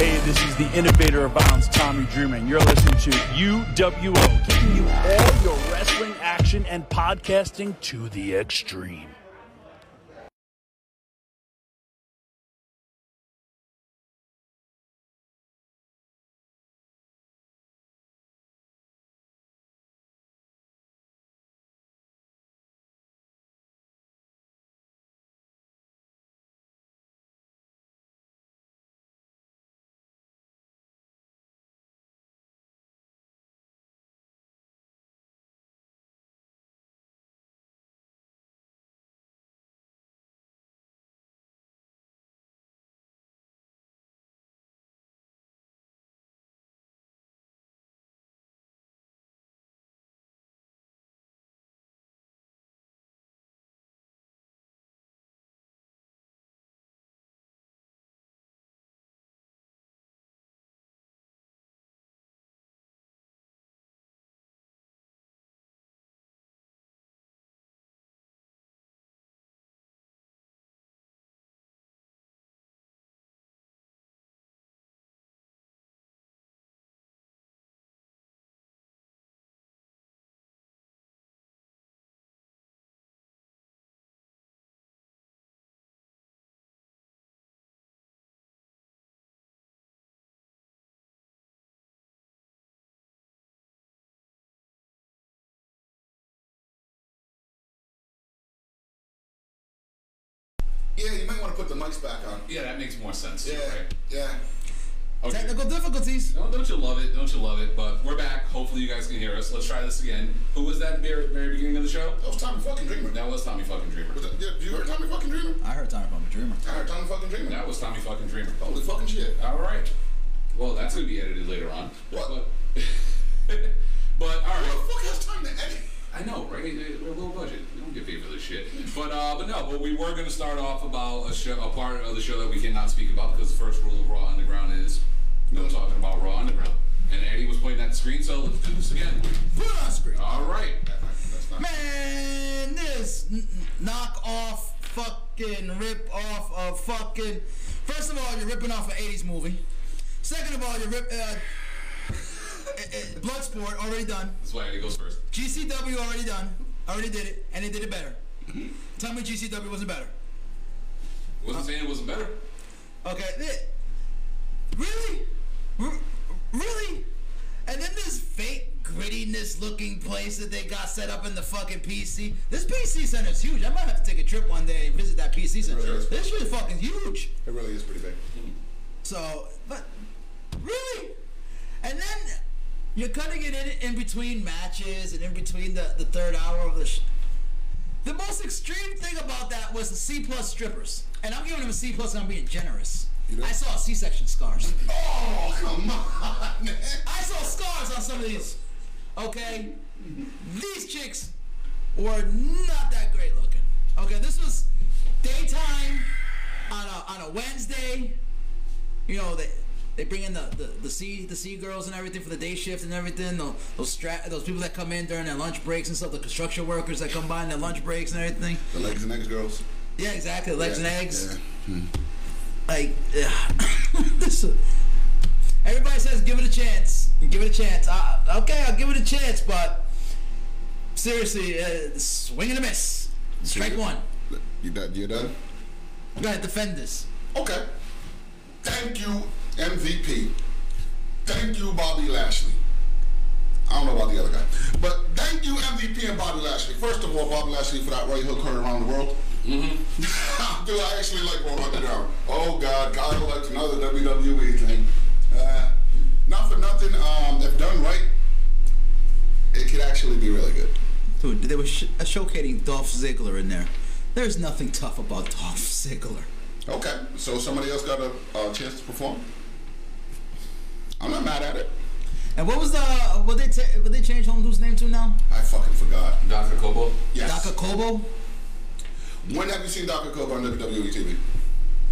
Hey, this is the innovator of bounds, Tommy Dreamin. You're listening to UWO, giving you all your wrestling action and podcasting to the extreme. Yeah, you might want to put the mics back on. Yeah, that makes more sense. Yeah, Too, right? yeah. Okay. Technical difficulties. Don't, don't you love it? Don't you love it? But we're back. Hopefully, you guys can hear us. Let's try this again. Who was that at the very, very beginning of the show? That was Tommy fucking Dreamer. That was Tommy fucking Dreamer. Was that, yeah, you heard Tommy fucking Dreamer? I heard Tommy Pump Dreamer. I heard Tommy fucking Dreamer. That was Tommy fucking Dreamer. Holy fucking shit. All right. Well, that's gonna be edited later on. What? But, but all Who right. the fuck has time to edit? I know, right? We're a little budget. We don't get paid for this shit. But uh, but no, but we were gonna start off about a show, a part of the show that we cannot speak about because the first rule of Raw Underground is no talking about Raw Underground. And Eddie was pointing at the screen, so let's do this again. Put on screen. All right. That's not. Man, this n- n- knock off, fucking rip off of fucking. First of all, you're ripping off an 80s movie. Second of all, you're rip. Uh, eh, eh, Bloodsport already done. That's why Eddie goes first. GCW already done. Already did it, and they did it better. Tell me GCW wasn't better. Wasn't saying it wasn't better. Okay. th- Really? R- really? And then this fake grittiness looking place that they got set up in the fucking PC. This PC center's huge. I might have to take a trip one day and visit that PC center. Really? This shit is fucking huge. It really is pretty big. So, but really? And then you're cutting it in, in between matches and in between the, the third hour of the. Sh- the most extreme thing about that was the C plus strippers, and I'm giving them a C plus, and I'm being generous. know- I saw C section scars. Oh, come on, man. I saw scars on some of these. Okay, these chicks were not that great looking. Okay, this was daytime on a on a Wednesday. You know they they bring in the the, the sea the sea girls and everything for the day shift and everything. Those those, stra- those people that come in during their lunch breaks and stuff. The construction workers that come by in their lunch breaks and everything. The legs and eggs, girls. Yeah, exactly. Legs Yeah, and eggs. yeah. Like, ugh. this. Everybody says give it a chance. Give it a chance. I, okay, I'll give it a chance, but seriously, uh, swing and a miss. Strike one. You done? You done? You gotta defend this. Okay. Thank you, MVP. Thank you, Bobby Lashley. I don't know about the other guy. But thank you, MVP and Bobby Lashley. First of all, Bobby Lashley for that right hook heard around the world. Mm-hmm. Do I actually like Raw Underground? Oh, God. God elect another WWE thing. Uh, not for nothing. Um, if done right, it could actually be really good. Dude, they were sh- uh, showcasing Dolph Ziggler in there. There's nothing tough about Dolph Ziggler. Okay, so somebody else got a, a chance to perform? I'm not mad at it. And what was the what they ta- what they changed Home Dude's name to now? I fucking forgot. Dr. Kobo. Yes. Daka Kobo. When have you seen Dr. Kobo on E WWE TV? We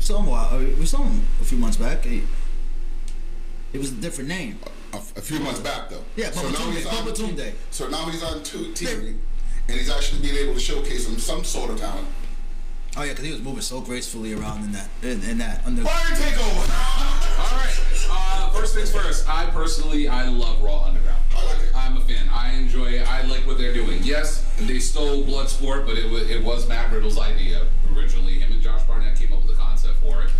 saw him a while. uh, We saw him a few months back. He- it was a different name. A, a few months back, though. Yeah, Bubba Tunde, Bubba Tunde. So now he's on two TV, There- and he's actually being able to showcase him some sort of talent. Oh yeah, because he was moving so gracefully around in that in, in that under. Fire takeover. All right. Uh, first things first. I personally, I love Raw Underground. I like it. I'm a fan. I enjoy it. I like what they're doing. Yes, they stole Bloodsport, but it was it was Matt Riddle's idea originally. Him and Josh Barnett came up with the concept for it.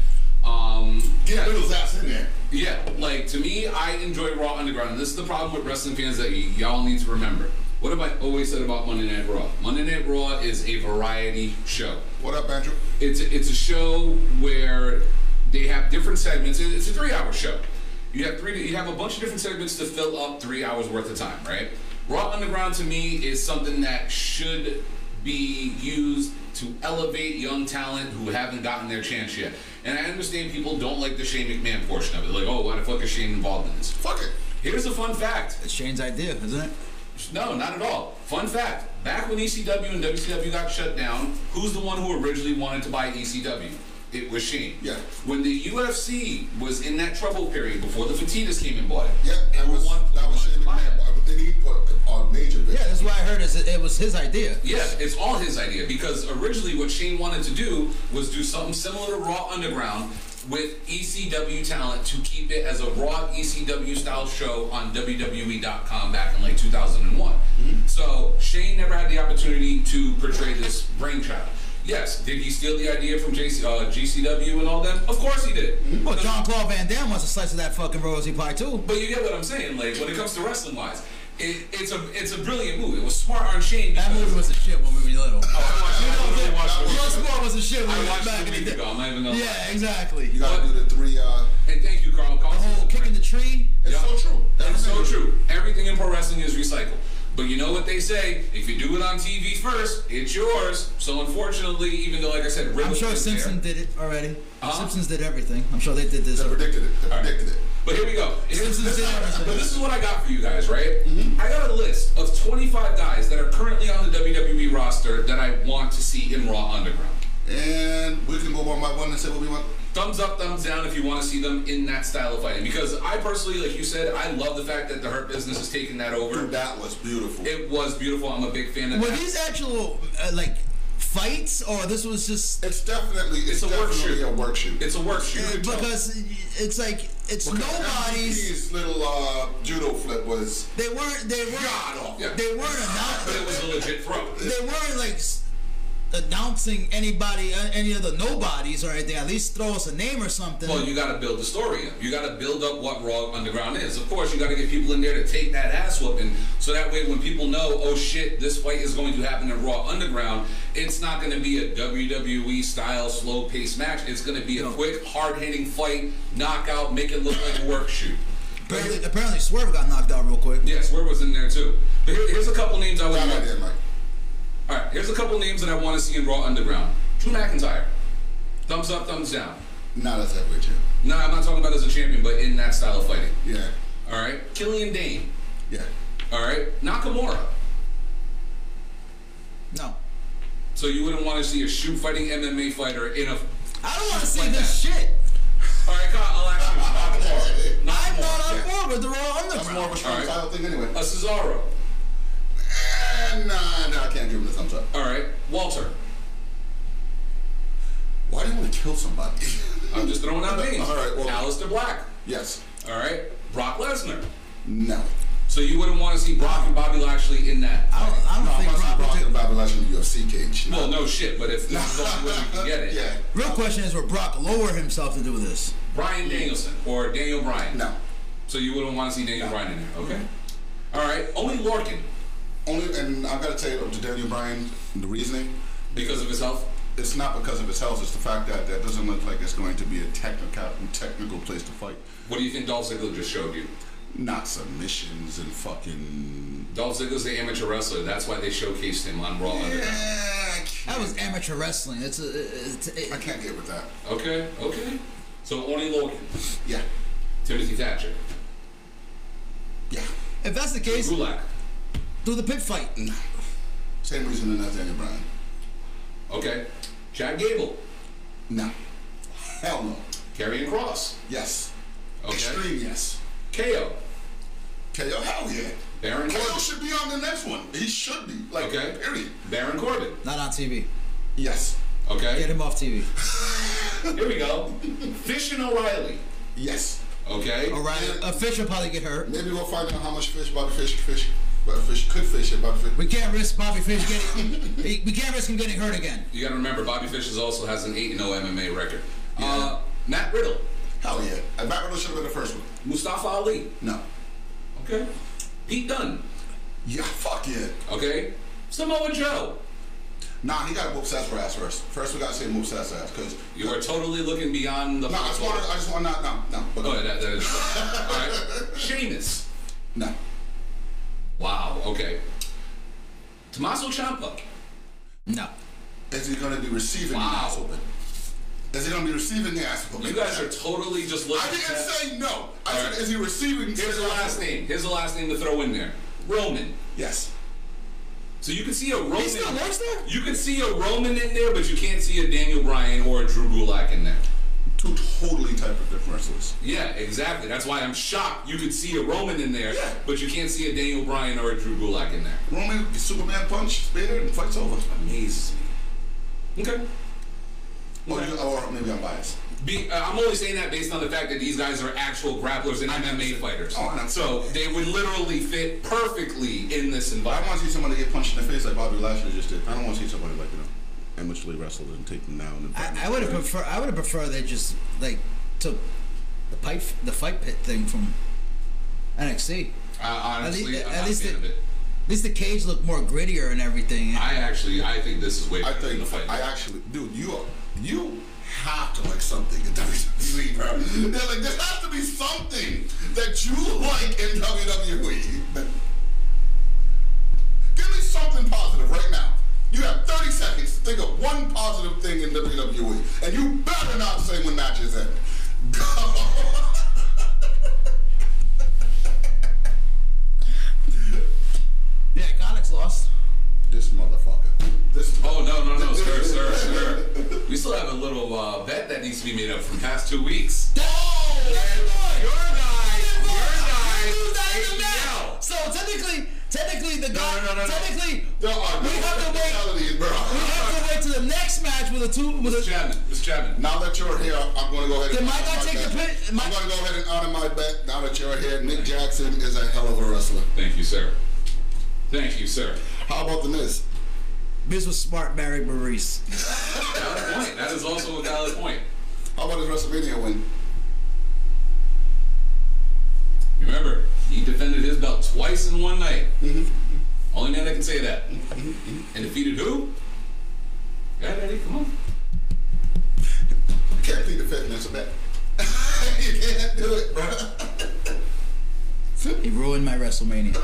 Um, Get Riddle's ass in there. yeah, like to me, I enjoy Raw Underground, and this is the problem with wrestling fans that y- y'all need to remember. What have I always said about Monday Night Raw? Monday Night Raw is a variety show. What up, Andrew? It's a, it's a show where they have different segments. It- It's a three-hour show. You have three. You have a bunch of different segments to fill up three hours worth of time, right? Raw Underground to me is something that should be used to elevate young talent who haven't gotten their chance yet. And I understand people don't like the Shane McMahon portion of it. Like, oh, why the fuck is Shane involved in this? Fuck it. Here's a fun fact. It's Shane's idea, isn't it? No, not at all. Fun fact: back when ECW and WCW got shut down, who's the one who originally wanted to buy ECW? It was Shane. Yeah. When the UFC was in that trouble period before the Fatitas came and bought it. Yeah, that was everyone that was wanted Shane to buy McMahon. it. Why would they need put a major bitch? Yeah, that's why I heard it. It was his idea. Yeah, it's all his idea because originally what Shane wanted to do was do something similar to Raw Underground with ECW talent to keep it as a Raw ECW style show on WWE.com back in like 2001. So Shane never had the opportunity to portray this brainchild. Yes, did he steal the idea from JC, uh, GCW and all them? Of course he did. Well, John Claude Van Damme wants a slice of that fucking rosy pie too. But you get what I'm saying. Like when it comes to wrestling wise, it, it's a it's a brilliant move. It was smart on Shane. That because- movie was a shit when we were little. Oh, I watched- I literally watched the movie. Bloodsport was a shit when I we were watched back it a in week the ago. day. I'm not even gonna lie. Yeah, exactly. You gotta What? do the three. Uh, And thank you, Carl. Carl The whole Oh, kicking the tree. it's Yeah. so true. That's so Everything- true. Everything in pro wrestling is recycled. But you know what they say: if you do it on TV first, it's yours. So unfortunately, even though, like I said, Riddle I'm sure was there- Simpson did it already. Huh? Simpsons did everything. I'm sure they did this. They predicted it. They predicted it. But here we go. Here's- Simpsons did Mm-hmm. But everything. this is what I got for you guys, right? I got a list of 25 guys that are currently on the WWE roster that I want to see in Raw Underground. And we can go one by one and say what we want. Thumbs up, thumbs down if you want to see them in that style of fighting. Because I personally, like you said, I love the fact that the Hurt Business is taking that over. Dude, that was beautiful. It was beautiful. I'm a big fan of Were that. these actual uh, like fights, or this was just It's definitely it's, It's a work definitely shoot. a work shoot. It's a work shoot. because it's like it's nobody's. MVP's little uh, judo flip was They weren't. They weren't. god awful. Yeah. They weren't But it announcing. was a legit throw. They weren't like s- announcing anybody, uh, any of the nobodies or anything. At least throw us a name or something. Well, you got to build the story up. You got to build up what Raw Underground is. Of course, you got to get people in there to take that ass whooping, so that way when people know, oh shit, this fight is going to happen in Raw Underground, it's not going to be a WWE style slow paced match. It's going to be a quick, hard hitting fight, knockout, make it look like a work shoot. apparently, apparently Swerve got knocked out real quick. Yes, where was in there too. But here- here's a couple names I would. Bad idea, Mike. All right, here's a couple names that I want to see in Raw Underground. Drew McIntyre. Thumbs up, thumbs down. Not as heavyweight champ. No, I'm not talking about as a champion, but in that style of fighting. Yeah, All right, Killian Dane. yeah. All right, Nakamura. No. So you wouldn't want to see a shoot fighting MMA fighter in a I don't want to see like this that. shit. All right, Kyle, I'll ask you. Not more. Not I'm more. not on board with the Raw That's more Underground. of a strong Alright. title thing anyway. A Cesaro. And Uh, nah, nah, I can't give him the thumbs up. All right, Walter. Why do you want to kill somebody? I'm just throwing out names. All right, well- Alistair Black. yes. All right, Brock Lesnar. No. So you wouldn't want to see Brock and Bobby Lashley in that. I don't, I don't No, I'm think not seeing Brock Brock would do. and Bobby Lashley in the UFC cage. Well, no shit, but if this is the only way we can get it, Yeah. Real question is, would Brock lower himself to do this? Brian Danielson or Daniel Bryan. No. So you wouldn't want to see Daniel Bryan in there. Okay. All right, only Lorkin Only, and I've got to tell you, to Daniel Bryan, the reasoning, because of his health. it's not because of his health. It's the fact that that doesn't look like it's going to be a technical, technical place to fight. What do you think Dolph Ziggler just showed you? Not submissions and fucking. Dolph Ziggler's the amateur wrestler. That's why they showcased him on Raw. Underground. Eh, That was amateur wrestling. It's a. It's a I can't get with that. Okay. Okay. So only Lorkin, Yeah. Timothy Thatcher, Yeah. if that's the case, Gulak. do the pig fight. No. Same reason as Daniel Bryan. Okay. Chad Gable, No. Hell no. Karrion Cross. Yes. Okay. Extreme yes. KO. KO, hell yeah. Baron KO Corbin. should be on the next one. He should be. Like, Okay. period. Baron Corbin. Not on TV. Yes. Okay. Get him off TV. Here we go. Fish and O'Reilly. Yes. Okay. All right, a fish will probably get hurt. Maybe we'll find out how much fish Bobby Fish fish Bobby Fish could fish and Bobby Fish. We can't risk Bobby Fish getting. we we can't risk him getting hurt again. You got to remember, Bobby Fish is also has an oh 8 0 MMA record. Uh, Matt Riddle, Hell yeah. And Matt Riddle should have been the first one. Mustafa Ali. No. Okay. Pete Dunne. Yeah, fuck yeah. Okay. Samoa Joe. Nah, he gotta whoop Seth's ass first. First we gotta say whoop Seth's ass, cause You are totally looking beyond the. no, I just wanna I just wanna not no, no, but Oh, yeah, that, that is. All right. Sheamus. no. Wow. Okay. Tommaso Ciampa. No. Is he gonna be receiving the Wow. ass whooping? Is he gonna be receiving the ass whooping? You guys are totally just looking. I didn't at- say no. I All said, right. is he receiving Here's the last name. Here's the last name to throw in there. Roman. Yes. So you can see a Roman. still works there? You can see a Roman in there, but you can't see a Daniel Bryan or a Drew Gulak in there. Two totally type of different wrestlers. Yeah, exactly. That's why I'm shocked. You could see a Roman in there, Yeah. but you can't see a Daniel Bryan or a Drew Gulak in there. Roman, Superman punch, spear, and fight's over. Amazes me. Okay. Or, you, or maybe I'm biased. Be, uh, I'm only saying that based on the fact that these guys are actual grapplers and MMA fighters. Oh, I know. so they would literally fit perfectly in this I environment. want to see somebody get punched in the face like Bobby Lashley just did. I don't want to see somebody like, you know, amateurly wrestle and take them down. And I, I would have prefer. I would have preferred they just like took the pipe, the fight pit thing from NXT. I, At honestly, least, I'm at not least, a fan the, of it. at least the cage looked more grittier and everything. I actually, I think this is way I better than the think, fight. I actually, dude, you are, you have to like something in WWE, bro. They're like, there has to be something that you like in WWE. Give me something positive right now. You have 30 seconds to think of one positive thing in WWE, and you better not say when matches end. Go. yeah, Connick's lost. this motherfucker. This. Oh no no no sir sir sir! We still have a little uh, bet that needs to be made up from past two weeks. Oh, Your guy, Dude, your guy, that is a AEL. match. So technically, technically the guy, no, no, no. technically, There are no We have to wait. technicalities, bro. we have to wait to the next match with a two with Mr. a. Chapman, Mr. Chapman. Now that you're here, I'm going to go ahead. Did and my honor guy my take bet. the pin- my- I'm going to go ahead and honor my bet. Now that you're here, Nick Jackson is a hell of a wrestler. Thank you sir. Thank you sir. How about the Miz? Biz was smart, married Maurice. Valid point. That is also a valid point. How about his WrestleMania win? Remember, he defended his belt twice in one night. Only man that can say that. And defeated who? Yeah, Eddie, come on. You can't plead the fifth, and that's a bet. you can't do it, bro. He ruined my WrestleMania.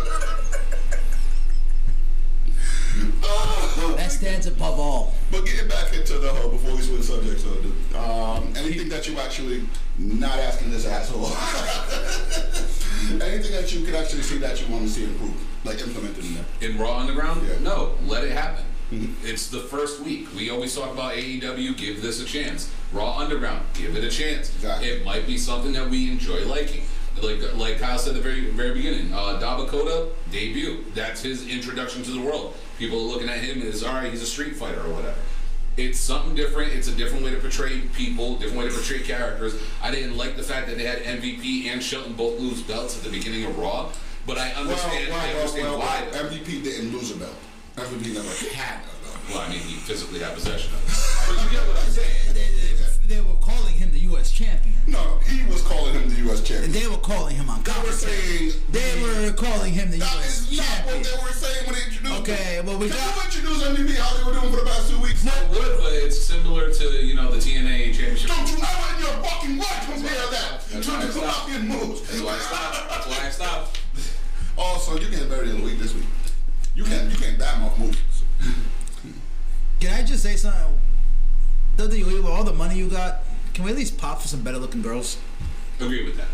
that stands above all. But getting back into the whole before we switch subjects, though, dude, um, anything that you actually not asking this asshole, anything that you could actually see that you want to see improved, like implemented in there. In Raw Underground? Yeah. Mm-hmm. No, let it happen. It's the first week. We always talk about AEW, give this a chance. Raw Underground, give it a chance. Exactly. It might be something that we enjoy liking. Like like Kyle said at the very very beginning, uh, Dabakota debut. That's his introduction to the world. People are looking at him as all right, he's a street fighter or whatever. It's something different. It's a different way to portray people, different way to portray characters. I didn't like the fact that they had MVP and Shelton both lose belts at the beginning of Raw, but I Well, understand, I well, understand well, well, why. though. MVP didn't lose a belt. MVP never had a belt. Well, I mean, he physically had possession of it. But you get what I'm They, saying. they, they were calling him the U.S. champion. No, he was calling him the U.S. champion. They were calling him on They were commentary. saying They were calling him the that U.S. is not champion. what they were saying when they introduced Okay, him. well, we Can got- you introduce MVP how they were doing for the past two weeks? I would, but it's similar to, you know, the TNA championship. Don't you ever in your fucking life compare that to That's why I the stopped. Colombian That's why I moves. stopped. That's why I stopped. Also, you can't bury the week this week. You can't. You can't badmouth movies. Can I just say something? WWE, with all the money you got, can we at least pop for some better looking girls? Agree with that.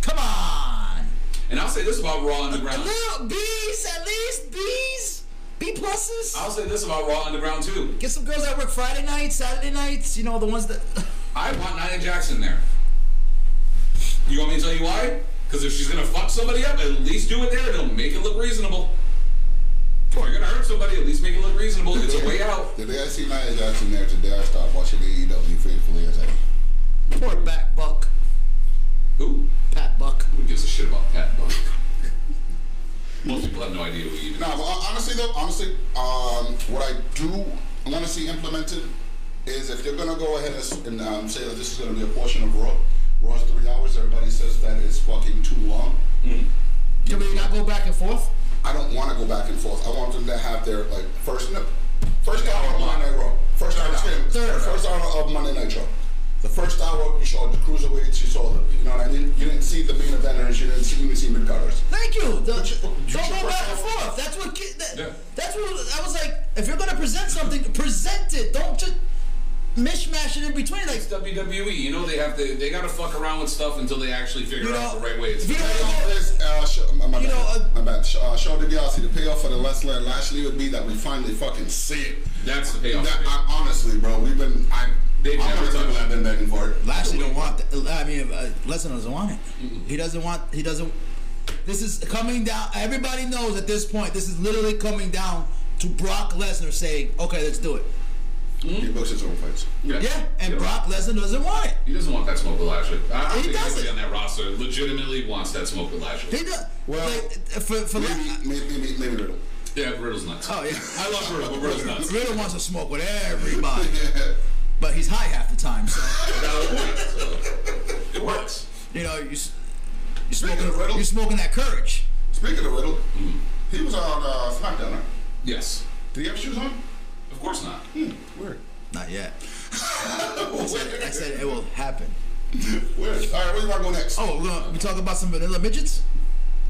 Come on! And I'll say this about Raw Underground. Little B's, at least B's, B pluses. I'll say this about Raw Underground, too. Get some girls that work Friday nights, Saturday nights. You know the ones that. I want Nia Jackson there. You want me to tell you why? Because if she's going to fuck somebody up, at least do it there. It'll make it look reasonable. If you're going to hurt somebody, at least make it look reasonable. It's a way out. The day I see Nia Jackson there, today I stopped watching AEW faithfully as ever. Poor Pat Buck. Who? Pat Buck. Who gives a shit about Pat Buck? Most people have no idea who he even Now, hon- uh, honestly though, honestly, um, what I do want to see implemented is if you're gonna go ahead and, s- and um, say that this is gonna be a portion of Raw, Raw's three hours. Everybody says that it's fucking too long. Can we not go back and forth? I don't want to go back and forth. I want them to have their like first no, first hour of Monday Night Raw, first hour, excuse me, Third hour. first hour of Monday Night Raw. The first hour you saw the cruiserweights, you saw the you know what I mean. You didn't see the main eventers, you didn't see you didn't see mid carders. Thank you. The- But you- but you don't should go back and work out. forth. That's what. ki- That, Yeah. That's what I was like. If you're gonna present something, present it. Don't just mishmash it in between. Like It's WWE, E, you know they have to they gotta fuck around with stuff until they actually figure You out know, the right way. It's you know- Payoff is uh, Sh- my bad, You know, uh, my bad. Sh- Uh, Sean DiBiase. The payoff for the Leslie and Lashley would be that we finally fucking see it. that's the payoff. That, I, honestly, bro, we've been I. They've I'm never one of the done people that have been begging for it. Lashley don't want. The, I mean, uh, Lesnar doesn't want it. He doesn't want. He doesn't. This is coming down. Everybody knows at this point. This is literally coming down to Brock Lesnar saying, "Okay, let's do it." He books his own fights. Yeah, and Yeah. Brock Lesnar doesn't want it. He doesn't want that smoke with Lashley. I don't He think doesn't. anybody on that roster legitimately wants that smoke with Lashley. He does. Well, like, for for Maybe, maybe, maybe, maybe Riddle. Yeah, Riddle's nuts. Oh yeah. I love Riddle, but Riddle's nuts. Riddle wants to smoke with everybody, but he's high half the time. So Valid point, so. It works. you know you s- you Speaking smoking of Riddle. you smoking that courage. Speaking of Riddle, he was on uh, SmackDown. Right? Yes. Did he have shoes on? Of course not. Weird. Not yet. I said, I said it will happen. Weird. All right, where you want to go next? Oh, we're, gonna, we talk about some vanilla midgets.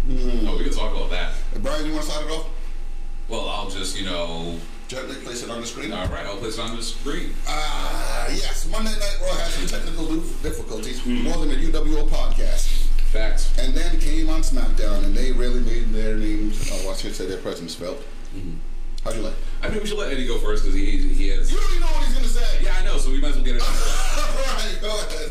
No, Oh, we can talk about that. Brian, you want to slide it off? Well, I'll just, you know, Gently place it on the screen. all right, I'll place it on the screen. Ah, yes. Monday Night Raw had some technical dif- difficulties, more than the UWO podcast. Facts. And then came on SmackDown, and they really made their names, uh, well, I should say their presence felt. How'd you like? I think we should let Eddie go first because he he has. You don't even know what he's going to say. Yeah, I know. So we might as well get it. out of the way. All right, go ahead.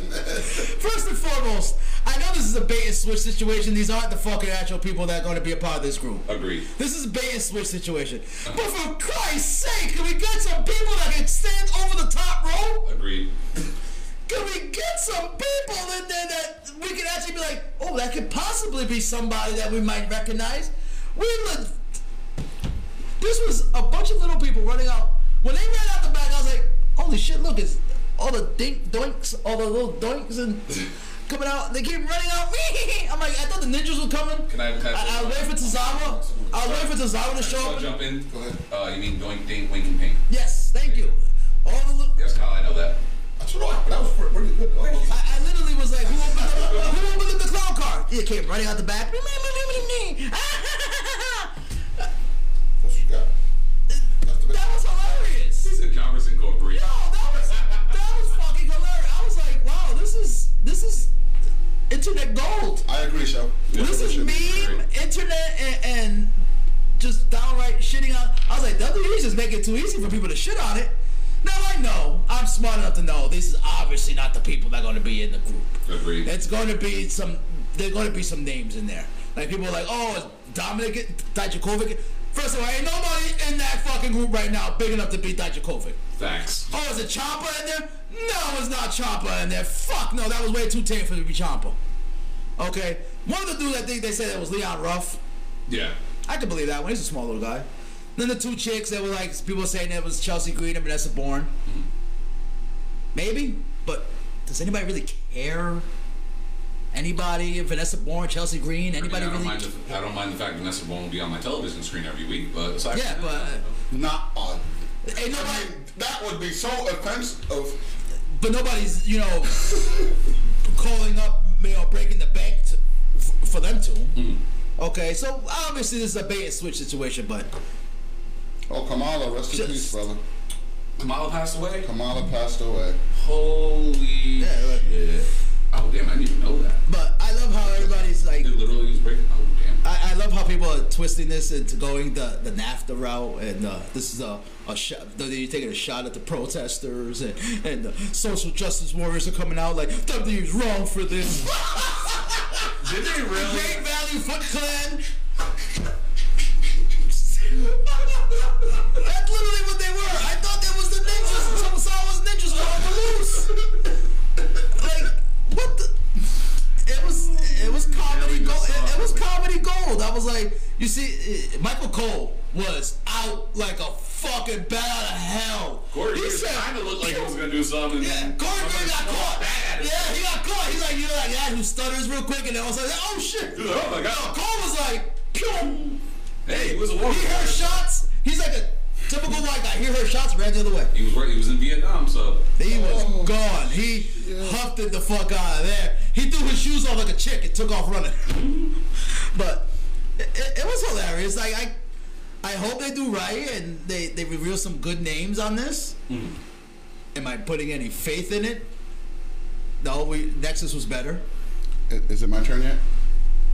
First and foremost, I know this is a bait and switch situation. These aren't the fucking actual people that are going to be a part of this group. Agreed. This is a bait and switch situation. But for Christ's sake, can we get some people that can stand over the top rope? Agreed. Can we get some people in there that we can actually be like, oh, that could possibly be somebody that we might recognize? We look. This was a bunch of little people running out. When they ran out the back, I was like, holy shit, look, it's all the dink doinks, all the little doinks and coming out. They keep running out. I'm like, I thought the ninjas were coming. Can I- can I- I, I wait for Tozawa. I wait for Tozawa to show I'll up. jump in. Go ahead. Uh, you mean doink, dink, wink, and pink? Yes, thank you. All the. Li- Yes, Kyle, I know that. That's right. That was pretty, pretty good. though. I, I literally was like, who opened up, who opened up the clown car? It came running out the back. that That's what you got. That's the best. was hilarious. This is Congress Incorporated. No, that was that was fucking hilarious. I was like, wow, this is this is internet gold. I agree, Shep. This is meme, internet, and, and just downright shitting on. I was like, WWE's just making it too easy for people to shit on it. Now I know. I'm smart enough to know this is obviously not the people that are going to be in the group. Agreed. It's going to be some. There's going to be some names in there. Like people are like, oh, is Dominic Dijakovic. First of all, ain't nobody in that fucking group right now big enough to beat Dijakovic. Facts. Oh, is it Champa in there? No, it's not Champa in there. Fuck no, that was way too tame for it to be Champa. Okay, one of the dudes I think they said that was Leon Ruff. Yeah. I could believe that one. He's a small little guy. Then the two chicks that were like people saying that was Chelsea Green and Vanessa Bourne. Maybe, but does anybody really care? Anybody? Vanessa Bourne, Chelsea Green? Anybody I, mean, I, don't really? mind the, I don't mind the fact that Vanessa Bourne will be on my television screen every week, but aside Yeah, from that, but Not on. ain't I nobody. mean, that would be so offensive. Oh, But nobody's you know calling up, you know, breaking the bank to, f- for them to. Mm-hmm. Okay, so obviously this is a bait and switch situation, but Oh, Kamala, rest in Just- peace, brother. Kamala passed away. Kamala passed away. Holy look. shit! Oh damn, I didn't even know that. but I love how everybody's like. It literally was breaking. Oh damn. I, I love how people are twisting this into going the, the NAFTA route, and uh, this is a, a shot. They're taking a shot at the protesters, and, and the social justice warriors are coming out like, WWE's wrong for this. Did they Great really? Value Foot Clan! That's literally what they were. I thought that was the ninjas. Someone saw it was ninjas were on the loose. Like, what the? It was it was comedy Yeah, we gold. just saw It, it it. was comedy gold. I was like, you see, eh, Michael Cole was out like a fucking bat out of hell. Corey he Graves said, kind of looked like he was gonna do something. yeah, Corey Graves got caught. Bad. Yeah, he got caught. He's like, you know, that guy who stutters real quick, and then all of a sudden, oh shit. He's like, oh my No, god. Cole was like, pew. Hey, he was a He war. heard shots. He's like a typical white guy. He heard shots, ran the other way. He was wor- he was in Vietnam, so He was Oh, gone. He huffed it the fuck out of there. He threw his shoes off like a chick and took off running. but it, it, it was hilarious. Like I, I hope they do right and they they reveal some good names on this. Mm. Am I putting any faith in it? No, we Nexus was better. I- Is it my turn yet?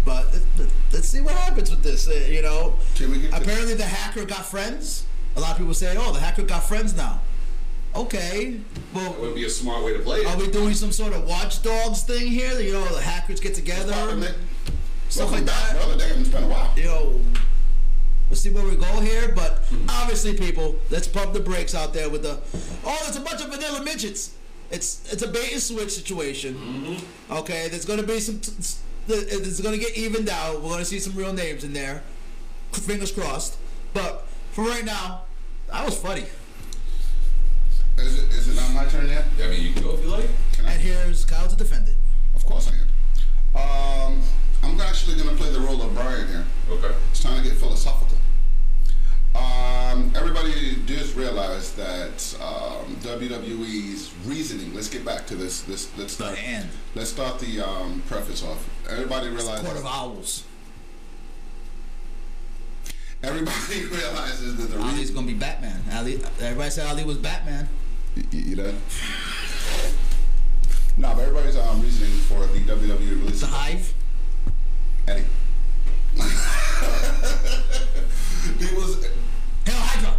But let- let- let's see what happens with this. uh, You know, Can we get to- apparently the hacker got friends. A lot of people say, "Oh, the hacker got friends now." Okay, that well, would be a smart way to play it. are we doing some sort of watchdogs thing here? You know, the hackers get together, Welcome stuff like back, that. brother. Damn, it's been a while. You know, we'll see where we go here. But obviously, people, let's pump the brakes out there with the. Oh, there's a bunch of vanilla midgets. It's it's a bait and switch situation. Okay, there's gonna be some. T- s- th- it's gonna get evened out. We're gonna see some real names in there. Fingers crossed. But for right now, that was funny. Is it, is it not my turn yet? I mean, you can go if you like. Can I? And here's Kyle to defend it. Of course I am. Um, I'm actually going to play the role of Brian here. Okay. It's time to get philosophical. Um, everybody does realize that um, WWE's reasoning. Let's get back to this. This let's start. and. Let's start the um, preface off. Everybody Court realizes. of Owls. Everybody realizes that the Ali's reason. gonna be Batman. Ali, everybody said Ali was Batman. You, you done? No, but everybody's um, reasoning for the WWE release. The Hive. Eddie. he was Hell Hydra.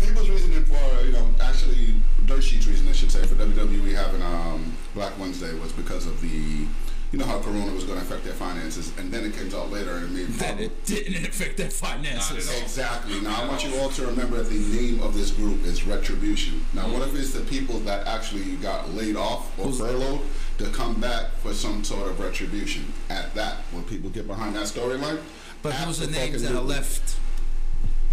people's reasoning for you know actually dirt sheets reason I should say for WWE having um, Black Wednesday was because of the you know how Corona was going to affect their finances and then it came out later and made That it didn't affect their finances. Not at all. exactly now I want you all to remember that the name of this group is retribution now what if it's the people that actually got laid off or furloughed to come back for some sort of retribution at that will people get behind that storyline But who's the Absolutely. names that are left?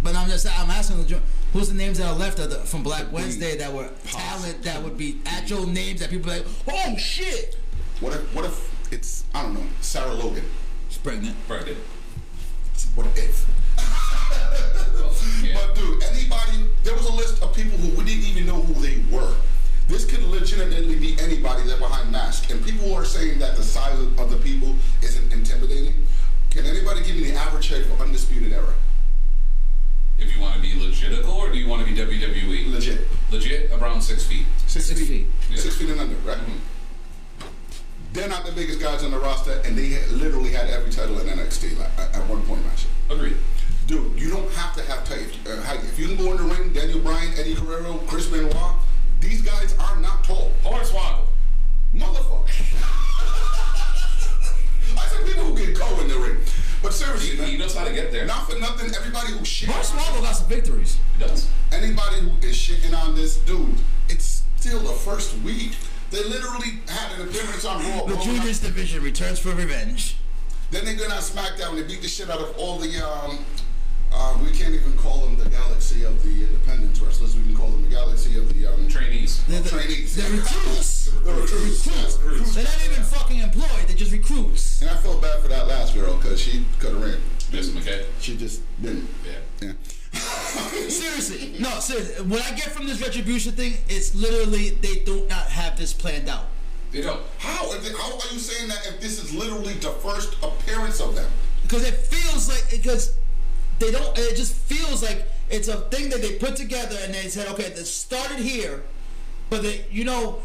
But I'm just I'm asking the who's the names that are left of the, from Black Wednesday that were talent that would be actual names that people like oh shit. What if what if it's I don't know Sarah Logan? She's pregnant. Right. What if? Well, yeah. But dude, anybody? There was a list of people who we didn't even know who they were. This could legitimately be anybody that behind masks. And people who are saying that the size of, of the people isn't intimidating. Can anybody give me the average head for undisputed era? if you want to be legitical or do you want to be WWE? Legit. Legit around six feet. Mm-hmm. Six, Six feet. Six feet and under, right? They're not the biggest guys on the roster, and they had- literally had every title in NXT like, at at one point last year. Agreed. Dude, you don't have to have tight. Uh, height. if you can go in the ring, Daniel Bryan, Eddie Guerrero, Chris Benoit, these guys are not tall. Hornswoggle. Motherfucker. I said people who get go in the ring. But seriously, He, he man, knows how to get there. not for nothing, everybody who shit, Hornswoggle got some victories. He does. anybody who is shitting on this dude, it's still the first week. They literally had an appearance on Raw. The Raw juniors division returns for revenge. Then they go down SmackDown and they beat the shit out of all the um, uh, we can't even call them the galaxy of the independence wrestlers. We can call them the galaxy of the um, Trainees. They're the, trainees. they're recruits. The recruits. yes, recruits. They're not even fucking employed. They're just recruits. And I felt bad for that last girl because she could have ran. Jason McKay. She just didn't. Yeah. Yeah. Seriously, no. Seriously, what I get from this retribution thing is literally they do not have this planned out. They don't. How? If they- how are you saying that if this is literally the first appearance of them? because it feels like because they don't it just feels like it's a thing that they put together and they said okay this started here but they you know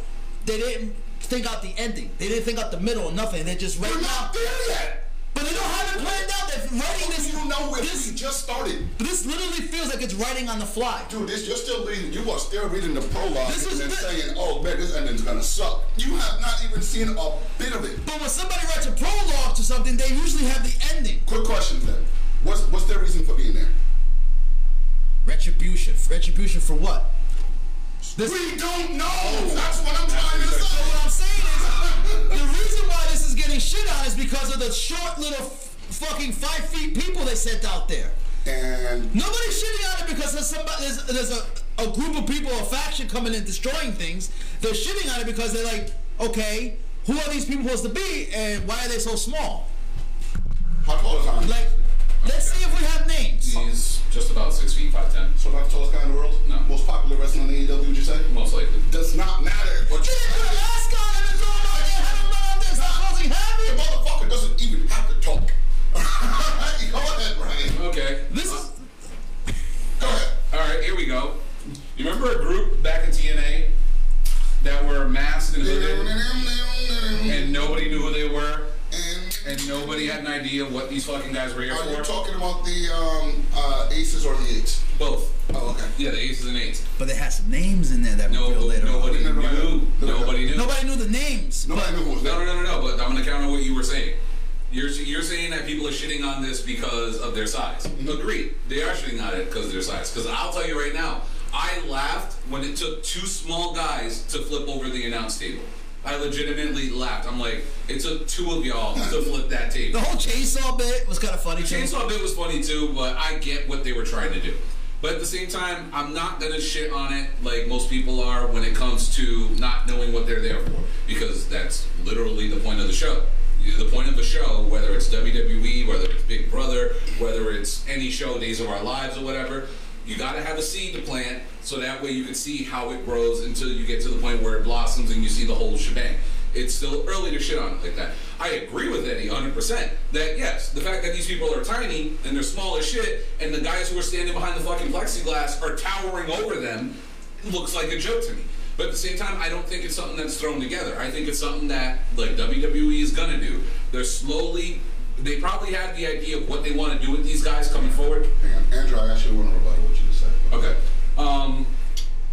they didn't think out the ending they didn't think out the middle or nothing they just right We're now not there yet. but they don't have it planned out they're writing How do this you know if this, we just started? this literally feels like it's writing on the fly Dude, this you're still reading. You are still reading the prologue This and is then the- saying, "Oh man, this ending's gonna suck." You have not even seen a bit of it. but when somebody writes a prologue to something they usually have the ending Quick question then: What's what's their reason for being there? retribution retribution for what This- We don't know. Oh. That's what I'm trying to So say. what I'm saying is, the reason why this is getting shit on is because of the short little f- fucking five feet people they sent out there. And Nobody's shitting on it because there's somebody, there's, there's a, a group of people, a faction coming and destroying things. They're shitting on it because they're like, okay, who are these people supposed to be, and why are they so small? how tall is Andre? Like, let's see if we have names. He's just about six feet, five ten. so not the tallest guy in the world. No. Most popular wrestler in the AEW. Would you say? Most likely. Does not matter. What They you didn't put an ask on it and throw it out there, have them on this, not supposed to be The having. motherfucker doesn't even have to talk. Go ahead, Ryan. Okay. Uh, This is Go ahead. All right, here we go. You remember a group back in TNA that were masked and hooded, and nobody knew who they were, And and nobody had an idea what these fucking guys were here are for? you Oh, talking about the um, uh, aces or the eights? Both. Oh, okay. Yeah, the aces and eights. But they had some names in there that No, revealed later on. nobody Never mind. knew. Never mind. Nobody knew. Nobody knew the names. Nobody knew who was No, there. no, no, no, no. But I'm gonna counter what you were saying. You're you're saying that people are shitting on this because of their size. Agreed. They are shitting on it because of their size. Because I'll tell you right now, I laughed when it took two small guys to flip over the announce table. I legitimately laughed. I'm like, it took two of y'all to flip that The table. whole chainsaw bit was kind of funny. too. Chainsaw bit was funny too, but I get what they were trying to do. But at the same time, I'm not gonna shit on it like most people are when it comes to not knowing what they're there for, because that's literally the point of the show. The point of the show, whether it's WWE, whether it's Big Brother, whether it's any show, Days of Our Lives or whatever, you gotta have a seed to plant so that way you can see how it grows until you get to the point where it blossoms and you see the whole shebang. It's still early to shit on it like that. I agree with Eddie 100% that yes, the fact that these people are tiny and they're small as shit and the guys who are standing behind the fucking plexiglass are towering over them looks like a joke to me. But at the same time, I don't think it's something that's thrown together. I think it's something that like WWE is gonna do. They're slowly. They probably have the idea of what they want to do with these guys coming forward. Hang on. Andrew, I actually want to rebut what you just said. Okay. Um,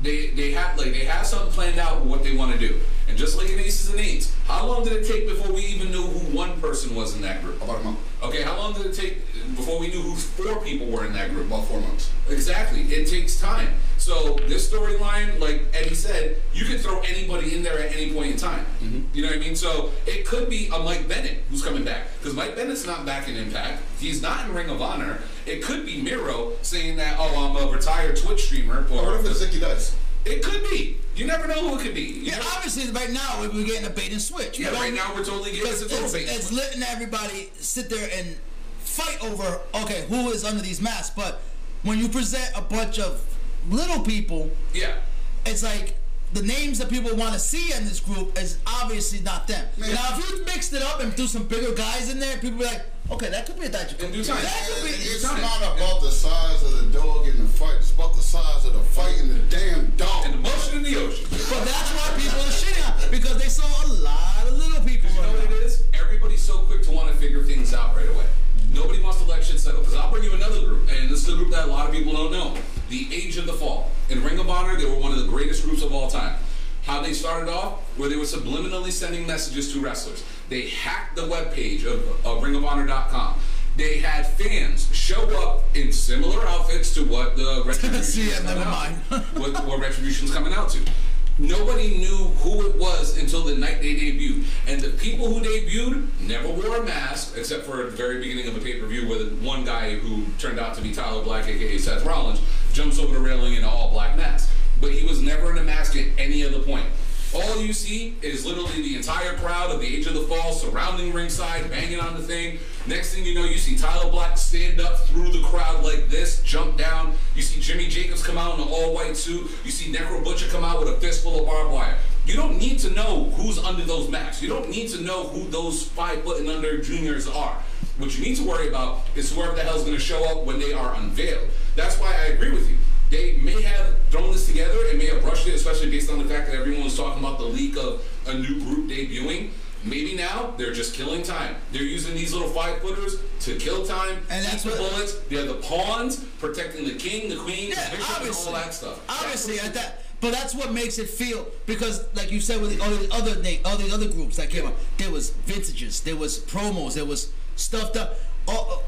they they have like they have something planned out with what they want to do, and just like in Aces and Eights, how long did it take before we even knew who one person was in that group? About a month. Okay, how long did it take before we knew who four people were in that group? About four months. Exactly. It takes time. So this storyline, like Eddie said, you can throw anybody in there at any point in time. Mm-hmm. You know what I mean? So it could be a Mike Bennett who's coming back because Mike Bennett's not back in Impact. He's not in Ring of Honor. It could be Miro saying that, "Oh, I'm a retired Twitch streamer," Or or what if it's Zicky Dice? it could be. You never know who it could be. You Yeah, never- obviously right now we- we're getting a bait and switch. yeah, We right don't- now we're totally getting it's, it's, it's, it's letting everybody sit there and fight over okay who is under these masks. But when you present a bunch of little people, Yeah. it's like the names that people want to see in this group is obviously not them. Now if you mixed it up and threw some bigger guys in there, people be like, okay, that could be a In digest. due time. That could be- It's time. not about the size of the dog in the fight. It's about the size of the fight in the damn dog. And the motion in the ocean. But that's why people are shitting on. because they saw a lot of little people. You know around. what it is? Everybody's so quick to want to figure things out right away. Nobody wants to let shit settle. Because I'll bring you another group, and this is a group that a lot of people don't know. The Age of the Fall. In Ring of Honor, they were one of the greatest groups of all time. How they started off, where they were subliminally sending messages to wrestlers. They hacked the webpage of, of RingofHonor.com. They had fans show up in similar outfits to what the Retribution See, is yeah, coming never out mind. to what, what Retribution's coming out to. Nobody knew who it was until the night they debuted. And the people who debuted never wore a mask, except for at the very beginning of a pay per view where the one guy who turned out to be Tyler Black, aka Seth Rollins, jumps over the railing in an all black mask. But he was never in a mask at any other point. All you see is literally the entire crowd of the Age of the Fall surrounding ringside, banging on the thing. Next thing you know, you see Tyler Black stand up through the crowd like this, jump down. You see Jimmy Jacobs come out in an all white suit. You see Necro Butcher come out with a fistful of barbed wire. You don't need to know who's under those masks. You don't need to know who those five foot and under juniors are. What you need to worry about is whoever the hell's going to show up when they are unveiled. That's why I agree with you they may have thrown this together and may have brushed it, especially based on the fact that everyone was talking about the leak of a new group debuting. Maybe now they're just killing time. They're using these little five footers to kill time, And that's keep the what- bullets. They're the pawns protecting the king, the queen, Yeah, the bishop, and all obviously. that stuff. Obviously, at that, but that's what makes it feel because, like you said, with the, all the other thing, all the other groups that came up, there was vintages, there was promos, there was stuff that, all,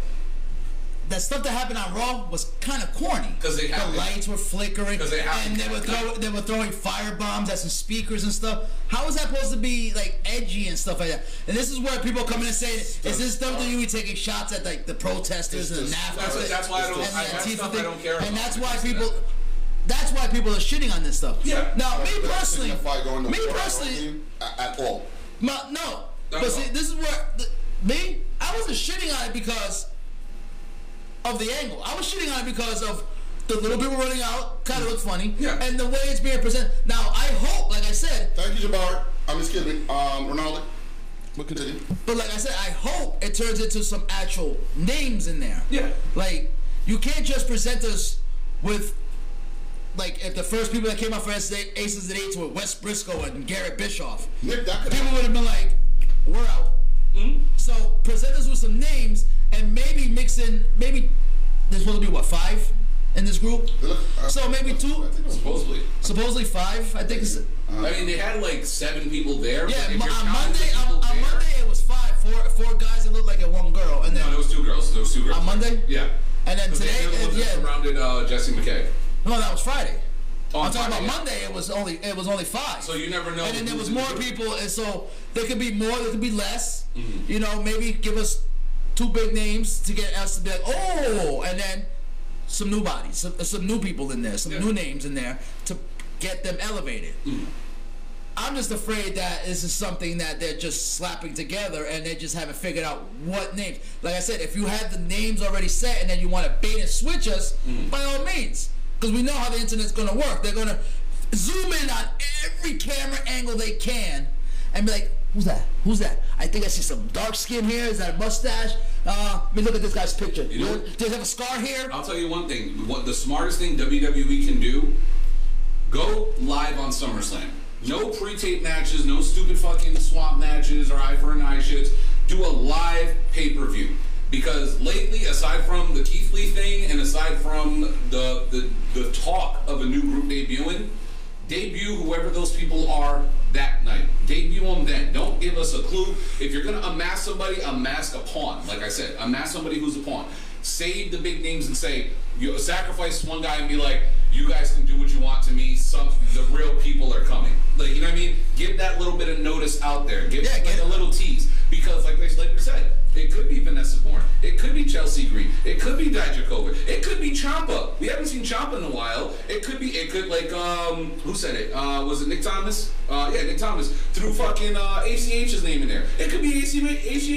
that stuff that happened on Raw was kind of corny. 'Cause they the happened. lights were flickering, 'Cause they and happened. they were throw, they were throwing fire bombs at some speakers and stuff. How is that supposed to be like edgy and stuff like that? And this is where people come in and say, "Is this WWE taking shots at like the protesters and the just- NAFTA?" That's- that's why I don't- and I- the that's Antifa stuff I thing? don't care And about that's why because of people. that. That's why people are shitting on this stuff. Yeah. Now, Does me that personally, signify going to me war, I don't personally, mean, a- at all. my, no. Not But at see, all. this is where the, me, I wasn't shitting on it because of the angle. I was shitting on it because of the little people running out, kind of look funny, Yeah. and the way it's being presented. Now, I hope, like I said, Thank you, Jabbar. I'm just kidding. Um, Ronaldo, we'll continue. But like I said, I hope it turns into some actual names in there. Yeah. Like you can't just present us with like if the first people that came out for SA Aces and Eights were Wes Briscoe and Garrett Bischoff. Nick, that could People would have been like, "We're out." So present us with some names and maybe mix in maybe there's supposed to be what five in this group. Uh, So maybe two, I think it was- Supposedly. supposedly five. I think it's I mean, they had like seven people there. yeah. but if mo- you're counting On the Monday, on, people on there- Monday it was five, four, four guys that looked like a one girl, and then No, there was two girls. There was two girls. on Monday. Yeah. And then 'Cause today, they, uh, they yeah, surrounded uh, Jesse McKay. no, that was Friday. Oh, I'm talking Friday, about yeah. Monday. It was only it was only five. So you never know And then there who's was in more the group. people, and so there could be more, there could be less. Mm-hmm. You know, maybe give us two big names to get us to be like, oh, and then some new bodies, some, some new people in there, some Yeah. new names in there to get them elevated. I'm just afraid that this is something that they're just slapping together and they just haven't figured out what names. Like I said, if you had the names already set and then you want to bait and switch us, Mm. by all means, because we know how the internet's going to work. They're going to zoom in on every camera angle they can and be like, "Who's that? Who's that? I think I see some dark skin here. Is that a mustache? Uh, let me look at this guy's picture. You know- Does he have a scar here?" I'll tell you one thing. What the smartest thing WWE can do: go live on SummerSlam. No pre-tape matches, no stupid fucking swamp matches or eye for an eye shits. Do a live pay-per-view because lately, aside from the Keith Lee thing and aside from the the, the talk of a new group debuting, debut whoever those people are that night. Debut them then. Don't give us a clue. If you're gonna amass somebody, amass a pawn. Like I said, amass somebody who's a pawn. Save the big names and say you sacrifice one guy and be like, you guys can do what you want to me. Some the real people are coming. Like you know what I mean? Give that little bit of notice out there. Give Yeah, like, get- a little tease because like they like we said, it could be Vanessa Bourne. It could be Chelsea Green. It could be Dijakovic. It could be Champa. We haven't seen Champa in a while. It could be. It could like um who said it? Uh, was it Nick Thomas? Uh, yeah, Nick Thomas threw fucking uh, ACH's name in there. It could be AC,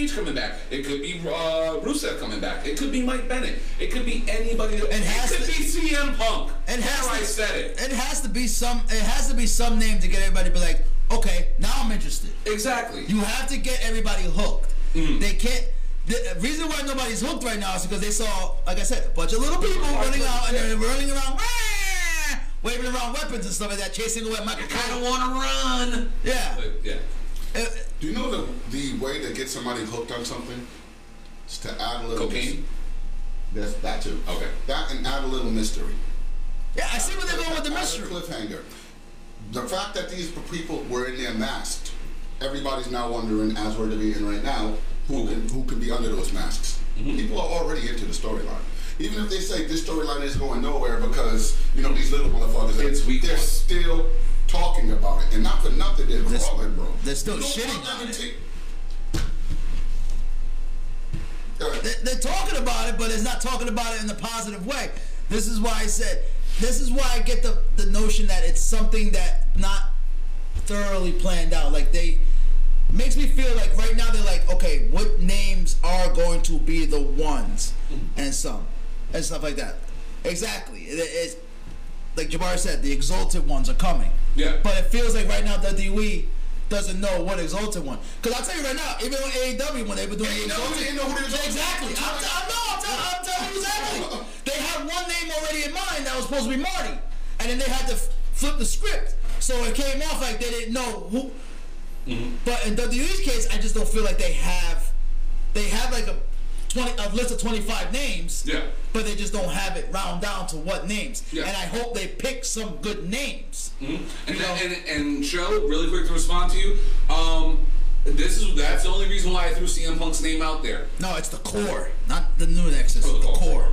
ACH coming back. It could be uh, Rusev coming back. It could be Mike Bennett. It could be anybody. That, And has it could to- be CM Punk. It has There to, I said it. It has to be some. It has to be some name to get everybody to be like, okay, now I'm interested. Exactly. You have to get everybody hooked. They can't. The reason why nobody's hooked right now is because they saw, like I said, a bunch of little people running out and they're running around. "Wah!" waving around weapons and stuff like that, chasing away Michael I kind Cole. of want to run. Yeah. But, yeah. Uh, Do you know the the way to get somebody hooked on something? Is to add a little Cocaine? That's that too. Okay. That and add a little mystery. yeah, I see where they're going with the Add a mystery. cliffhanger. The fact that these people were in there masked, everybody's now wondering, as we're debating right now, who can, who could be under those masks. Mm-hmm. People are already into the storyline. Even if they say this storyline is going nowhere because you know these little motherfuckers, It's week they're one. still talking about it, and not for nothing they're This- crawling, bro. they're still You don't shitting want them on to it. take- Uh, They- They're talking about it, but it's not talking about it in the positive way. This is why I said. This is why I get the the notion that it's something that not thoroughly planned out. Like they makes me feel like right now they're like, okay, what names are going to be the ones and some and stuff like that. Exactly. It, it's like Jabari said, the exalted ones are coming. Yeah. But it feels like right now WWE doesn't know what exalted one. Because I'll tell you right now, even on AEW when they were doing AEW exalted, didn't know who the Exalted exactly. was. I'm, t- I'm, no, I'm, tell- I'm telling you exactly. They had one name already in mind that was supposed to be Marty, and then they had to f- flip the script, so it came off like they didn't know who. But in WWE's case, I just don't feel like they have, they have like a twenty a list of twenty five names. Yeah. But they just don't have it round down to what names. Yeah. Mm-hmm. And I hope they pick some good names. And, You know- and, and Shell, really quick to respond to you. Um, this is that's the only reason why I threw CM Punk's name out there. No, it's the core, not the new Nexus. Oh, the core.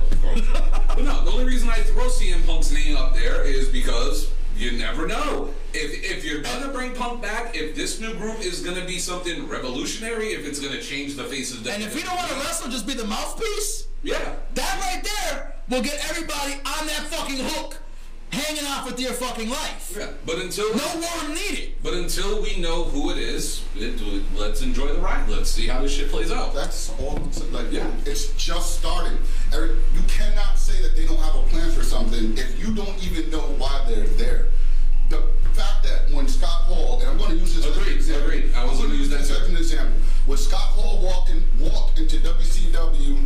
but no, the only reason I throw CM Punk's name up there is because you never know. If if you're gonna bring Punk back, if this new group is gonna be something revolutionary, if it's gonna change the face of WWE, And if you don't want to wrestle, just be the mouthpiece. yeah, That right there will get everybody on that fucking hook, hanging on for dear fucking life. yeah. But until No worm needed. but until we know who it is, it, let's enjoy the ride. Let's see how this shit plays out. That's all. I'm saying. Like, Yeah. it's just starting. Eric, you cannot say that they don't have a plan for something if you don't even know why they're there. The fact that when Scott Hall, and I'm going to use this as Agreed, an example. agreed. I was I'm gonna gonna use that this as too. an example. When Scott Hall walked in, walked into WCW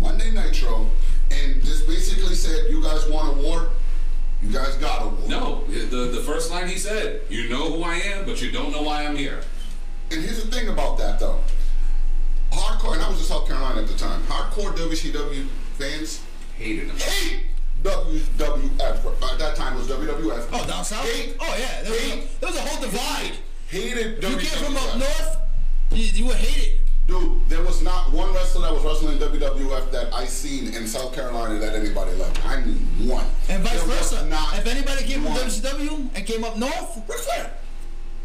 Monday Nitro, and just basically said, "You guys want a war? You guys got a war." No, the the first line he said, "You know who I am, but you don't know why I'm here." And here's the thing about that though. Hardcore, and I was in South Carolina at the time. Hardcore WCW fans Hated him. hate WWF. Uh, At that time it was WWF. Oh, down south? Hate, Oh, yeah. There was, a, there was a whole divide. hated You WWF. came from up north, you, you would hate it. Dude, there was not one wrestler that was wrestling in WWF that I seen in South Carolina that anybody loved. I mean one. And vice There was versa. Not If anybody came from one. WCW and came up north, Ric Flair.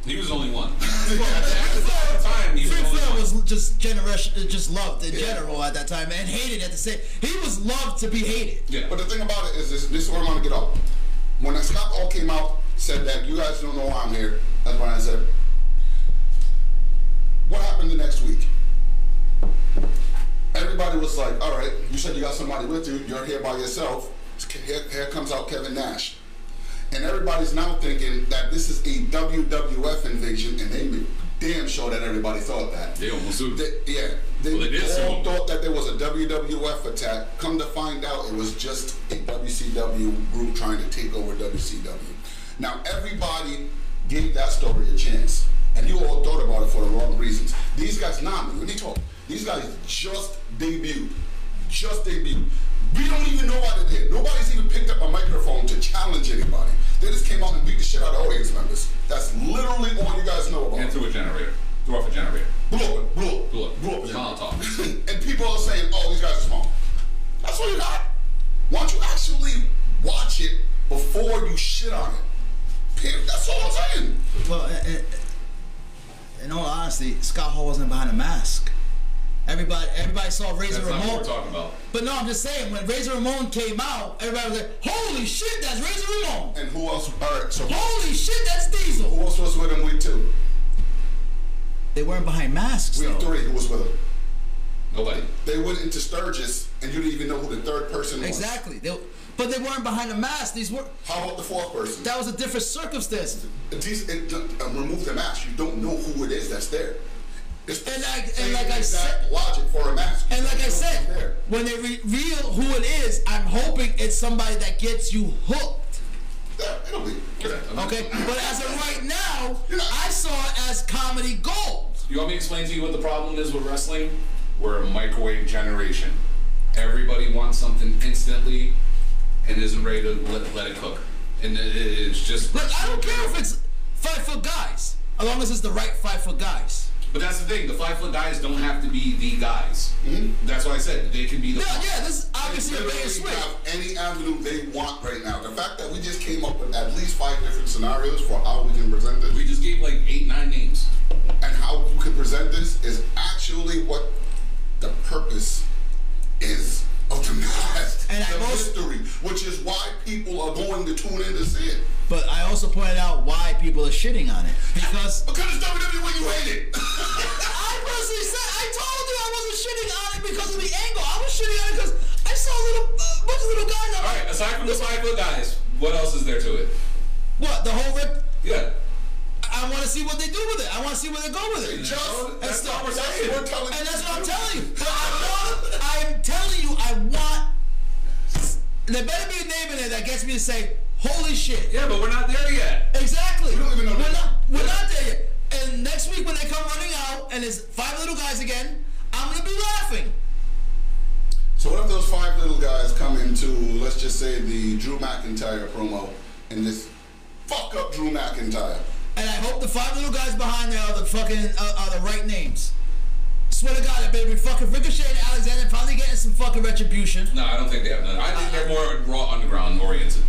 He was only one. Ric At the Flair- time, he was Ric only Flair one. was just generation, just loved in general at that time and hated at the same. He was loved to be hated. yeah. But the thing about it is, this, this is where I'm going to get off. When that Scott all came out, said that you guys don't know why I'm here. That's when I said, what happened the next week? Everybody was like, all right, you said you got somebody with you. You're here by yourself. Here, here comes out Kevin Nash. And everybody's now thinking that this is a WWF invasion, and they made damn sure that everybody thought that. They almost sued. They- yeah. They Well, it is all sued. thought thought that there was a WWF attack. Come to find out, it was just a WCW group trying to take over WCW. Now, everybody gave that story a chance, and you all thought about it for the wrong reasons. These guys, nah, man, let me talk. These guys just debuted. Just debuted. We don't even know why they did. Nobody's even picked up a microphone to challenge anybody. They just came out and beat the shit out of audience members. That's literally all you guys know about. and through a generator. Threw off a generator. Blow it, blow it, Blew up. blow it. Molotov. and people are saying, "Oh, these guys are small." That's what you got. Why don't you actually watch it before you shit on it? Period. That's all I'm saying. Well, i- i- in all honesty, Scott Hall wasn't behind a mask. Everybody, everybody saw Razor That's not Ramon. what we're talking about. But no, I'm just saying when Razor Ramon came out, everybody was like, "Holy shit, that's Razor Ramon! And who else? All right. So who Holy shit, that's Diesel!" else was with him? We two. They weren't behind masks. We though. have three. Who was with him? Nobody. They went into Sturgis, and you didn't even know who the third person was. Exactly. They, but they weren't behind a mask. These were How about the fourth person? that was a different circumstance. These, and, and remove the mask. You don't know who it is that's there. It's the And like- and same like I exact said- logic for a mask. You And don't like I know who's said, there. when they reveal who it is, I'm hoping it's somebody that gets you hooked. Yeah, It'll be. Okay, but as of right now, You're not- I saw it as comedy gold. You want me to explain to you what the problem is with wrestling? We're a microwave generation. Everybody wants something instantly and isn't ready to let, let it cook. And it, it- it's just. Like I don't care if it's five foot guys, as long as it's the right five foot guys. But that's the thing. The five foot guys don't have to be the guys. That's what I said. They can be the. Yeah, yeah, this is obviously a bait and literally switch. have any avenue they want right now. The fact that we just came up with at least five different scenarios for how we can present this We just gave like eight, nine names. and how you can present this is actually what the purpose is of the past, And I the most- history, which is why people are going to tune in to see it. But I also pointed out why people are shitting on it because Because it's WWE, you hate it. I personally said I told you I wasn't shitting on it because of the angle. I was shitting on it because I saw little uh, bunch of little guys. I'm All right. like, Aside from the five foot guys, what else is there to it? what the whole rip? Yeah. I want to see what they do with it. I want to see where they go with it. Just That's that's not not what that's we're what we're telling And you. that's what I'm telling you. But I want, I'm telling you, I want. There better be a name in there that gets me to say, "Holy shit!" Yeah, but we're not there yet. Exactly. We don't even know We're that. not. We're not there yet. And next week when they come running out and it's five little guys again, I'm gonna be laughing. So what if those five little guys come into, let's just say, the Drew McIntyre promo and just fuck up Drew McIntyre? And I hope the five little guys behind there are the fucking uh, are the right names. Swear to God, I better be fucking Ricochet and Alexander probably getting some fucking retribution. No, I don't think they have none. I think they're more raw underground oriented.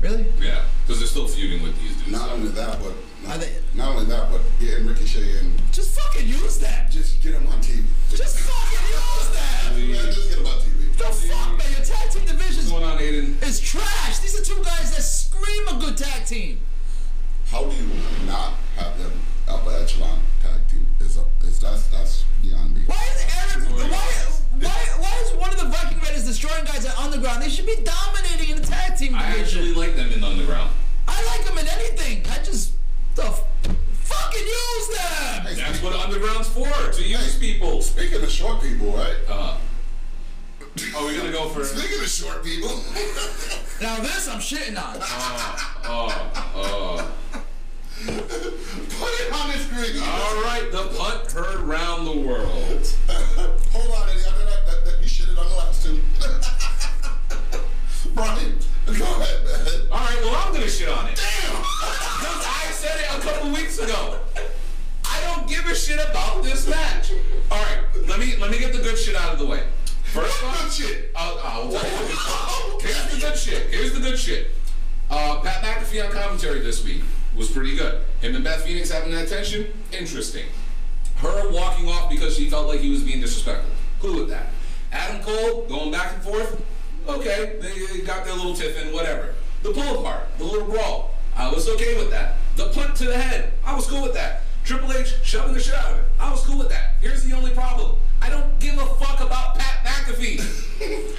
Really? Yeah, because they're still feuding with these dudes. Not only that, but Are not, they- not only that, but getting Ricochet and Just fucking use that. just get him on TV. Just fucking use that. Yeah, just get him on The TV. fuck, man? Your tag team What's division going on, Aiden? is trash. These are two guys that scream a good tag team. How do you not have them upper echelon tag team? Is up? Is that's that's beyond me. Why is Eric? Who are you? Why, why, why is one of the Viking Raiders destroying guys at Underground? They should be dominating in the tag team I actually division. like them in the underground. I like them in anything. I just the f- fucking use them. That's what underground's for, to use people. Speaking of short people, right? Uh, are Oh, we gonna go for? Speaking of short people, Now this I'm shitting on. put it on the screen. All right, the punt heard round the world. Hold on, Eddie. I know that, that, that you shit it on the last two. Brian, go ahead, man. All right, well I'm gonna shit on it. Damn. Because I said it a couple weeks ago. I don't give a shit about this match. All right, let me let me get the good shit out of the way. First What off, good shit? Uh, uh, what- here's the good shit. Here's the good shit. Uh, Pat McAfee on commentary this week was pretty good. Him and Beth Phoenix having that tension, interesting. Her walking off because she felt like he was being disrespectful. Cool with that. Adam Cole going back and forth. Okay, they they got their little tiff in, whatever. The pull apart, the little brawl. I was okay with that. The punt to the head. I was cool with that. Triple H shoving the shit out of it. I was cool with that. Here's the only problem. I don't give a fuck about Pat McAfee.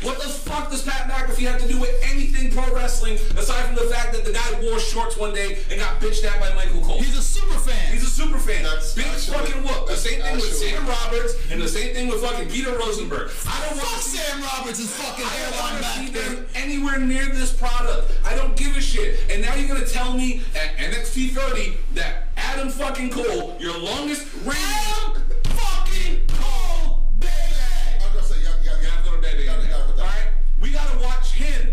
what the fuck does Pat McAfee have to do with anything pro wrestling aside from the fact that the guy wore shorts one day and got bitched at by Michael Cole? He's a super fan. He's a super fan. That's Big actually- fucking whoop. The that's same thing with actually- Sam Roberts and the same thing with fucking Peter Rosenberg. I don't Fuck want to see Sam Roberts' is fucking I don't hairline want to see back. them man. anywhere near this product. I don't give a shit. And now you're gonna tell me at NXT 30 that Adam fucking Cole, your longest reigning Adam fucking Cole, baby. I'm gonna say, you gotta, you gotta, you Yeah, I'm gotta, gonna baby on that. All right, we gotta watch him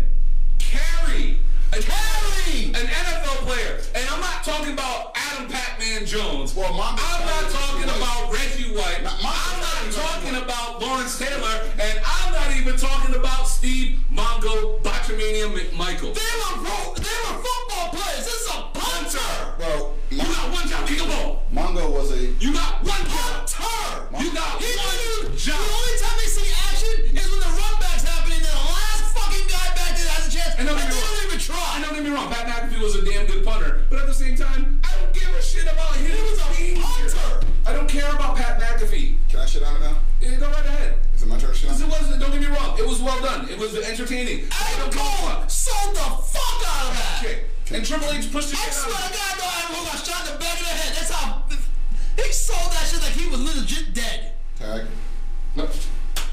carry a Carry! an NFL player, and I'm not talking about Adam Pac-Man Jones. Well, my- I'm not talking about Reggie White. My- my- I'm not talking about Lawrence Taylor, and I'm not even talking about Steve Mongo Botchamania McMichael. They were pro, they were football players. This is a punter. Well, You got one job, kick a ball. Mongo was a You got one job. Punter. You got He one didn't- job. The only time they see action is when the run back's happening and the last fucking guy back there has a chance. And And, don't get me they wrong. don't even try. And don't get me wrong, Pat McAfee was a damn good punter, but at the same time, I don't give a shit about him. He was a punter. I don't care about Pat McAfee. Can I shit on it now? Yeah, go right ahead. Is it my turn to shit on Because it? it wasn't, don't get me wrong, it was well done. It was entertaining. I Adam don't give a Cole fuck. sold the fuck out of that. Okay. And Triple H pushed the I shit out swear of to him. God, no, Adam Cole got shot in the back of the head. That's how he sold that shit like he was legit dead. Tag. No.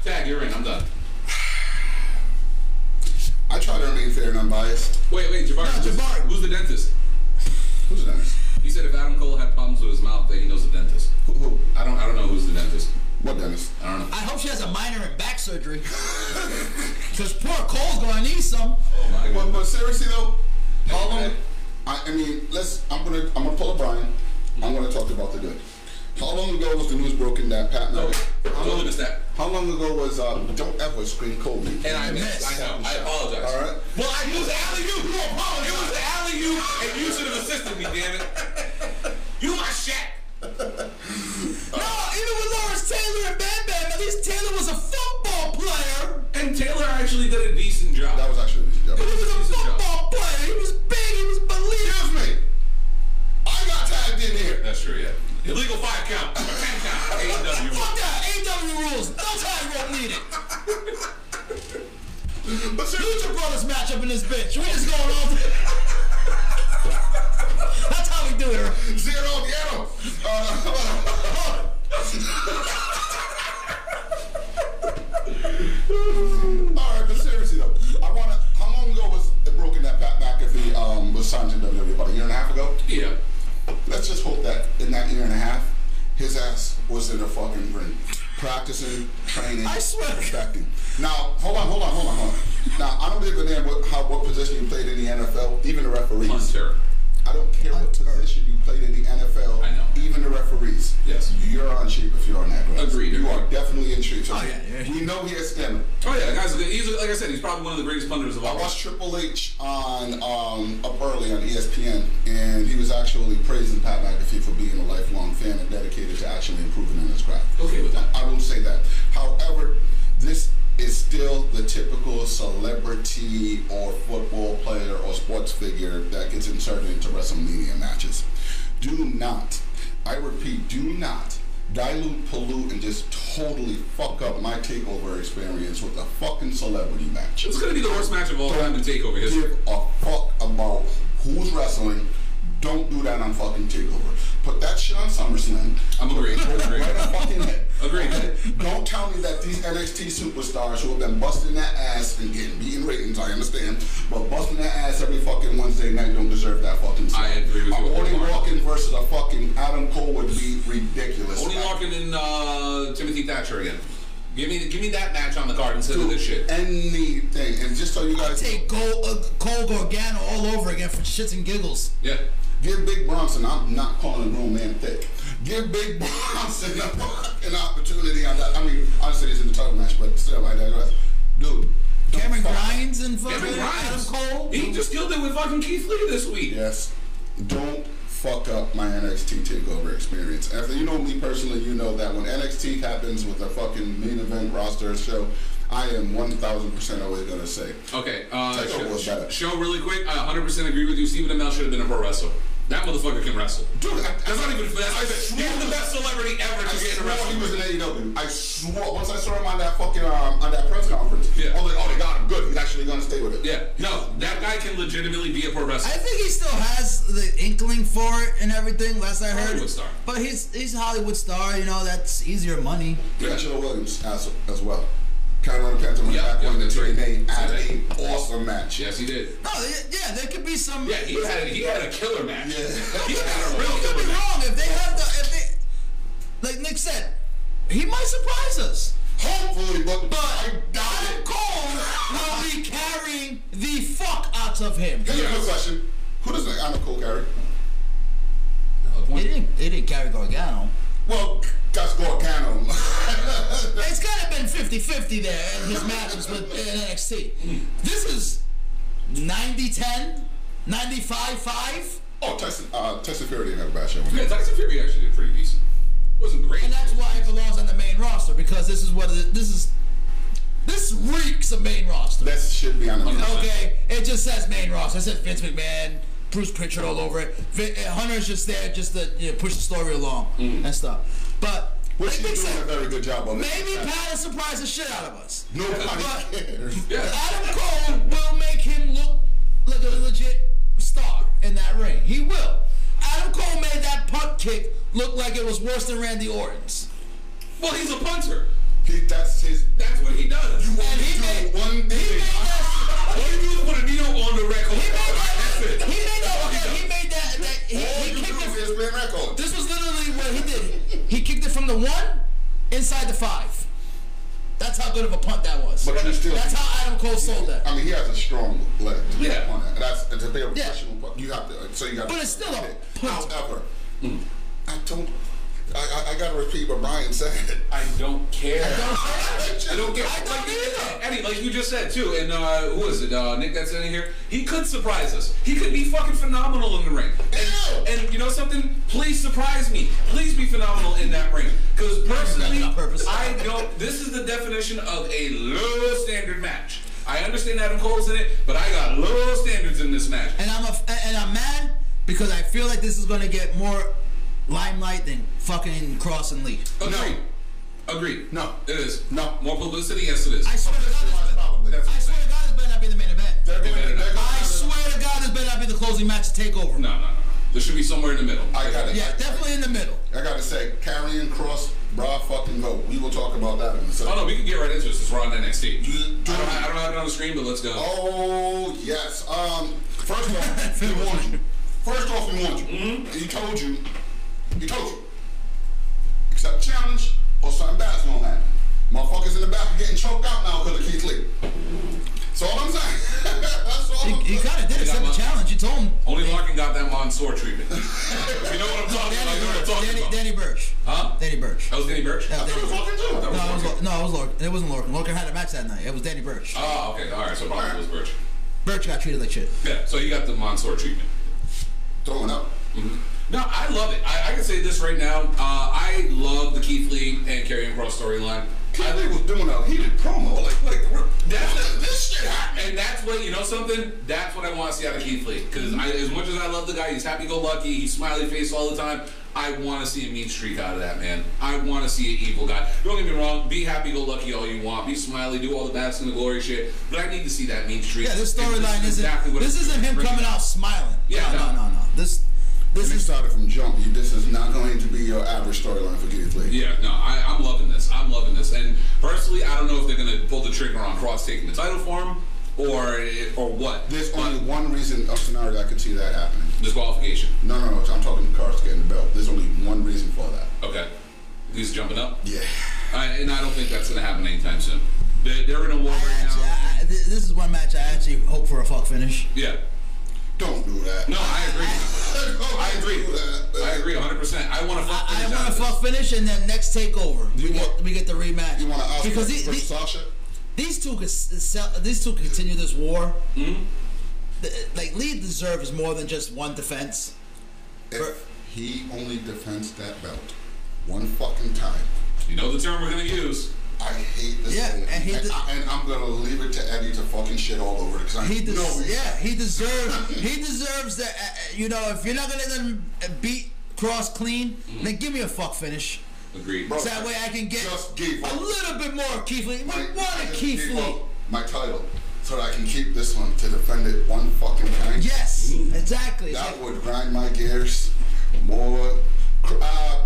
Tag, you're in. I'm done. I try to remain fair and unbiased. Wait, wait, Jabari. No, who's- Jabari. Who's the dentist? Who's the dentist? He said if Adam Cole had problems with his mouth, that he knows a dentist. Who, who? I don't. I don't know who's the dentist. What dentist? I don't know. I hope she has a minor in back surgery. Because poor Cole's going to need some. Oh my But, god. but seriously though, how long? Right. I, I mean, let's. I'm gonna. I'm gonna pull up Brian. I'm gonna talk about the good. How long ago was the news broken that Pat? No, Mel- how, don't long, look at that. how long ago was? Uh, don't ever scream Kobe. And I missed. missed. I know. I apologize. All right. Well, I used the alley you. You apologize. It was the alley you, and you should have assisted me. Damn it. You my shit. No, even with Lawrence Taylor and Bam Bam, at least Taylor was a football player. And Taylor actually did a decent job. That was actually a job. He was a He's a job. football player. He was big. He was believable. Excuse me. I got tagged in here. That's true. Yeah. Illegal five count. Or Ten count. AEW. Fuck that. AW rules. No time rope needed. But seriously, Lucha Brothers match up in this bitch. We just going off. That's how we do it. zero zero. Uh, all right, but seriously though, I wanna. How long ago was it broken that Pat McAfee um, was signed to WWE? About a year and a half ago. Yeah. Let's just hope that in that year and a half, his ass was in the fucking ring, practicing, training, I swear. perfecting. Now, hold on, hold on, hold on, hold on. Now, I don't give a damn what, how, what position you played in the NFL, even the referees. Hunter. I don't care what position you played in the NFL, I know. even the referees. Yes. You're on shape if you're on that grass. Agreed, You agreed. are definitely in shape. So Oh, yeah, yeah. We know he has stamina. Oh yeah, the guys. are good. He's like I said. He's probably one of the greatest punditers of I all time. watched Triple H on um, up early on ESPN, and he was actually praising Pat McAfee for being a lifelong fan and dedicated to actually improving on his craft. Okay with that. I will say that. However, this is still the typical celebrity or football player or sports figure that gets inserted into WrestleMania matches. Do not, I repeat, do not dilute, pollute, and just totally fuck up my takeover experience with a fucking celebrity match It's gonna be the worst match of all time in Takeover history. give a fuck about who's wrestling. Don't do that on fucking Takeover. Put that shit on SummerSlam. I'm agreeing. Put it Agreed. right on fucking head. Agreed. Okay? Don't tell me that these NXT superstars who have been busting that ass and getting beaten ratings, I understand, but busting that ass every fucking Wednesday night don't deserve that fucking. I slot. agree with A you Only wholeheartedly. Walken versus a fucking Adam Cole would be ridiculous. Only Larkin and uh, Timothy Thatcher again. Give me, give me that match on the card instead of this shit. Anything, and just so you guys Take Cole, uh, Cole Gargano all over again for shits and giggles. Yeah. Give Big Bronson, I'm not calling the grown man thick. Give Big Bronson a fucking opportunity on that. I mean, obviously it's in the title match, but still, I digress. Dude. don't Cameron fuck- Grimes and fucking Cameron Adam Grimes. Cole. He just killed it with fucking Keith Lee this week. Yes. Don't fuck up my NXT takeover experience. After you know me personally, you know that when NXT happens with a fucking main event roster show, I am 1000% always going to say, Okay. Uh, Take over, show, shut up. show really quick. I 100% agree with you. Stephen Amell should have been a pro wrestler. That motherfucker can wrestle. dude, I, That's not even. That's I not even swore- he's the best celebrity ever I to get in a swore he wrestling. was ring. in AEW. I swore once I saw him on that fucking um, on that press conference. Yeah. I was like, oh, they got him. Good. He's actually gonna stay with it. Yeah. No, that guy can legitimately be a pro I wrestler. think he still has the inkling for it and everything. Last I heard, Hollywood star. but he's he's a Hollywood star. You know that's easier money. Angela Williams as, as well. Carolina Panther went Yeah, back yeah, when the that's right. trade name had That's an awesome match. Yes, he did. No, y- yeah, there could be some. Yeah, he had he had a killer match. Yeah. He had a real Don't killer get me match. wrong. If they have the, if they, like Nick said, he might surprise us. Hopefully, but, But I doubt Adam it. Cole will be carrying the fuck out of him. Here's a Yes. good question: Who does like Anna Cole carry? Another They point. didn't, they didn't carry Gargano. Well, that's Gargano. It's kind of been 50-50 there in his matches with in NXT. This is 90-10, 95-5. oh, Tyson, uh, Tyson Fury didn't have a bad show. Yeah, Tyson Fury actually did pretty decent. Wasn't great. And that's why it belongs on the main roster because this is what it, this is. This reeks of main roster. That should be on the list. Okay, it just says main roster. It says Vince McMahon, Bruce Pritchard all over it. Vin, uh, Hunter's just there just to you know, push the story along and stuff. But Which like he's Nick doing said, a very good job of. maybe Pat will surprise the shit out of us. Nobody But- cares. Yeah. Adam Cole will make him look like a legit star in that ring. He will. Adam Cole made that punt kick look like it was worse than Randy Orton's. Well, he's a punter. He, that's his. That's what he does. You want And me he to do made, one he thing. made that All you do is put a needle still, That's how Adam Cole sold that. I mean, he has a strong leg. To Yeah. On that. That's to be a Yeah. professional. pu- You have to. So you got. But it's still a punt. Mm. However, I don't. I, I, I gotta repeat what Brian said. I don't care. I don't care. I don't Like, either. Eddie, like you just said too, and uh, who is it? Uh, Nick that's in here. He could surprise us. He could be fucking phenomenal in the ring. And, Ew. and you know something? Please surprise me. Please be phenomenal in that ring. Because personally, on purpose. I don't. This is the definition of a low standard match. I understand Adam Cole's in it, but I got low standards in this match. And I'm a, and I'm mad because I feel like this is gonna get more limelight than fucking Cross and Lee. Agreed. Agreed. No. It is. No. More publicity? Yes, it is. I swear to God, That's my problem. this, I swear to God, this better not be the main event. They're going. They're going. I swear to God, this better not be the closing match to Takeover. no, no, no. There should be somewhere in the middle. I got it. Yeah, definitely in the middle. I gotta say, carrying cross, bra fucking go. We will talk about that in a Oh second. no, we can get right into it since we're on NXT. You- I don't, I don't have it on the screen, but let's go. Oh yes. Um, first off, we warned you. First off, we warned you. Mm-hmm. He told you. He told you. Accept challenge or something bad's gonna happen. Motherfuckers in the back are getting choked out now because of Keith Lee. That's all I'm saying. That's all. He, I'm he saying. kind of did accept the challenge. You told him. Only Larkin got that Monsoor treatment. if you know what I'm talking about, Danny you know what I'm Birch. talking Danny, about. Danny Birch. Huh? Danny Birch. That was Danny Birch? Yeah, Danny Who the Birch. fuck is you? No, it was Lor- no, it was Lorcan. It wasn't Lorcan. Lorcan had a match that night. It was Danny Birch. Oh, okay. All right, so probably it was Birch. Birch got treated like shit. Yeah, so you got the Monsoor treatment. Throwing up. No, I love it. I, I can say this right now. Uh, I love the Keith Lee and Karrion Cross storyline. Keith Lee was doing a heated promo. Like, like we're- That's this, this shit happened. And that's what you know something. That's what I want to see out of Keith Lee. Because as much as I love the guy, he's happy-go-lucky, he's smiley face all the time. I want to see a mean streak out of that man. I want to see an evil guy. Don't get me wrong. Be happy-go-lucky all you want. Be smiley. Do all the bask in the glory shit. But I need to see that mean streak. Yeah, this And storyline is isn't. what this it's isn't him bringing coming up. out smiling. Yeah, no, no. no, no, no. This, this You is. started from jump. You, this is not going to be your average storyline for Keith Lee. Yeah, no, I, I'm loving this. I'm loving this. And personally, I don't know if they're gonna pull the trigger on Cross taking the title for him or or what. There's But only one reason, a scenario I could see that happening. disqualification. No, no, no. I'm talking cars getting the belt. There's only one reason for that. Okay, he's jumping up. Yeah. I, and I don't think that's going to happen anytime soon. They're, they're in a war I right actually, now. I, I- thi- this is one match I actually hope for a fuck finish. Yeah. Don't do that. Oh, No, I agree. I agree. Do that. I agree 100%. I want to fuck I, I finish want out a of this. fuck finish and then next takeover. You We want- get, we get the rematch. You want to ask because the, for the- Sasha? these two could s- sell, these two continue this war. The- like Lee deserves more than just one defense. If he only defends that belt one fucking time, You know the term we're going to use. I hate this. Yeah, thing. and he de- I, and I'm gonna leave it to Eddie to fucking shit all over it because I He des- know he's- yeah, he deserves he deserves that. uh, Uh, you know, if you're not gonna let him uh, beat Cross clean, Mm-hmm. then give me a fuck finish. Agreed. Bro. So that way I can get Just give a up. little bit more Keith Lee. We I- I want a just Keith gave Lee. up My title, so that I can keep this one to defend it one fucking time. Yes, exactly. It's Mm-hmm. That like- would grind my gears more. Cr- Uh,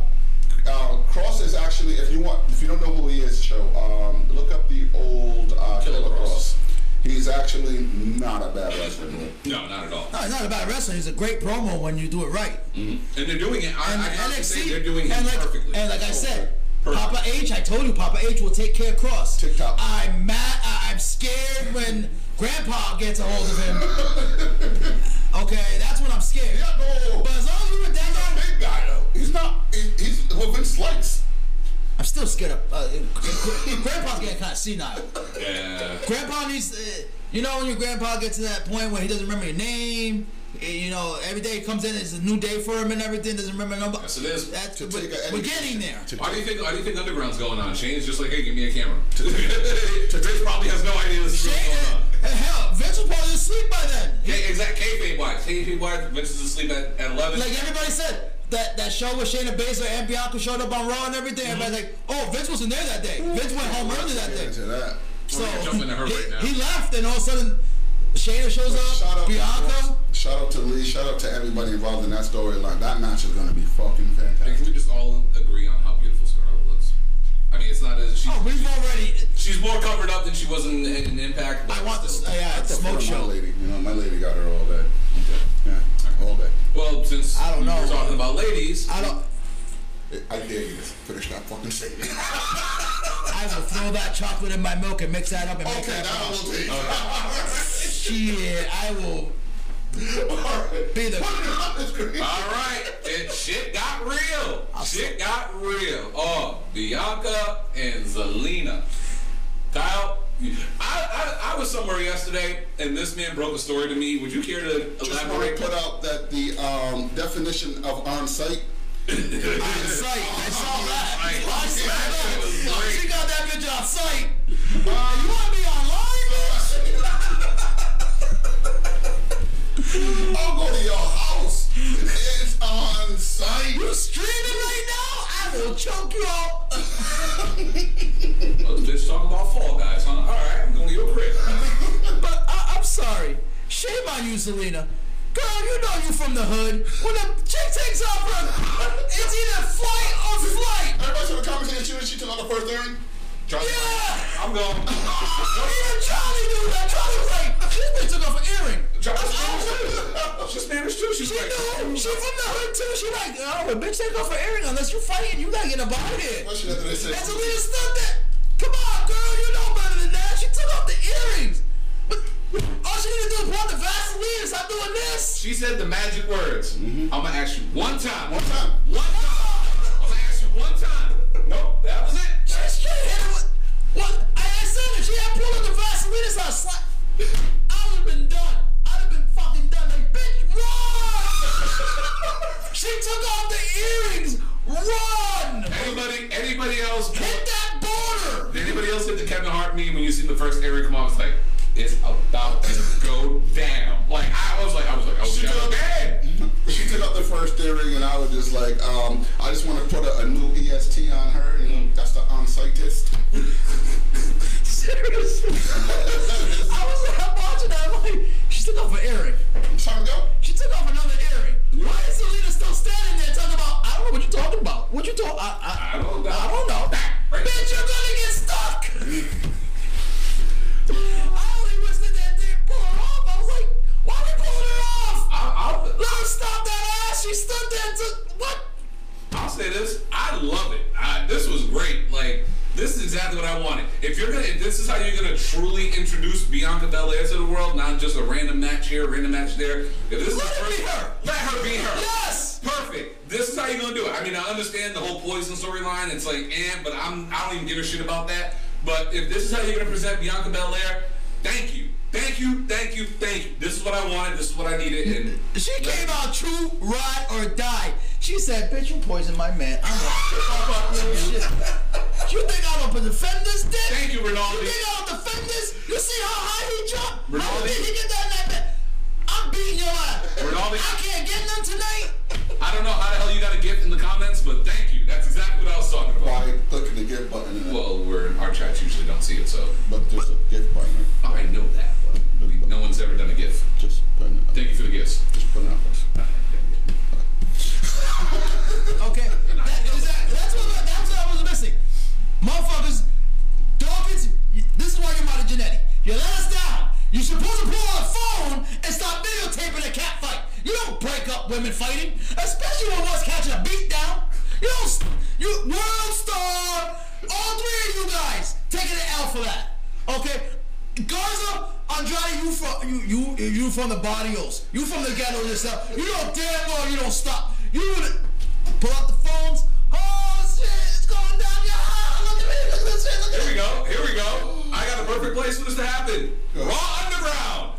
uh, Cross is actually, if you want, if you don't know who he is, show um, look up the old uh, Killer, Killer Cross. Cross. He's actually not a bad wrestler. No, not at all. no, it's not about wrestling. It's a great promo when you do it right. And they're doing it. I, And I have to say NXT, they're doing it and like, perfectly. And like I said, Perfect. Papa H, I told you, Papa H will take care of Cross. TikTok. I'm mad. I- I'm scared when Grandpa gets a hold of him. okay, that's when I'm scared. Yeah, no, But as long as you were that guy, big guy though. He's not. He, he's well, Vince likes. I'm still scared of. Uh, Grandpa's getting kind of senile. yeah. Grandpa needs. Uh, you know when your grandpa gets to that point where he doesn't remember your name. eh, You know, every day he comes in, it's a new day for him and everything. Doesn't remember nobody. Yes, it is. That's, To we're, take a- we're getting there. To- Why do you think? Why do you think Underground's going on? Shane's just like, hey, give me a camera. Vince probably has no idea this is really Shane, going on. eh, hell, Vince was probably asleep by then. He- Hey, exact kayfabe wise. Kayfabe wise, Vince is asleep at, at 11. like everybody said, that, that show with Shayna Baszler and Bianca showed up on Raw and everything. Everybody's like, oh, Vince wasn't there that day. Vince went home early that Get day. into that. So jumping to her he, right now. he left, and all of a sudden, Shayna shows up. Shout out, Bianca. shout out to Lee. Shout out to everybody involved in that storyline. That match is gonna be fucking fantastic. And can we just all agree on how beautiful Scarlett looks? I mean, it's not as she's, Oh, we've already. she's more covered up than she was in, in, in Impact. But I want this. still. Uh, yeah, it's a smoke My show. lady, you know, my lady got her all day. Yeah, all day. Well, since I don't know. we're talking about ladies, I don't. I dare you to finish that fucking statement. I I will throw that chocolate in my milk and mix that up and make Okay, that that I pop. will take. All Shit, I will right. be the. Put it on the screen. All right, and shit got real. Shit got real. Oh, Bianca and Zelina. Kyle, I, I I was somewhere yesterday, and this man broke a story to me. Would you care to Just want to elaborate? put out that the um, definition of on site. On site, I saw that. Right. I saw that. That was great. She got that bitch on site. Uh, you want me online, bitch? I'll go to your house. It's on site. You streaming right now? I will choke you out. Let's just talk about Fall Guys, huh? All right, I'm going to your crib. But I, I'm sorry. Shame on you, Selena. Girl, you know you from the hood. When a chick takes off her, it's either flight or flight. Everybody should have commented that you and she took on the first thing. Charlie, Yeah. I'm going. Even Charlie knew that. Charlie was like, this bitch took off an earring. Charlie, That's awesome. she's Spanish too. She's She like, knew. She from the hood too. She like, oh, a bitch take off her earring unless you're fighting. You gotta get up out of here. What should I say? And Selena stood there. Come on, girl, you know better than that. She took off the earrings. But all she needed to do was pour the Vaseline and stop doing this. She said the magic words. I'm gonna ask you one time. Mm-hmm. One time. One time. I'm gonna ask you one time. Nope, that was it. She straight hit it with. What? I, I said if she had pulled up the Vaseline and started slap. I would have been done. I'd have been fucking done. Like, bitch, run! she took off the earrings. Run! Anybody, anybody else? Hit that border! Did anybody else hit the Kevin Hart meme when you see the first Eric come off? It's like it's about to go down. Like I was like, I was like, oh She shit, took- okay. She took out the first earring, and I was just like, um, I just want to put a, a new EST on her, and that's the on site test. Seriously. I was I'm watching that. I'm like, she took off an earring. Time to go. She took off another earring. Why is Selena still standing there talking about? I don't know what you're talking about. What you talking? I, I, I don't know. I don't know. Right. Bitch, you're gonna get stuck. I only wish that that didn't pull her off. I was like, why are we pulling her off? I, I'll, Let her stop that ass. She stood there. And took, what? I'll say this. I love it. I, this was great. Like this is exactly what I wanted. If you're gonna, if this is how you're gonna truly introduce Bianca Belair to the world, not just a random match here, random match there. If this Let is it be her. let her be her. Yes. Perfect. This is how you're gonna do it. I mean, I understand the whole poison storyline. It's like, eh, but I'm I don't even give a shit about that. But if this is how you're gonna present Bianca Belair, thank you, thank you, thank you, thank you. This is what I wanted. This is what I needed. And She came out true, ride or die. She said, "Bitch, you poisoned my man. I'm gonna fuck up your shit. You think I don't defend this dick? thank you, Rinaldi. You think I'll defend this? You see how high he jumped? How Ronaldo- did he get that in that bed? I'm beating your ass. Ronaldo- I can't get none tonight. I don't know how the hell you got a gift in the comments, but thank you. That's exactly what I was talking about. By clicking the gift button, and Well, we're in our chats usually don't see it, so but there's a gift button. right? I know that. But we, no one's ever done a gift. Just put it up. Thank you for the gifts. Just put it up. Okay. That is that, that's, what, that's what I was missing. Motherfuckers, Dawkins, y- this is why you're Marty Jannetty. You let us down. You're supposed to pull out a phone and stop videotaping a cat fight. You don't break up women fighting, especially when one's catching a beat down. You don't, s- you, world star, all three of you guys taking an L for that. Okay? Garza, Andrade, you from you you you from the barrios. You from the ghetto yourself. You don't damn well you don't stop. You would Pull out the phones. Oh shit, it's going down. Yeah, look at me, look at this shit, look Here at we me. go. Here we go. I got the perfect place for this to happen. Raw Underground.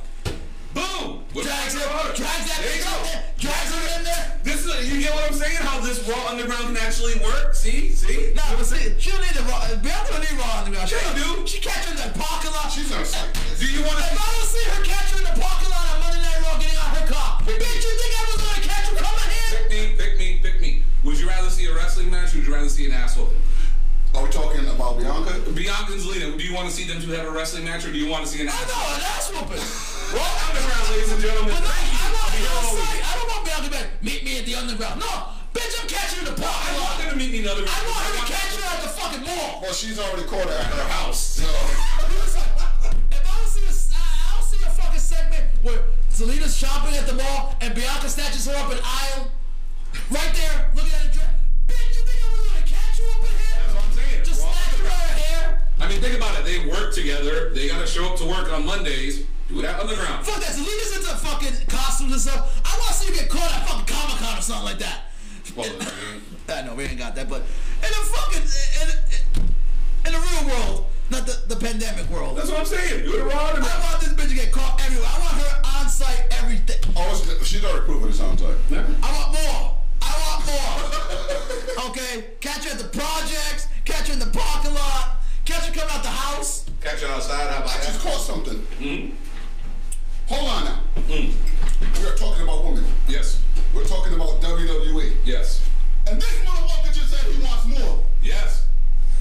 Boom. With Drags Mike him, Carter. drags that There you bitch out go. there, drags her in there. This is you get what I'm saying? How this Raw Underground can actually work? See, see. Nah, but see, she'll need a raw. Bianca don't need raw on the ground. She, She do. She catch her in the parking lot. She's She's on site. Do you want if to? I don't see her catch her in the parking lot on Monday Night Raw getting out her car, Wait, bitch, wait. you think I was gonna catch her coming here? Pick me, pick me, pick me. Would you rather see a wrestling match? Or would you rather see an asshole? Are we talking about Bianca? Bianca and Zelina, do you want to see them two have a wrestling match, or do you want to see an I asshole? know an ass whooping. Raw Underground, ladies and gentlemen. But no, Thank you. I want You're her all- outside. I don't want Bianca back. Meet me at the underground. No, bitch, I'm catching her I in the parking lot. want them to meet me in another. I want her to catch her at the fucking mall. Well, she's already caught at her house. house. So, If I don't see a- I don't see a fucking segment where Selena's shopping at the mall and Bianca snatches her up an aisle, right there, looking at the dress. Bitch, you think I was gonna catch you up in here? That's what I'm saying. Just Raw snatch her by her hair. think about it. They work together. They gotta show up to work on Mondays. Do that underground. Fuck that. So lead us into fucking costumes and stuff. I want to see you get caught at fucking Comic Con or something like that. Well, I mean, I know we ain't got that, but in the fucking in, in the real world, not the, the pandemic world. that's what I'm saying. Do it raw I underground. want this bitch to get caught everywhere. I want her on site everything. Oh, it's- she's already proven it's on type. I want more. I want more. okay, catch her at the projects. Catch her in the parking lot. Catch her coming out the house. Catch it outside. How I about just that? caught something. Hold on now. We are talking about women. Yes. We're talking about WWE. Yes. And this motherfucker just said he wants more. Yes.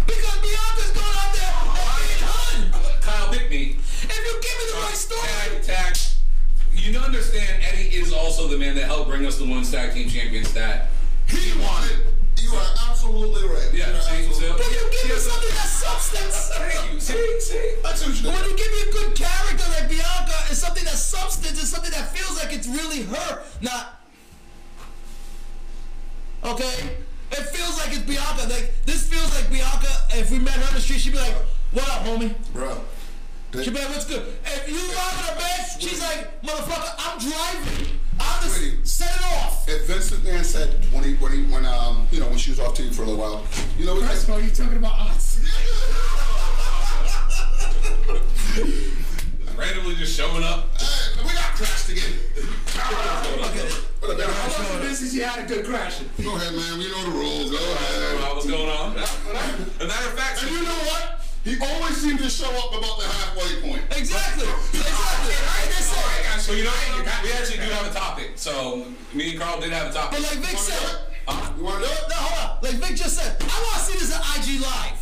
Because Bianca's going out there and being hun. Kyle Pickney. If you give me the right story, Tag, tag. You don't understand. Eddie is also the man that helped bring us the one tag team champions that He wanted. You are absolutely right. Yeah, You are see, absolutely so- right. if you give me something that's substance. Thank you. See, see. That's what you When did. you give me a good character like Bianca, it's something that's substance, it's something that feels like it's really her, not. Okay? It feels like it's Bianca. Like, this feels like Bianca. If we met her on the street, she'd be like, What up, homie? Bro. That- She'd be like, What's good? If you robbing a bank, she's like, Motherfucker, I'm driving. I'm Sweetie. just set it off. if Vince McMahon said when he when he when um you know when she was off TV for a little while, you know what First of all, you're talking about us. Randomly just showing up. Hey, we got crashed again. What the hell? This is you had a good crashing. Go ahead, man. We know the rules. Go Wow, ahead. what's going on? As a matter of fact, And you know what? He always seems to show up about the halfway point. Exactly. Exactly. Like they say. so you know, what? we actually do have a topic. So me and Carl did have a topic. But like Vic said, Huh? You want to do it? No, hold on. Like Vic just said, I want to see this on IG Live.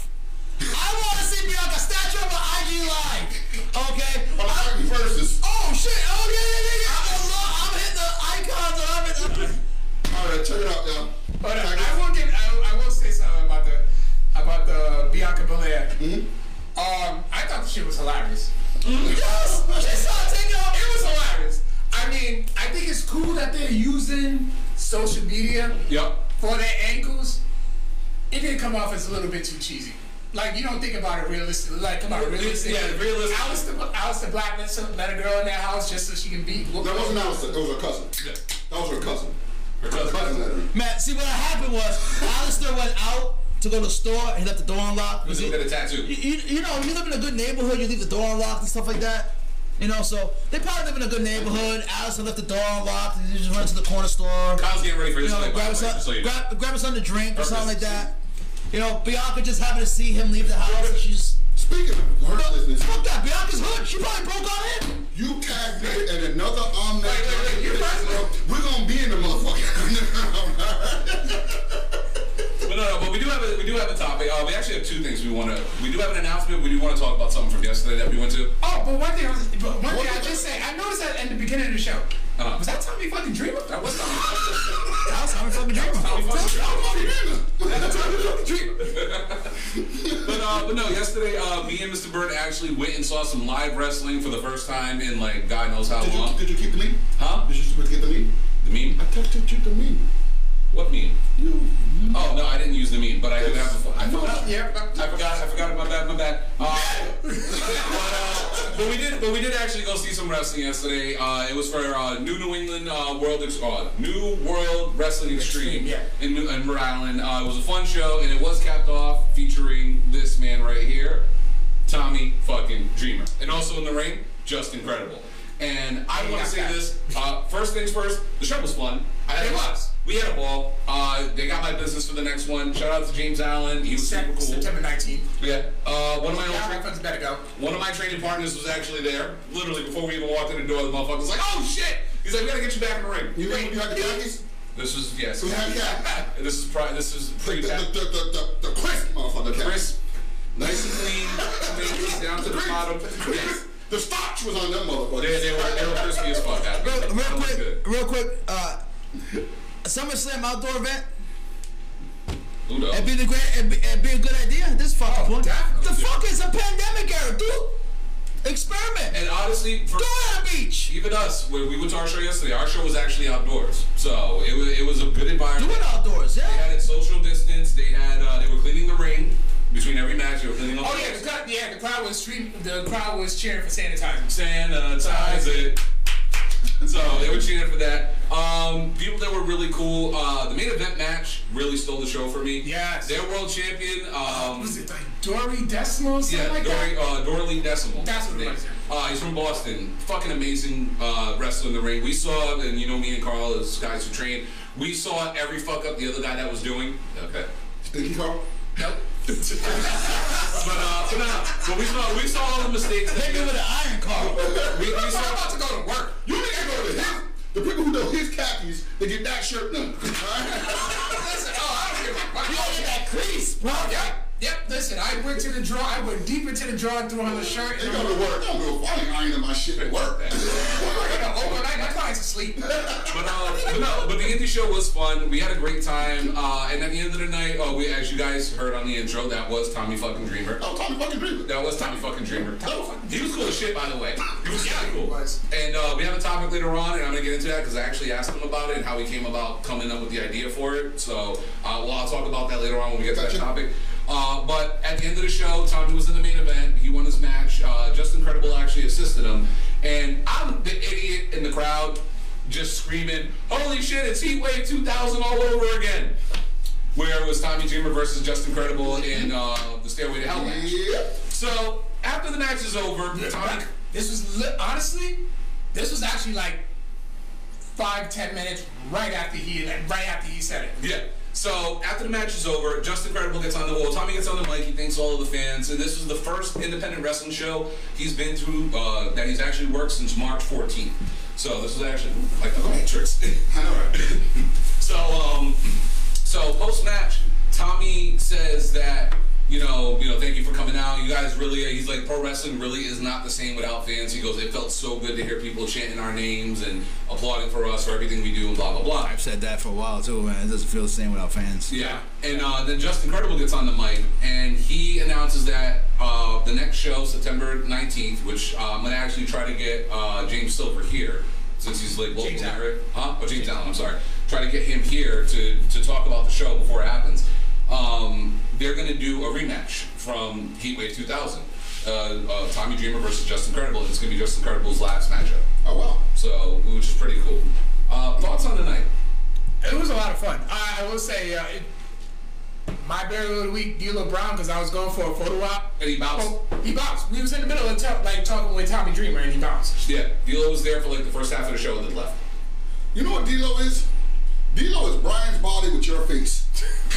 I want to see Bianca statue on IG Live. Okay? On the Titan versus. Oh, shit. Oh, yeah, yeah, yeah, yeah. I'm, in love. I'm hitting the icons and I'm hitting All right, check it out, y'all. But uh, Titan- I will get. I, I will say something about the about the Bianca Belair. Um, I thought the shit was hilarious. Mm-hmm. Yes! She saw it take off. It was hilarious. I mean, I think it's cool that they're using social media Yep. for their ankles. It did come off as a little bit too cheesy. Like you don't think about it realistically. Like come on, realistic. Yeah, realistic. Alistair, Alistair Black let, some, let a girl in that house just so she can beat. That wasn't Alistair. That was her cousin. That was her cousin. Her cousin. Cousin. that is. Matt, see what happened was Alistair went out to go to the store. He left the door unlocked. Let's look at a tattoo. you, you- you know, you live in a good neighborhood, you leave the door unlocked and stuff like that. You know, so they probably live in a good neighborhood. Allison left the door unlocked and you just run to the corner store. Kyle's getting ready for You this know, play. grab By us, the way, up, just so you know. grab, grab us something to drink or Purpose. something like that. You know, Bianca just happened to see him leave the house and she just. Speaking of her business, Fuck that, Bianca's hood. She probably broke on him. you tagged me and another omni. Wait, wait, wait, you're right. We're gonna be in the motherfucker. But no, no, but we do have a we do have a topic. Uh, we actually have two things we want to. We do have an announcement. We do want to talk about something from yesterday that we went to. Oh, but one thing, I was, but one What thing I did- just say, I noticed that at the beginning of the show. Uh-huh. Was that Tommy fucking Dreamer? That was Tommy. I was having fucking dream. Tommy fucking Dreamer. That's how you look. But uh, but no, yesterday uh, me and Mr. Bird actually went and saw some live wrestling for the first time in like God knows how Did you, long. did you keep the meme? Huh? Did you get the meme? The meme? I texted you the meme. What meme? You. Oh no, I didn't use the meme, but I did have. A, I forgot. Yeah, I forgot. I forgot. My bad. My bad. Uh, but, uh, but we did. But we did actually go see some wrestling yesterday. Uh, it was for uh, New New England uh, World Ex- uh, New World Wrestling Extreme Extreme, yeah. in, New- in Rhode Island. Uh, it was a fun show, and it was capped off featuring this man right here, Tommy fucking Dreamer, and also in the ring, just incredible. And I want to say this. Uh, first things first. The show was fun. I had It a blast. was. We had a ball. Uh, they got my business for the next one. Shout out to James Allen. He was super Sep- cool. September 19th. Yeah. Uh, one of my old Yeah, my tra- friends better go. one of my training partners was actually there. Literally before we even walked in the door, the motherfucker was like, "Oh shit!" He's like, "We gotta get you back in the ring." You remember you had the khakis? This was yes. Who had that? This is pri- this is The, the, pretty the, bad. the, the, the crisp motherfucker khakis. Crisp, nice and clean, clean, down to the bottom. Yes. The starch was on them motherfuckers. They, they were they were crispy as fuck. That Real, that real was quick, good. real quick. Uh, SummerSlam outdoor event. Who knows? It'd be the great. It'd be, it'd be a good idea. This fucking Oh, one. definitely. The fuck is a pandemic era, dude. Experiment. And honestly, for Go on a beach. even us, when we went to our show yesterday, our show was actually outdoors, so it was it was a good Do environment. it outdoors. They Yeah. had it social distance. They had uh, they were cleaning the ring. Between every match, you were cleaning up. Oh yeah, the crowd, yeah, the crowd was stream, the crowd was cheering for sanitizer. sanitize it. So they were cheering for that. Um, people that were really cool. Uh, the main event match really stole the show for me. Yes. Their world champion. Um, Was it like Dory Decimal or something yeah, like Dory, that? uh, Dorley Decimal. That's what it Name. was, yeah. Uh, he's from Boston. Fucking amazing uh, wrestler in the ring. We saw, and you know me and Carl as guys who train. We saw every fuck up the other guy that was doing. Okay. Stinky Carl? Nope. but uh, but, no, but we saw we saw all the mistakes. That Hit me with an iron car. we, we I'm saw about to go to work. You niggas go to his. The people who know his khakis, they get that shirt done. Listen, oh, I don't give a fuck. You gotta get that crease, bro. Yep, yep. Listen, I went to the draw. I went deep into the drawer, threw on the shirt. They And go I'm to work. They don't go fucking ironing my shit at work. like, "Oh, overnight, my client's asleep. But, uh, but no, but the indie show was fun. We had a great time, uh, and at the end of the night, oh, we as you guys heard on the intro, that was Tommy fucking Dreamer. I'm Tommy fucking Dreamer. That was Tommy fucking Dreamer. He was cool as shit, by the way. He was Yeah, really he cool. was. And uh, we have a topic later on, and I'm gonna get into that because I actually asked him about it and how he came about coming up with the idea for it. So, uh, well, I'll talk about that later on when we get to that Gotcha. topic. Uh, but at the end of the show, Tommy was in the main event. He won his match. Uh, Justin Credible actually assisted him, and I'm the idiot in the crowd just screaming, "Holy shit! It's Heat Wave 2000 all over again." Where it was Tommy Dreamer versus Justin Credible in uh, the Stairway to Hell match. Yep. So after the match is over, Tommy, This was li- honestly, this was actually like five, ten minutes right after he, like, right after he said it. yeah. So after the match is over, Justin Credible gets on the well, Tommy gets on the mic. He thanks all of the fans, and this was the first independent wrestling show he's been to uh, that he's actually worked since March 14th. So this was actually like the Matrix. I know, right? So, um, so post match, Tommy says that you know, you know, thank you for coming out. You guys really, he's like, pro wrestling really is not the same without fans. He goes, it felt so good to hear people chanting our names and applauding for us for everything we do and blah blah blah. I've said that for a while too, man. It doesn't feel the same without fans. Yeah, and uh, then Justin Credible gets on the mic and he announces that uh, the next show, September 19th, which uh, I'm gonna actually try to get uh, James Silver here since he's like local James to Allen. Eric. Huh? Oh, James Allen. I'm sorry. Try to get him here to to talk about the show before it happens. Um, they're gonna do a rematch from Heatwave 2000. Uh, uh, Tommy Dreamer versus Justin Credible. and It's gonna be Justin Credible's last matchup. Oh, wow. So, which is pretty cool. Uh, thoughts on the night? It was a lot of fun. I, I will say, uh, it, my burial of the week, D'Lo Brown, because I was going for a photo op. And he bounced. Oh, he bounced. We was in the middle of ta- like talking with Tommy Dreamer, and he bounced. Yeah, D'Lo was there for like the first half of the show and then left. You know what D-Lo is? D-Lo is Brian's body with your face.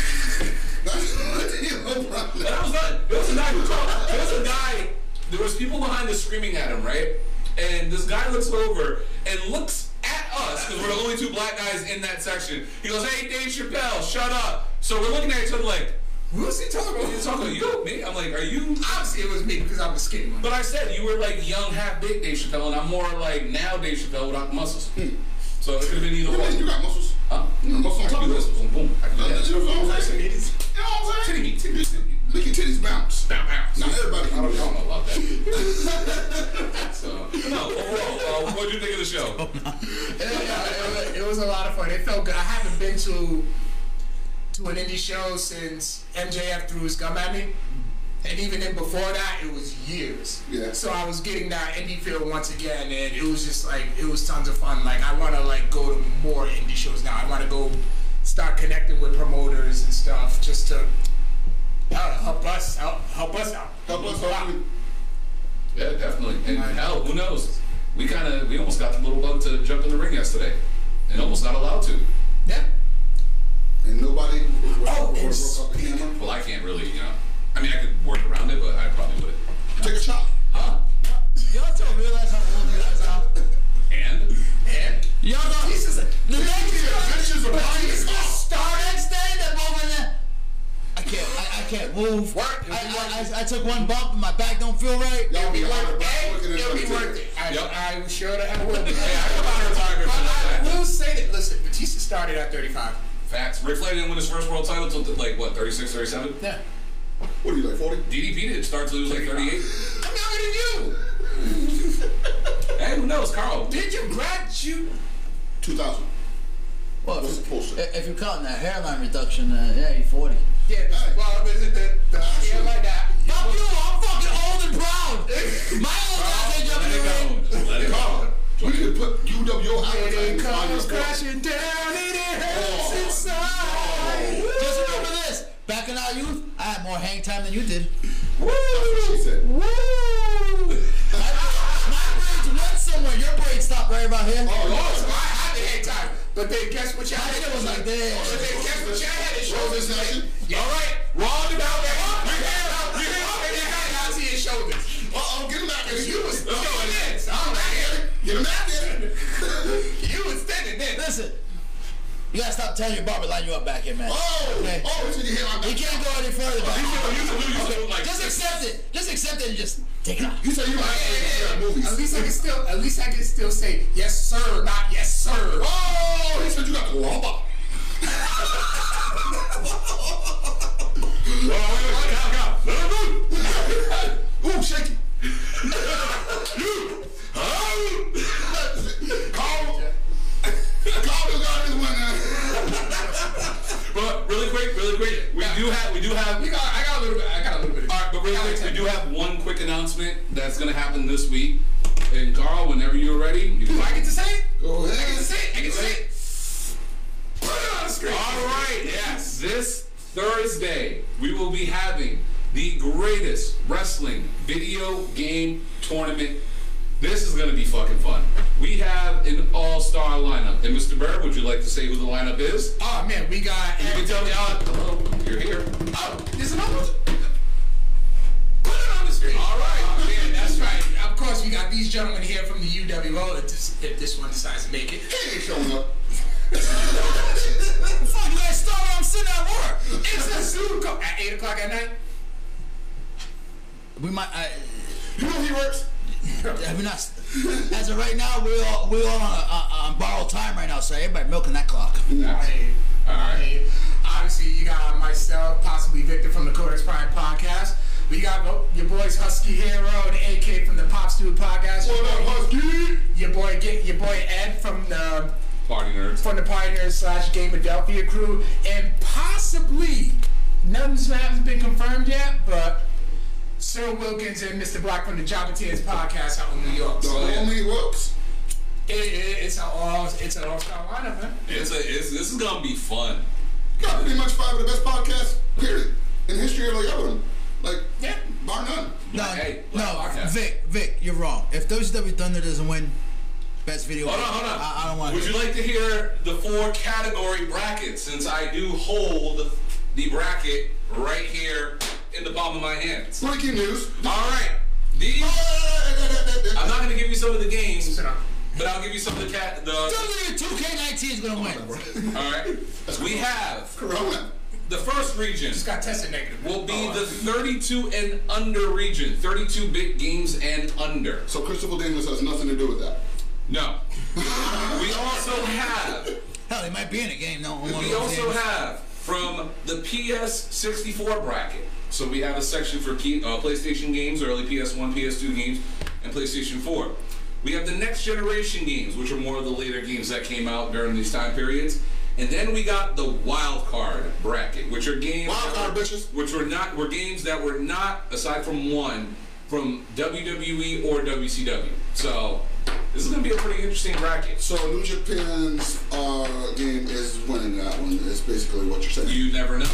That's D-Lo Brian. That was not. There was a guy who talked. There was a guy. There was people behind us screaming at him, right? And this guy looks over and looks at us because we're the only two black guys in that section. He goes, "Hey, Dave Chappelle, shut up." So we're looking at each other like, Who was he talking about? "Are you talking to you, me?" I'm like, "Are you?" Obviously, it was me because I'm a skinny one. But I said you were like young, half big Dave Chappelle, and I'm more like now Dave Chappelle without the muscles. So it could have been either You mean you one. got muscles? Huh? You got muscles I on can top do of this. this. Boom, boom. I can do You know that. what I'm saying? It's- You know what I'm Titty saying? meat, titty meat, titty meat. Make your titties bounce. Now, bounce. Now everybody I can don't, do I that. don't know about that. so, no, overall, uh, what do you think of the show? It, it- it was a lot of fun. It felt good. I haven't been to to an indie show since MJF threw his gum at me, and even then before that, it was years. Yeah. So I was getting that indie feel once again, and it was just like it was tons of fun. Like I want to like go to more indie shows now. I want to go start connecting with promoters and stuff just to. I don't know, help us help, help us out. Help us out. out. Yeah, definitely. And hell, who knows? We kind of, we almost got the little bug to jump in the ring yesterday, and almost not allowed to. Yeah. And nobody Oh, broke and up the camera. Well, I can't really, you know. I mean, I could work around it, but I probably wouldn't. Take a chop. Huh? Y'all don't realize how old you guys are. And And Y'all don't. This is the next Yeah, bitches are buying this It's the off. star next day. That moment. That I can't. I, I can't move. Work. I, I, I, I took one bump and my back don't feel right. Y'all it'll be be out of worth breath it. looking at It'll be everybody. worth it. I, Yep. I sure that I will be. hey, I come out of retirement But I for that. will say that, listen, Batista started at 35. Facts. Ric Flair didn't win his first world title until like what, 36, 37? Yeah. What are you, like 40? DDP didn't start till he was like 38. I'm younger Hey, who knows? Carl. than you. Did you graduate? 2000. Well, What's if, the poster? if you're counting that hairline reduction, uh, yeah, you're 40. Yeah, Hey. well, is it that the That's yeah, true. like that? You Fuck know- you, I'm fucking old and proud. My old ass ain't jumping in the ring. Just let it go. Colin, we could put UWO It advertising on your comes sport. crashing down, it Oh, hurts inside. Just remember this. Back in our youth, I had more hang time than you did. That's what she said. Woo! My, my braids went somewhere. Your braids stopped right about here. Oh, Lost, I yeah. had the hang time. But then guess what y'all My had? shit was like But this. then guess what y'all had? It Roll shoulders. this action. Yeah. All right. Wrong about that. You had out. You had out. You had out to your shoulders. Uh-oh, get him out there. You was doing this. I'm I'm not not here. Get him out there. You was standing there. Listen, you gotta stop telling your barber line you up back here, man. Oh, Okay. oh, it's in your head You like that. can't go any further. man. Oh, You can do- you can do like Just this. accept it. Just accept it and just take it off. You say you like Yeah, yeah, yeah. At movies. least I can still, at least I can still say yes sir, not yes sir. Oh, he said you got the robot. Ooh, shake it. Call him. Call the guy this one But really quick, really quick, we do have, we do have. You got, I got a little bit, I got a little bit. Of, All right, but really quick, we do have one quick announcement that's gonna happen this week. And Carl, whenever you're ready, you can. Do I get to say it? Go I get to ahead. say it. I get to say it. Put it on the screen. All right, yes. This Thursday, we will be having the greatest wrestling video game tournament. This is gonna be fucking fun. We have an all-star lineup. And Mr. Bird, would you like to say who the lineup is? Oh man, we got. You can tell me, uh, hello, you're here. Oh, there's another one. Put it on the screen. All right. Oh, man, that's right. Of course, we got these gentlemen here from the UWO. If this, if this one decides to make it, He ain't showing up. Fuck, you guys start while I'm sitting at work. it's a Zoom call at eight o'clock at night. We might. I, You know he works. I mean, that's- as of right now, we all we all on, uh, on, on borrowed time right now, so everybody milking that clock. Hey, All right. hey. Obviously, you got myself, possibly Victor from the Codex Prime podcast. We got mo- your boys Husky Hero and AK from the Pop Stew podcast. What up, Husky? Your boy, get your boy Ed from the Party nerds. from the Pioneers slash Gameadelphia crew, and possibly nothing's hasn't been confirmed yet, but Sir Wilkins and Mr. Black from the Jobbatiers podcast out in New York. The Oh, So it, homie works. it, it's an all it's an all star lineup, man. It's a, it's, this is gonna be fun. Got pretty much five of the best podcasts, period, in the history of like ever. Like, Yeah. bar none. No, Hey, no, podcast. Vic, Vic, you're wrong. If WCW Thunder doesn't win, best video. Hold on, game, hold on. I, I don't want. Would you like to hear the four category brackets since I do hold the bracket right here in the palm of my hands? All Breaking news. right. These, I'm not going to give you some of the games, Sit down. but I'll give you some of the cat. The, WWE 2K19 is gonna win. all right. We have Corona. the first region Just got tested negative. will be the 32 and under region, 32 bit games and under. So Christopher Daniels has nothing to do with that. No. we also have Hell, he might be in a game. No, one of We those also games. have from the PS64 bracket. So we have a section for P- uh, PlayStation games, early PS1, PS2 games, and PlayStation 4. We have the next generation games, which are more of the later games that came out during these time periods. And then we got the wild card bracket, which are games Wild card, bitches. which were not were games that were not aside from one from WWE or WCW. So this is gonna be a pretty interesting bracket. So New Japan's uh, game is winning that one. Is basically what you're saying. You never know.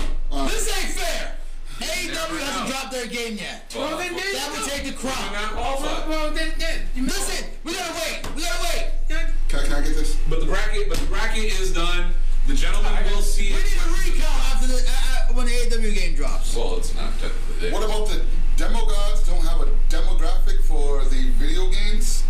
This ain't fair. AEW Never hasn't know. dropped their game yet. Well, then there That you would go. take the We're crown. not qualified. Well, then, then you Listen, we gotta wait. We gotta wait. can, can I get this? But the bracket, but the bracket is done. The gentleman will see We it. need a recount after the uh, uh, when the AEW game drops. Well, it's not technically What there. about the demo gods? Don't have a demographic for the video games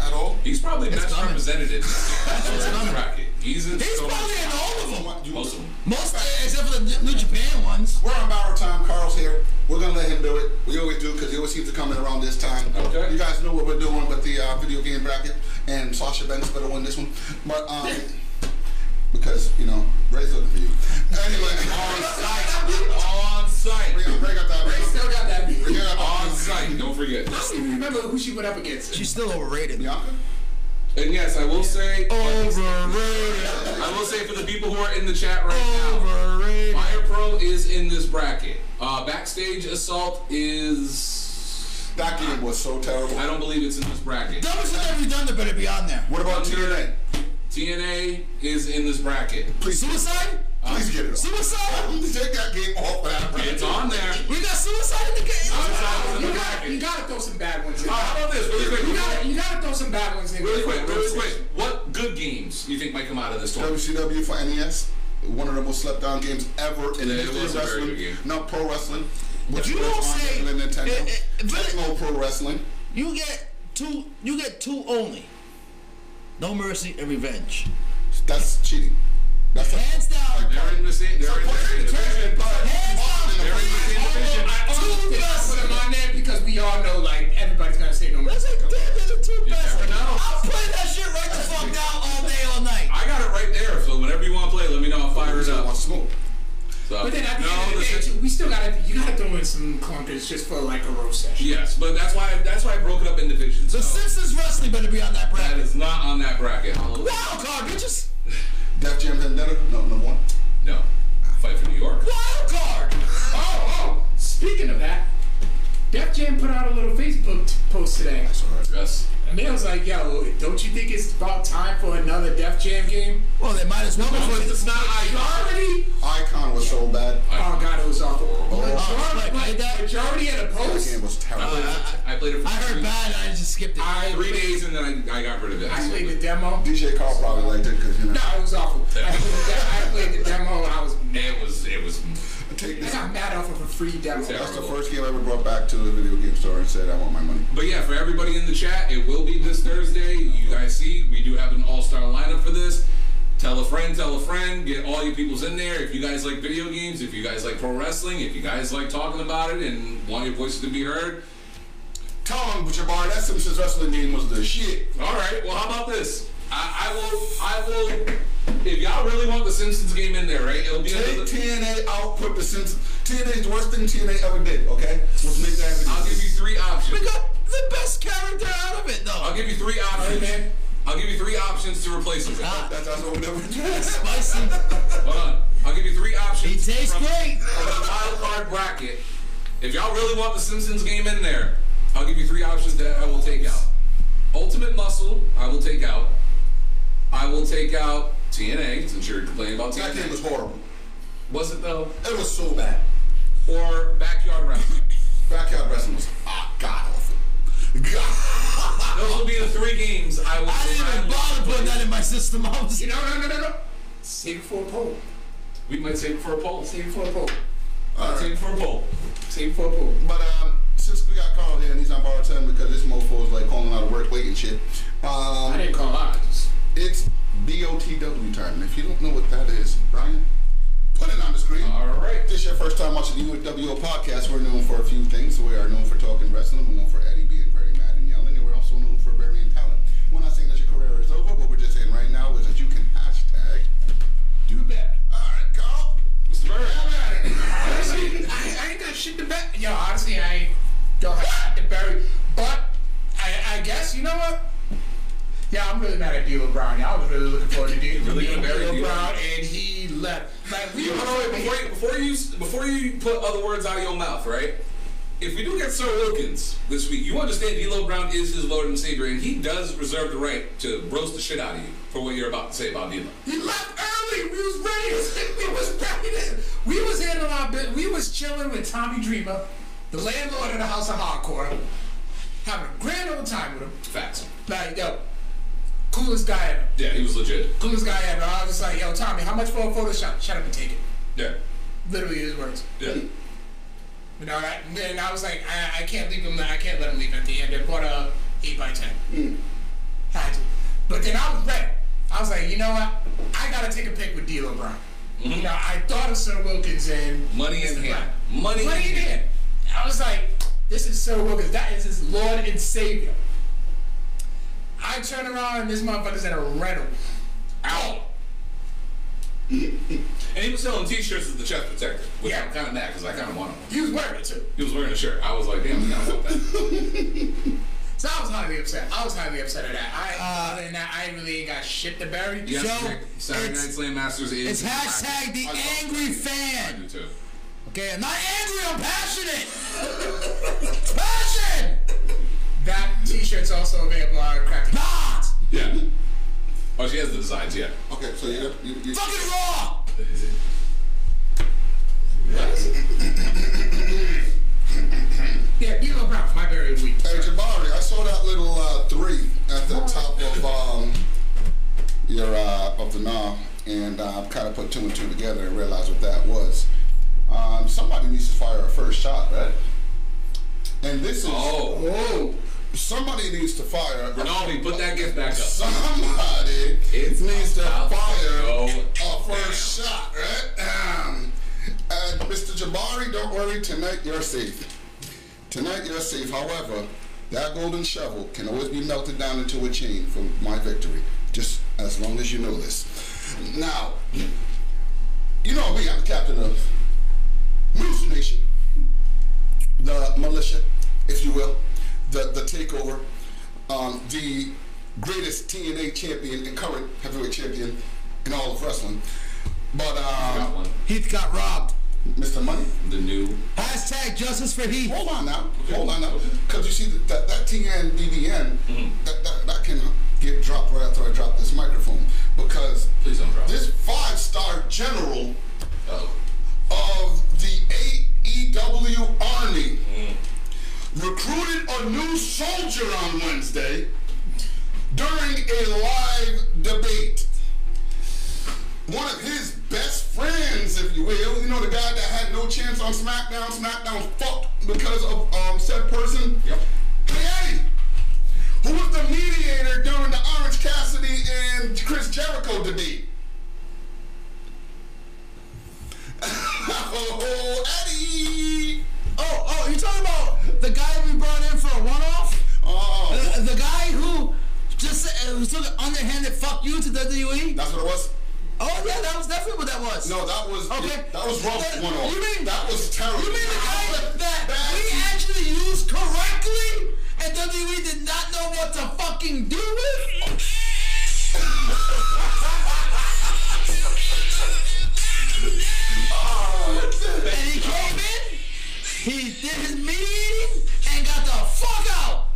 at all. He's probably best coming. represented in the bracket. He's in He's so probably in all of them. What you- most of them. Most, uh, except for the New Japan ones. We're on borrowed time. Carl's here. We're gonna let him do it. We always do because he always seems to come in around this time. Okay. You guys know what we're doing with the uh, video game bracket, and Sasha Banks better win this one, but um, because you know Ray's looking for you. Anyway, On site. On site. Ray, Ray got that. Ray still got that beat. Ray I got that. On site. Don't forget. don't even remember who she went up against. She's still overrated. Bianca. And yes, I will say, Overrated. I will say for the people who are in the chat right now, Overrated. Fire Pro is in this bracket. Uh, Backstage Assault is. That game was so terrible. I don't believe it's in this bracket. Double shit that we've done that better be on there. What about TNA? TNA is in this bracket. Please, Suicide? please get it off. Suicide? Take that game off of that bracket. It's on there. We got suicide in the game. You got you gotta throw some bad ones in. Uh, how about this? Really quick. You gotta you gotta throw some bad ones in. Really quick. Really quick. What good games do you think might come out of this tournament? WCW for NES, one of the most slept on games ever in the It history was of a very wrestling. good game. Not pro wrestling. Which you was don't on say- Nintendo, it- Nintendo. it- but- Techno pro wrestling. You get two. You get two only. No mercy and revenge. That's cheating. That's a- Hands down. They're in the same. They're in the Put it same in the division. division, but Hands on down. in the They're in the same division. I honestly think I put them on there because we all know like everybody's gonna say no more. That's a damn. That's a two best. never know. I'm playing that shit right the fuck now, all day, all night. I got it right there. So whenever you want to play, let me know. I'll fire it I up. want to smoke. So, But then at the no, end of the this day, is- too, we still gotta you gotta throw in some clunkers just for like a roast session. Yes, but that's why that's why I broke it up in divisions. The So, Simpsons wrestling better be on that that bracket. is not on that bracket. Hallelujah. Wild card, bitches. Def Jam Vendetta, no, number one. No. Fight for New York. Wild card. Oh, oh! Speaking of that, Def Jam put out a little Facebook t- post today. That's all right. Yes. Mail's like, yo, don't you think it's about time for another Def Jam game? Well, they might as well before Because it's this. not I. Majority? Icon was so bad. Oh god, it was awful. I played that. Majority, majority of the That post. game was terrible. I played it for I heard three, bad. I just skipped it. I three days and then I, I got rid of it. I played the demo. DJ Carl probably liked it because you know. No, it was awful. I played the, I played the demo. I was. It was it was Take I this. got mad off of a free demo. Yeah. That's the first game I ever brought back to the video game store and said, I want my money. But yeah, for everybody in the chat, it will be this Thursday. You guys see, we do have an all-star lineup for this. Tell a friend, tell a friend, get all your peoples in there. If you guys like video games, if you guys like pro wrestling, if you guys like talking about it and want your voices to be heard, Tell him, Jabbar, that Simpsons wrestling game was the shit. All right. Well, how about this? I, I will. I will. If y'all really want the Simpsons game in there, right? It'll be Take another. TNA out, put the Simpsons. TNA's worst thing TNA ever did, okay? Was make that video. I'll give you three options. we got the best character out of it, I'll though. give you three options. man. I'll give you three options to replace it. with. Ah. That's, that's what we never did. Spicy. Hold on. I'll give you three He options. tastes from, great. from the wild card bracket. If y'all really want the Simpsons game in there, I'll give you three options that I will take out. Ultimate Muscle, I will take out. I will take out TNA since you're complaining about That game TNA. was horrible. Was it though? It was so bad. Or Backyard Wrestling. Backyard wrestling was ah, god awful. God. Those will be the three games I will. I didn't even bother putting that in my system. I was You know, no, no, no, no. Save it for a poll. We might save it for a poll. Save it for a poll. All Save right. it for a poll. Save it for a poll. But um, since we got Carl here and he's on borrowed time because this mofo is like calling out of work late and shit. I Um, didn't call out. I just- it's BOTW time. And if you don't know what that is, Brian, put it on the screen. All right. If this is your first time watching the UWO podcast, we're known for a few things. We are known for talking wrestling. We're known for Eddie being very mad and yelling, and we're also known for burying talent. We're not saying that your career is over. What we're just saying right now is that you can hashtag do bad. All right, Carl. Mr. Bird. Honestly, I, I ain't got shit to bet. Yo, honestly, I ain't- don't have shit to bury. But I, I guess you know what? Yeah, I'm really mad at D. Brown. I was really looking forward to D. Really D. gonna bury D. Oh, Brown, and he left. Like we You were know, wait, before you, before you before you put other words out of your mouth, right? If we do get Sir Wilkins this week, you understand D'Lo Brown is his Lord and Savior, and he does reserve the right to roast the shit out of you for what you're about to say about D'Lo. He left early. We was ready. We was ready. To, we was in our bit. We was chilling with Tommy Dreamer, the landlord of the House of Hardcore, having a grand old time with him. Facts. Like yo, coolest guy ever. Yeah, he was legit. coolest guy ever. I was just like, yo, Tommy, how much for a photo shot? Shut up and take it. Yeah. Literally his words. Yeah. You know, that, and then I was like, I, I can't leave him. I can't let him leave at the end. They bought a eight by ten. Had to. But then I was ready. I was like, you know what? I gotta take a pick with D. LeBron. You know, I thought of Sir Wilkins and Mm-hmm. Money in Mr. hand. Brown. Money, Money in hand. I was like, this is Sir Wilkins. That is his Lord and Savior. I turn around and this motherfucker's in a rental. Out. And he was selling T-shirts as the chest protector, which Yeah. I'm kind of mad because I kind of want him. He was wearing it too. He was wearing a shirt. I was like, damn, I want that. So I was highly upset. I was highly upset at that. I other than that, I really ain't got shit to bury. Yes, Joe, Nick, Saturday it's- Night Slam Masters is. It's hashtag I the love angry I do fan. too. Okay, I'm not angry, I'm passionate. It's passion. That T-shirt's also available on Crafty. Not Yeah. Oh, she has the designs. Yeah. Okay, so you, you, you fucking raw. Yeah, D'Lo Brown, my very weak. Hey Jabari, I saw that little uh, three at the top of um, your uh, of the knob, and uh, kind of put two and two together and realized what that was. Um, somebody needs to fire a first shot, right? And this is Oh. Whoa. somebody needs to fire. Rinaldi, put that gift back up. Somebody It's needs to about to fire go a first shot, right? Um, and Mr. Jabari, don't worry. Tonight you're safe. Tonight you're safe. However, that golden shovel can always be melted down into a chain for my victory. Just as long as you know this. Now, you know me. I'm the captain of News Nation, the militia, if you will, the the takeover, um, the greatest TNA champion and current heavyweight champion in all of wrestling. But Got um, one. Heath got robbed. Mr. Money. The new. Hashtag justice for Heath. Hold on now. Okay. Mm-hmm. Hold on now. Because you see, that, that, that TNDDN, that, that, that can get dropped right after I drop this microphone. Because Please don't drop this five star general Oh. of the AEW Army recruited a new soldier on Wednesday during a live debate. One of his best friends, if you will, you know the guy that had no chance on SmackDown. SmackDown fucked because of um, said person. Yep. Hey, who was the mediator during the Orange Cassidy and Chris Jericho debate? Oh, Eddie! Oh, oh, you're talking about the guy we brought in for a one-off? Oh, The, the guy who just said, who took an underhanded fuck you to E? WWE? that's what it was. Oh yeah, that was definitely what that was. No, that was Okay. that was rough That- one off. you mean- that was terrible. You mean the guy that Bad we team. actually used correctly and WWE did not know what to fucking do with? and he came in, he did his meeting, and got the fuck out.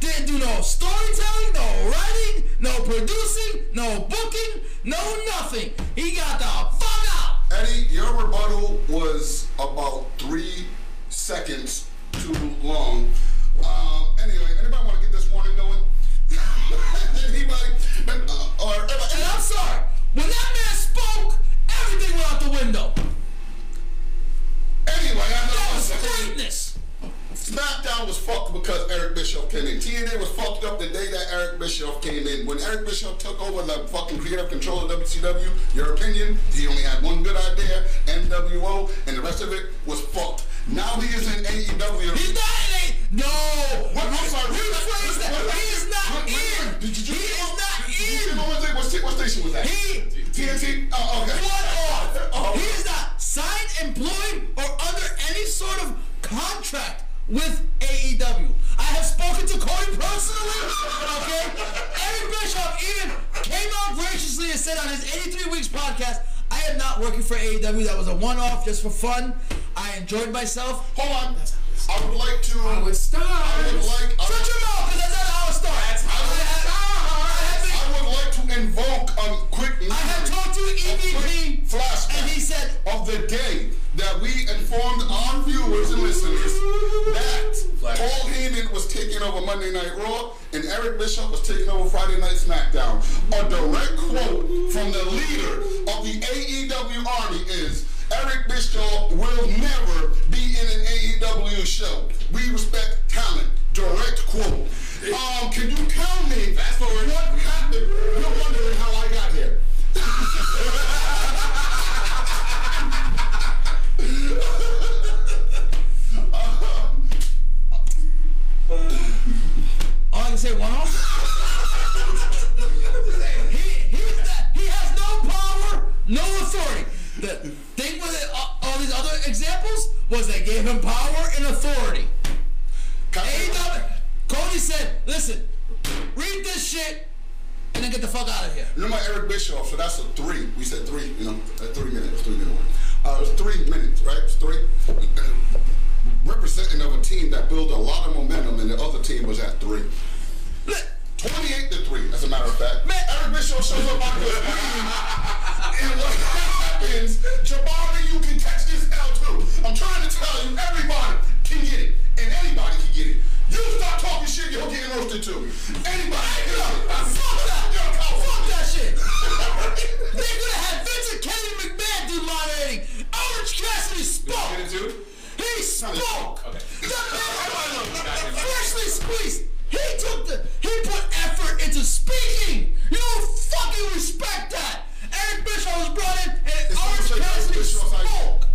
Didn't do no storytelling, no writing, no producing, no booking, no nothing. He got the fuck out. Eddie, your rebuttal was about three seconds too long. Um, anyway, anybody want to get this warning going? anybody? Uh, or And I'm sorry, when that man spoke, everything went out the window. anyway, I know. That was something- greatness. SmackDown was fucked because Eric Bischoff came in. TNA was fucked up the day that Eric Bischoff came in. When Eric Bischoff took over the fucking creative control of WCW, your opinion, he only had one good idea, NWO, and the rest of it was fucked. Now he is in AEW. He's not in it. No. What- I'm sorry, what- Rephrase what- that. what- He is not what- what- in. Did you- He is not did you- in. What, was it? What sta- what station was that? He TNT? Oh, okay. one Oh. off. He is not signed, employed, or under any sort of contract with AEW. I have spoken to Cody personally, okay? Eric Bischoff even came out graciously and said on his 83 Weeks podcast, I am not working for AEW. That was a one-off just for fun. I enjoyed myself. Oh, Hold on. I would like to. I would start. I would like. I Shut would- your mouth, because that's not how it starts. I would- I would like to invoke a quick. I have talked to EVP, Flashback. and he said, of the day that we informed our viewers and listeners that Flash. Paul Heyman was taking over Monday Night Raw and Eric Bishop was taking over Friday Night SmackDown. A direct quote from the leader of the AEW Army is. Eric Bischoff will never be in an AEW show. We respect talent. Direct quote. Um, can you tell me Fast forward. what happened? You're wondering how I got here. Oh, I can say one off. he, he's the- he has no power, no authority. The thing with it, uh, all these other examples was they gave him power and authority. Copy. AEW, Cody said, Listen, read this shit and then get the fuck out of here. Remember Eric Bischoff, so that's a three. We said three, you know, a three minute, a three minute one. Uh, it was three minutes, right? It's three. Representing of a team that built a lot of momentum, and the other team was at three. Look, 28 to three, as a matter of fact. Man. Eric Bischoff shows up on the screen, and what happens, Jabari, you can catch this L too. I'm trying to tell you, everybody can get it, and anybody can get it. You start talking shit, you're getting roasted too. Anybody can get it. fuck that. You're a coward. Fuck that shit. They could have had Vincent Kennedy McMahon do moderating. Orange Cassidy spoke. Get it, dude? He spoke. Okay. The man freshly squeezed. He took the. He put effort into speaking. You don't fucking respect that. Eric Bischoff was brought in, and It's almost Orange like Eric Cassidy Bischoff's like- spoke.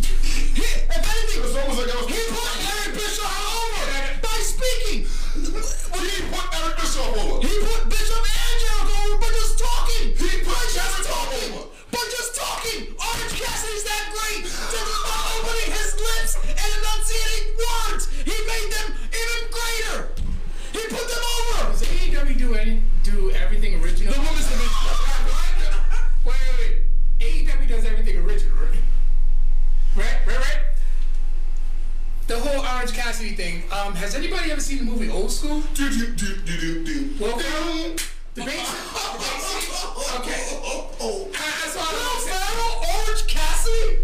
He, if anything, It's almost like I was. he put Eric Bischoff over by speaking. When He put Eric Bischoff over. He put Bishop and Jericho over, but just talking. He put but just Jericho talking. over. But just talking. Orange Cassidy's that great that he's not opening his lips and enunciating words. He made them even greater. He put them over. Does AEW do any do everything original? The women's division. Wait, wait, wait. AEW does everything original, right? Right, right, right. The whole Orange Cassidy thing. Um, has anybody ever seen the movie Old School? Do do do do do do. Well, Down. The basic. Okay. Oh, oh, oh. That's all Will I'm saying. Ferrell, Orange Cassidy.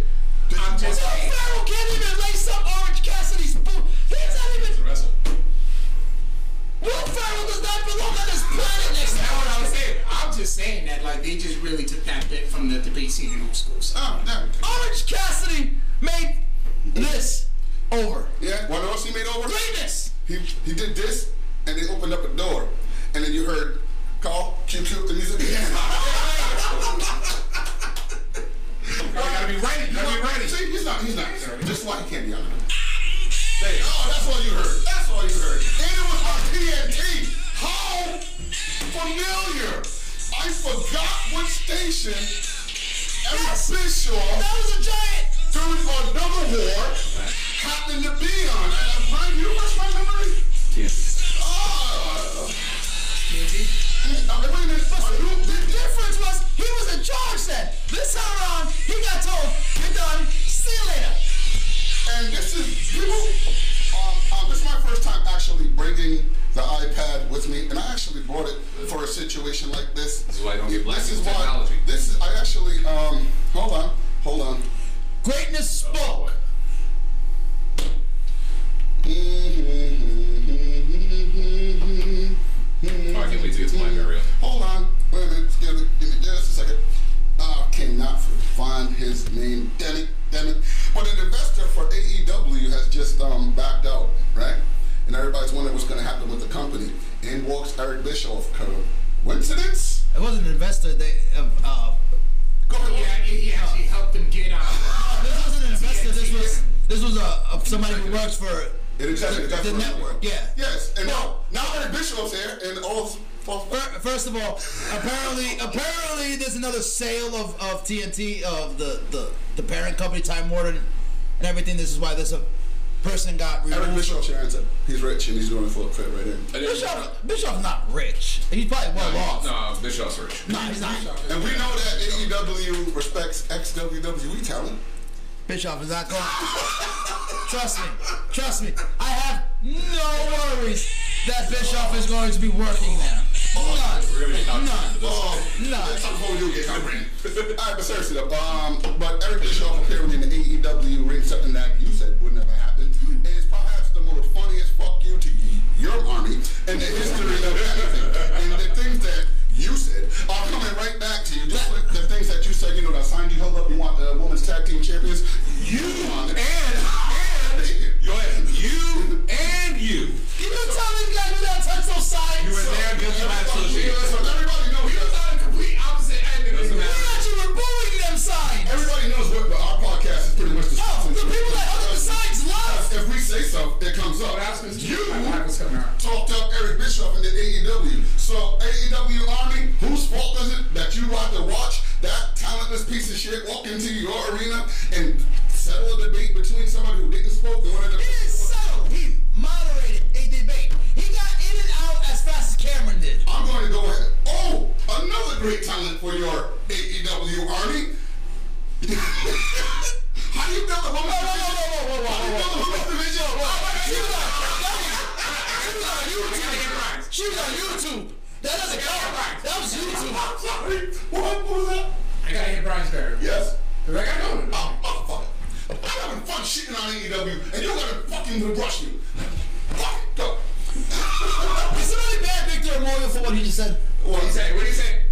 I'm Will just saying. Ferrell can't even lace up Orange Cassidy's boot. He's not It's a even. wrestle. Will Ferrell does not belong on this planet That's next to not what I'm saying. I'm just saying that like they just really took that bit from the debate scene in Old School. So. Ah, damn. Orange Cassidy made this over. Yeah, what else he made over? Greatness. He he did this, and they opened up a door, and then you heard call cue cue the music. You gotta be ready. You gotta be ready. See, he's not. He's not. Just why he can't be on it. Hey, oh, that's all you heard. That's all you heard. And it was on TNT. How familiar? I forgot what station. Eric Yes. Bischoff. That was a giant. during another war happened to be on. I, I, my, you refresh my memory? Yes. Oh, uh, wait a minute. Are you The difference was he was in charge then. This time around, he got told, you're done. See you later. And this is people. Um, um, this is my first time actually bringing the iPad with me, and I actually brought it for a situation like this. This is why I don't get black This is people why- technology. This is. I actually. Um, hold on. Hold on. Greatness spoke. Oh, I can't wait to get to my area. Hold on. Wait a minute. Give me, give me just a second. I cannot find his name. Damn it. Damn it. But an investor for AEW has just um, backed out, right? And everybody's wondering what's going to happen with the company. In walks Eric Bischoff. Coincidence? It wasn't an investor. They, uh, uh, Go ahead. Yeah, he, he actually helped them get um, on. this wasn't an investor. This was this was a, a somebody who works for It is actually- that's the what- network. Yeah. Yes. And now, now Eric Bischoff's here, and all. Fir- First of all, apparently, apparently, there's another sale of, of TNT of the, the, the parent company, Time Warner, and everything. This is why this a person got Eric removed. Bischoff your answer. He's rich and he's doing it for a fit right in. I didn't- Bischoff, Bischoff's not rich. He's probably well off. No, No, Bischoff's rich. he's not. And we know that AEW respects XWWE E talent. Bischoff is not going. trust me, trust me. I have no worries that Bischoff is going to be working there. We're gonna be None. talking None. about this. Oh, No. That's something for you get hungry. All right, but seriously though, um, but Eric Bischoff appearing in the AEW ring, something that you said would never happen, is perhaps the most funniest fuck you to your army in the history of anything. And the things that you said are coming right back to you. Just like the things that you said, you know, that sign you held up, you want the women's tag team champions. You want it. And and go ahead. You and you. Can you tell these guys we gotta touch those sides? You were there guilty by Yeah, association. so everybody knows He was on the complete opposite end of this. Doesn't We're matter. actually removing them signs. Everybody knows what but our podcast is pretty much the Oh, the people that held up the signs love. If we say so, it comes up. But I was gonna- You my mind was coming out. talked up Eric Bischoff in the AEW. So AEW Army, whose fault is it that you got to watch that talentless piece of shit walk into your arena and settle a debate between somebody who didn't spoke and one of the He didn't settle. He moderated a debate. He got in and Oh, great talent for your E AEW Arnie. How do you build a woman's division? How do you build a woman's division? She was on YouTube. That doesn't count. That was YouTube. I'm sorry. What What was that? I gotta hit Brian's barrier. Yes. Cause I got going. Oh, motherfucker. I'm having fun shitting on AEW, and you're gonna fucking brush me. Fuck it, go. It's really bad Victor Memorial for what he just said. What What do you say? What do you say?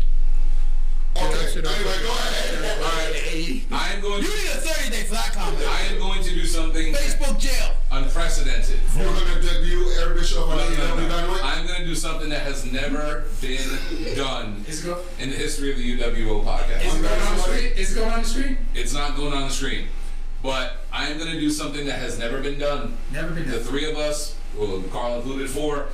Okay, anyway, go ahead. I am going. You To, need a 30 day for that comment. I am going to do something Facebook jail. unprecedented. You're gonna debut every show on No, no, AEW no. Dynamite? I'm going to do something that has never been done Is it go? in the history of the UWO Is podcast. it going on the screen? Is it going on the screen? It's not going on the screen, but I am going to do something that has never been done. Never been The three of us, well, Carl included, four.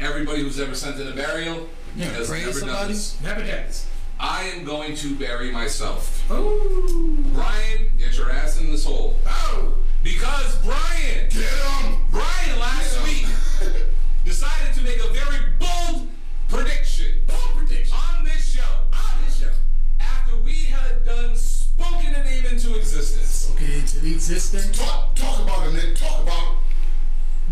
Everybody who's ever sent in a burial Yeah, has praise never done somebody. this. Never done this. I am going to bury myself. Ooh. Brian, get your ass in this hole. Oh. Because Brian, Get him! Brian last week decided to make a very bold prediction Bold prediction. on this show. On this show. After we had done spoken a name into existence, Okay, it's an existing. Talk, talk about it, Nick. Talk about it.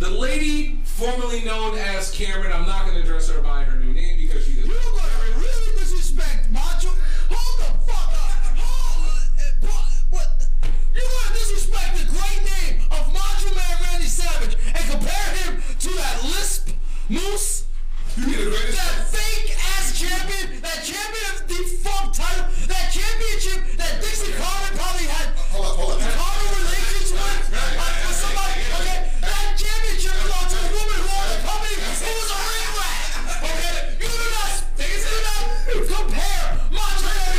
the lady formerly known as Cameron, I'm not going to address her by her new name because she You're is. gonna really disrespect Macho. Hold the fuck up. Hold. eh, bu- What? You're gonna disrespect the great name of Macho Man Randy Savage and compare him to that lisp moose? You need the greatest. That fake ass champion, that champion of defunct title, that championship that Dixie Carter probably had Hold on, hold on. Carter relations with, like, with somebody, okay? That championship belonged to a woman who owned a company who was a ring rat, okay? You do not, you do not compare Macho Man Randy Savage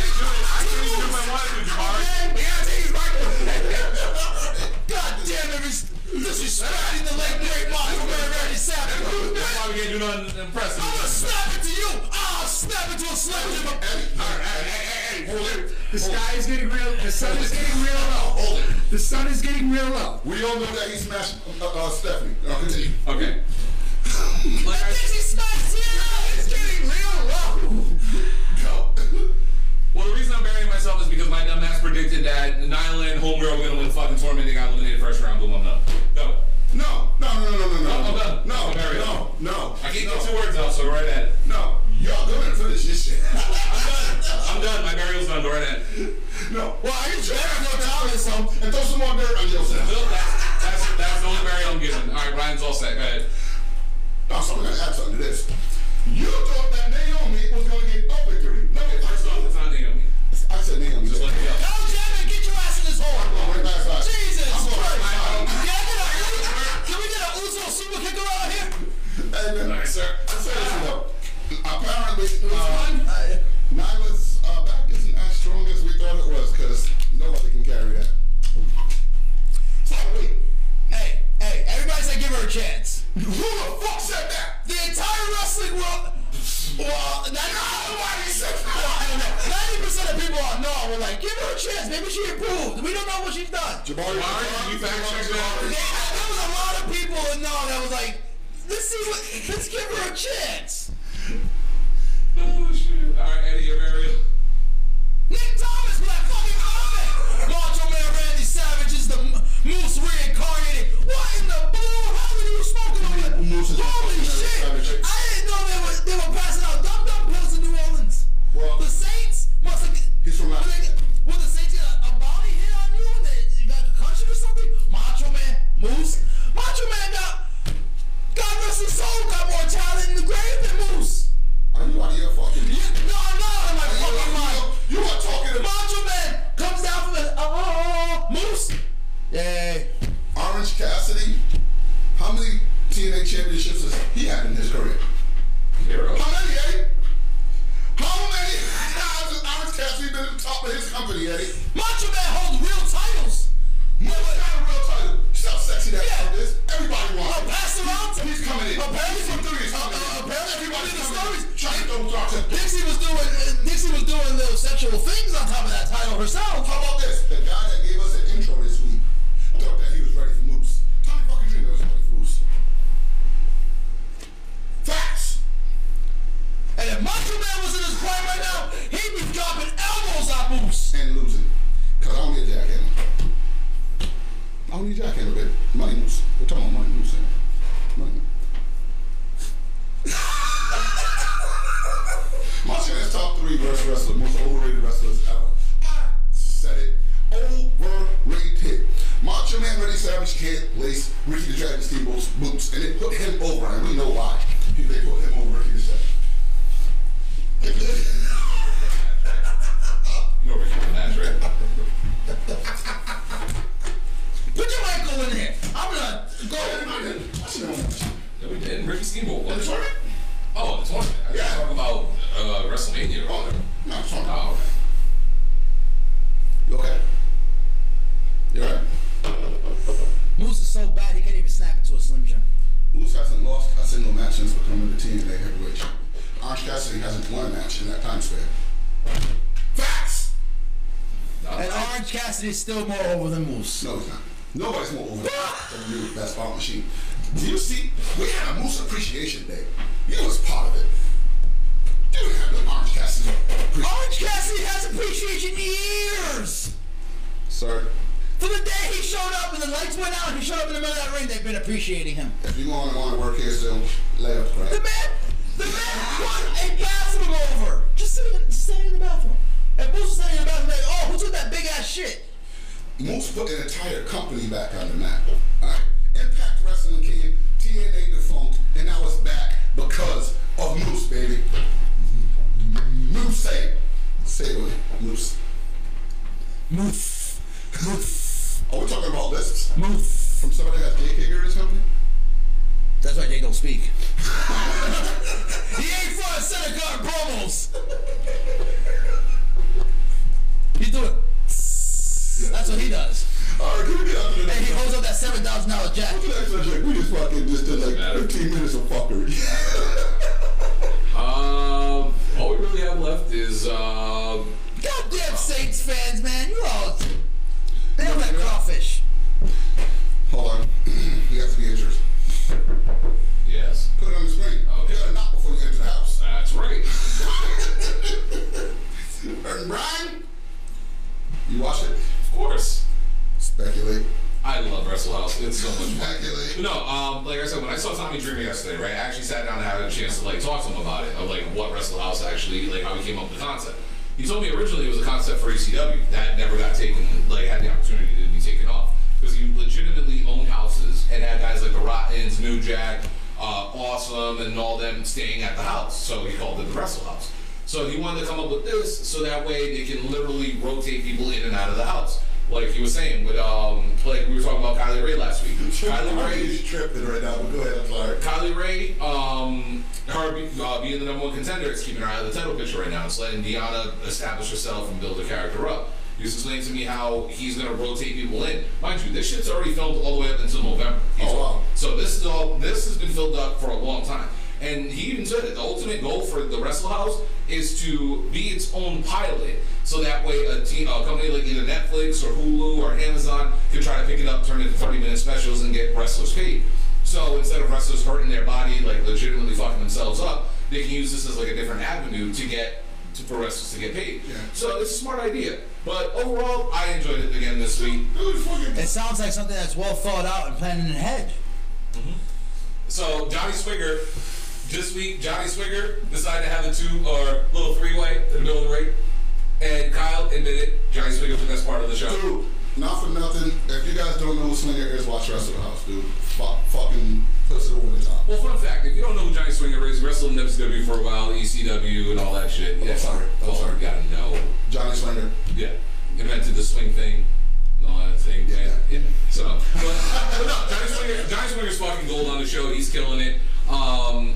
to moose, okay? God damn it, he's disrespecting the late great Macho Man Randy Savage. That's why we can't do nothing impressive. I'm gonna snap it to you. I'll snap it to a slap in my Hey, hold it. The sky is getting real. The sun is getting real low. Hold it. The sun is getting real low. We all know that he smashed uh, uh, Stephanie. Now continue. Okay. Like I Dixie smacks you. It's getting real low. Go. Well, the reason I'm burying myself is because my dumbass predicted that Nyla and Homegirl were gonna win the fucking tournament. They got eliminated first round. Boom, I'm done. Go. No, no, no, no, no, no, no, I'm done. no, I'm married. no, no. I can't no, get two words out, so go right ahead. No, y'all gonna finish this shit. I'm done. I'm done. My burial's done. Go right ahead. no. Well, I can drag your towel in some and throw some more dirt on yourself. Bill, that's, that's, that's the only burial I'm giving. All right, Ryan's all set. Go ahead. Now, so I'm gonna add something to this. You thought that Naomi was gonna get a victory. No, First off, it's not Naomi. I said Naomi. Just Just like let me go. Go, Jamie, get your ass in this hole. I'm going right back side. Jesus I'm going Christ. right back. Can I get a- Can we get a Uzo super kick around here? Hey, man, sir. Seriously though, apparently uh, Nyla's uh, back isn't as strong as we thought it was because nobody can carry that. So wait, Hey, hey, everybody said give her a chance. who the fuck said that? The entire wrestling world. Well, not, nobody said Ninety percent of people I know were like, "Give her a chance. Maybe she improved. We don't know what she's done." Jabari, Jabari, you back on Yeah, Jabari? there was a lot of people in know that was like, "Let's see what. Let's give her a chance." Oh, shit. All right, Eddie, your burial. Nick Thomas with that fucking comment. Macho Man Randy Savage is the m- Moose reincarnated. What in the blue hell are you smoking over there? Moose is the Holy fucking shit! I Randy Savage. didn't know they were they were passing out dumb dumb pills in New Orleans. Well- the Saints must have. He's from were, Africa. they, were the Saints get a, a bounty hit on you and they you got concussion or something? Macho Man, Moose, Macho Man got. God rest his soul, got more talent in the grave than Moose. Are you out of your fucking? You, no, I'm not on my You fucking mind. are- You are talking about Macho Man comes down from the oh moose. Yay! Orange Cassidy. How many TNA championships has he had in his career? Hero. How many, Eddie? How many times has Orange Cassidy been at the top of his company, Eddie? Macho Man holds real titles. No, it's not a real title. See how sexy that Yeah. yeah. is? Everybody wants I'll it. pass around to He's coming in. Apparently, He's from through this. uh, apparently Everybody's the coming in. stories- Trying to throw darts at- Dixie was doing uh, Dixie was doing little sexual things on top of that title herself. How about this? The guy that gave us an intro this week thought that he was ready for Moose. Tommy fucking Dreamer was ready for Moose. Facts! And if Macho Man was in his prime Yes. and losing. Because I don't need a jackhammer. I don't need a jackhammer, baby. Money moves. We're talking about money moves. here. Money My shit is top three worst wrestler, most overrated wrestlers ever. I said it. Overrated. Macho Man Randy Savage can't lace Ricky the Dragon Steamboat's boots, and they put him over, and we know why. They put him over Ricky the Savage. You know Ricky Minaj, right? Put your Michael in here. I'm gonna go ahead and do it. That's what I want. Yeah, we did. Ricky Steamboat won. The tournament? Oh, the tournament. I Yeah. yeah. talking about uh, WrestleMania. Oh, Oh, no, it's fine. okay. You okay? You alright? Moves are so bad he can't even snap into a Slim Jim. Moose hasn't lost a single match since becoming the team they heavyweight champion. Orange Cassidy hasn't won a match in that time span. Facts! And Orange Cassidy is still more over than Moose. No, he's not. Nobody's more over the top than you, that's Bomb Machine. Do you see? We had a Moose Appreciation Day. You was part of it. You didn't have the Orange Cassidy. Appre- Orange Cassidy has appreciation years. Sir, From the day he showed up and the lights went out, he showed up in the middle of that ring. They've been appreciating him. if you're going to want to work here still, left, right? The man, the man won a bathroom over. Just sitting, just sitting in the bathroom. And Moose was sitting in the bathroom like, oh, who took that big ass shit? Moose put an entire company back on the map. Alright? Impact Wrestling came, TNA defunct, and now it's back because of Moose, baby. Moose say it. Say it with me. Moose. Moose, Moose, Are we talking about lists Moose. from somebody that has gay figure or something? That's why they don't speak. he ain't for a set of gun promos. He do it. That's what he does. Alright, can we get out to the And he next holds up that seven thousand dollar jack. What's the next subject? We just fucking just did like 15 minutes of fuckery. Um, all we really have left is uh, Goddamn Saints fans, man, you all they don't like crawfish. Hold on. we have to be interested. yes, Put it on the screen. Okay. You gotta knock before you enter the house. that's right. And Brian, you watch it? Of course, Speculate. I love Wrestle House. It's so much fun. Speculate. No, um, like I said, when I saw Tommy Dreamer yesterday, right, I actually sat down and had a chance to like talk to him about it, of like what Wrestle House actually, like how he came up with the concept. He told me originally it was a concept for ECW that never got taken, like had the opportunity to be taken off because he legitimately owned houses and had guys like the Rottens, New Jack, uh, Awesome, and all them staying at the house. So he called it the Wrestle House. So he wanted to come up with this so that way they can literally rotate people in and out of the house. Like he was saying, with um, like we were talking about Kylie Ray last week. Kylie I'm Ray just tripping right now, but go ahead, I'm sorry. Kylie Ray, um, her be, uh, being the number one contender, it's keeping her out of the title picture right now. It's letting Deanna establish herself and build her character up. He was explaining to me how he's going to rotate people in. Mind you, this shit's already filmed all the way up until November. Oh, wow. So this is all. This has been filled up for a long time. And he even said it. The ultimate goal for the Wrestle House is to be its own pilot, so that way a, team, a company like either Netflix or Hulu or Amazon can try to pick it up, turn it into 30-minute specials, and get wrestlers paid. So instead of wrestlers hurting their body, like legitimately fucking themselves up, they can use this as like a different avenue to get to, for wrestlers to get paid. Yeah. So it's a smart idea. But overall, I enjoyed it again this week. Dude, fucking It sounds like something that's well thought out and planned in ahead. So Johnny Swigger, this week Johnny Swigger decided to have a two or little three way in the middle of the ring, and Kyle admitted Johnny Swigger was the best part of the show. dude, not for nothing. If you guys don't know who Slinger is, watch Wrestle House, dude. Fuck, fucking puts it over the top. Well, fun fact: if you don't know who Johnny Swigger is, he wrestled in WCW for a while, ECW, and all that shit. Yeah, sorry. I'm oh, sorry. You gotta know. Johnny Slinger. Yeah, invented the swing thing. and all that thing, man. Yeah. So, but, but no, Johnny Swinger, Johnny Swinger's fucking gold on the show. He's killing it. Um,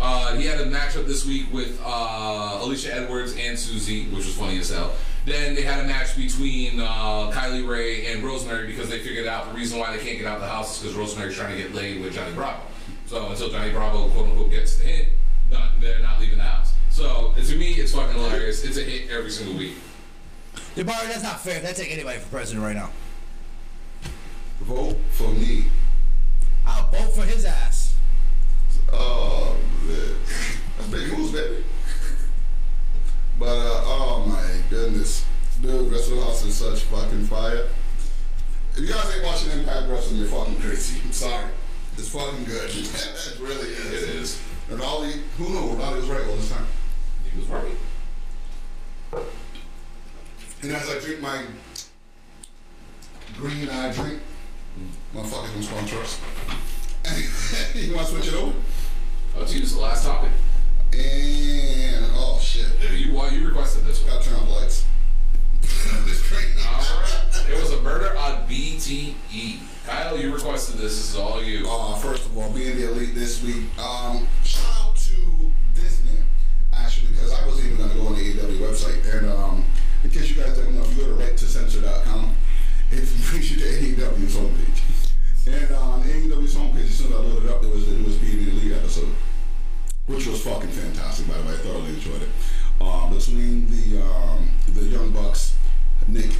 uh, he had a matchup this week with uh, Alicia Edwards and Susie, which was funny as hell. Then they had a match between uh, Kylie Ray and Rosemary because they figured out the reason why they can't get out of the house is because Rosemary's trying to get laid with Johnny Bravo. So until Johnny Bravo quote unquote gets the hit, not, they're not leaving the house. So to me, it's fucking hilarious. It's a hit every single week. Jabari, that's not fair. That take anybody for president right now. Vote for me. I'll vote for his ass. Oh, man. That's big moves, baby. But, uh, oh my goodness. Dude, Wrestle House is such fucking fire. If you guys ain't watching Impact Wrestling, you're fucking crazy. I'm sorry. It's fucking good. it really is. It is. And all the who knew Ronnie was right all this time. He was right. And as I drink my green eye drink, motherfucker from sponsors. you want to switch it over? Oh, gee, this is the last topic. And oh shit, You, why- you requested this one. got to turn off lights. this drink. All right. It was a murder on BTE. Kyle, you requested this. This is all you. Uh, first of all, being the elite this week. Um, shout out to Disney, actually, because I wasn't even going to go on the AEW website. And um, in case you guys don't know, if you go to righttocensor.com, it brings you to AEW's homepage. And um, on AEW's homepage, as soon as I loaded up, there was the newest being the elite episode, which was fucking fantastic, by the way. I thoroughly enjoyed it. Um, between the um, the Young Bucks, Nick,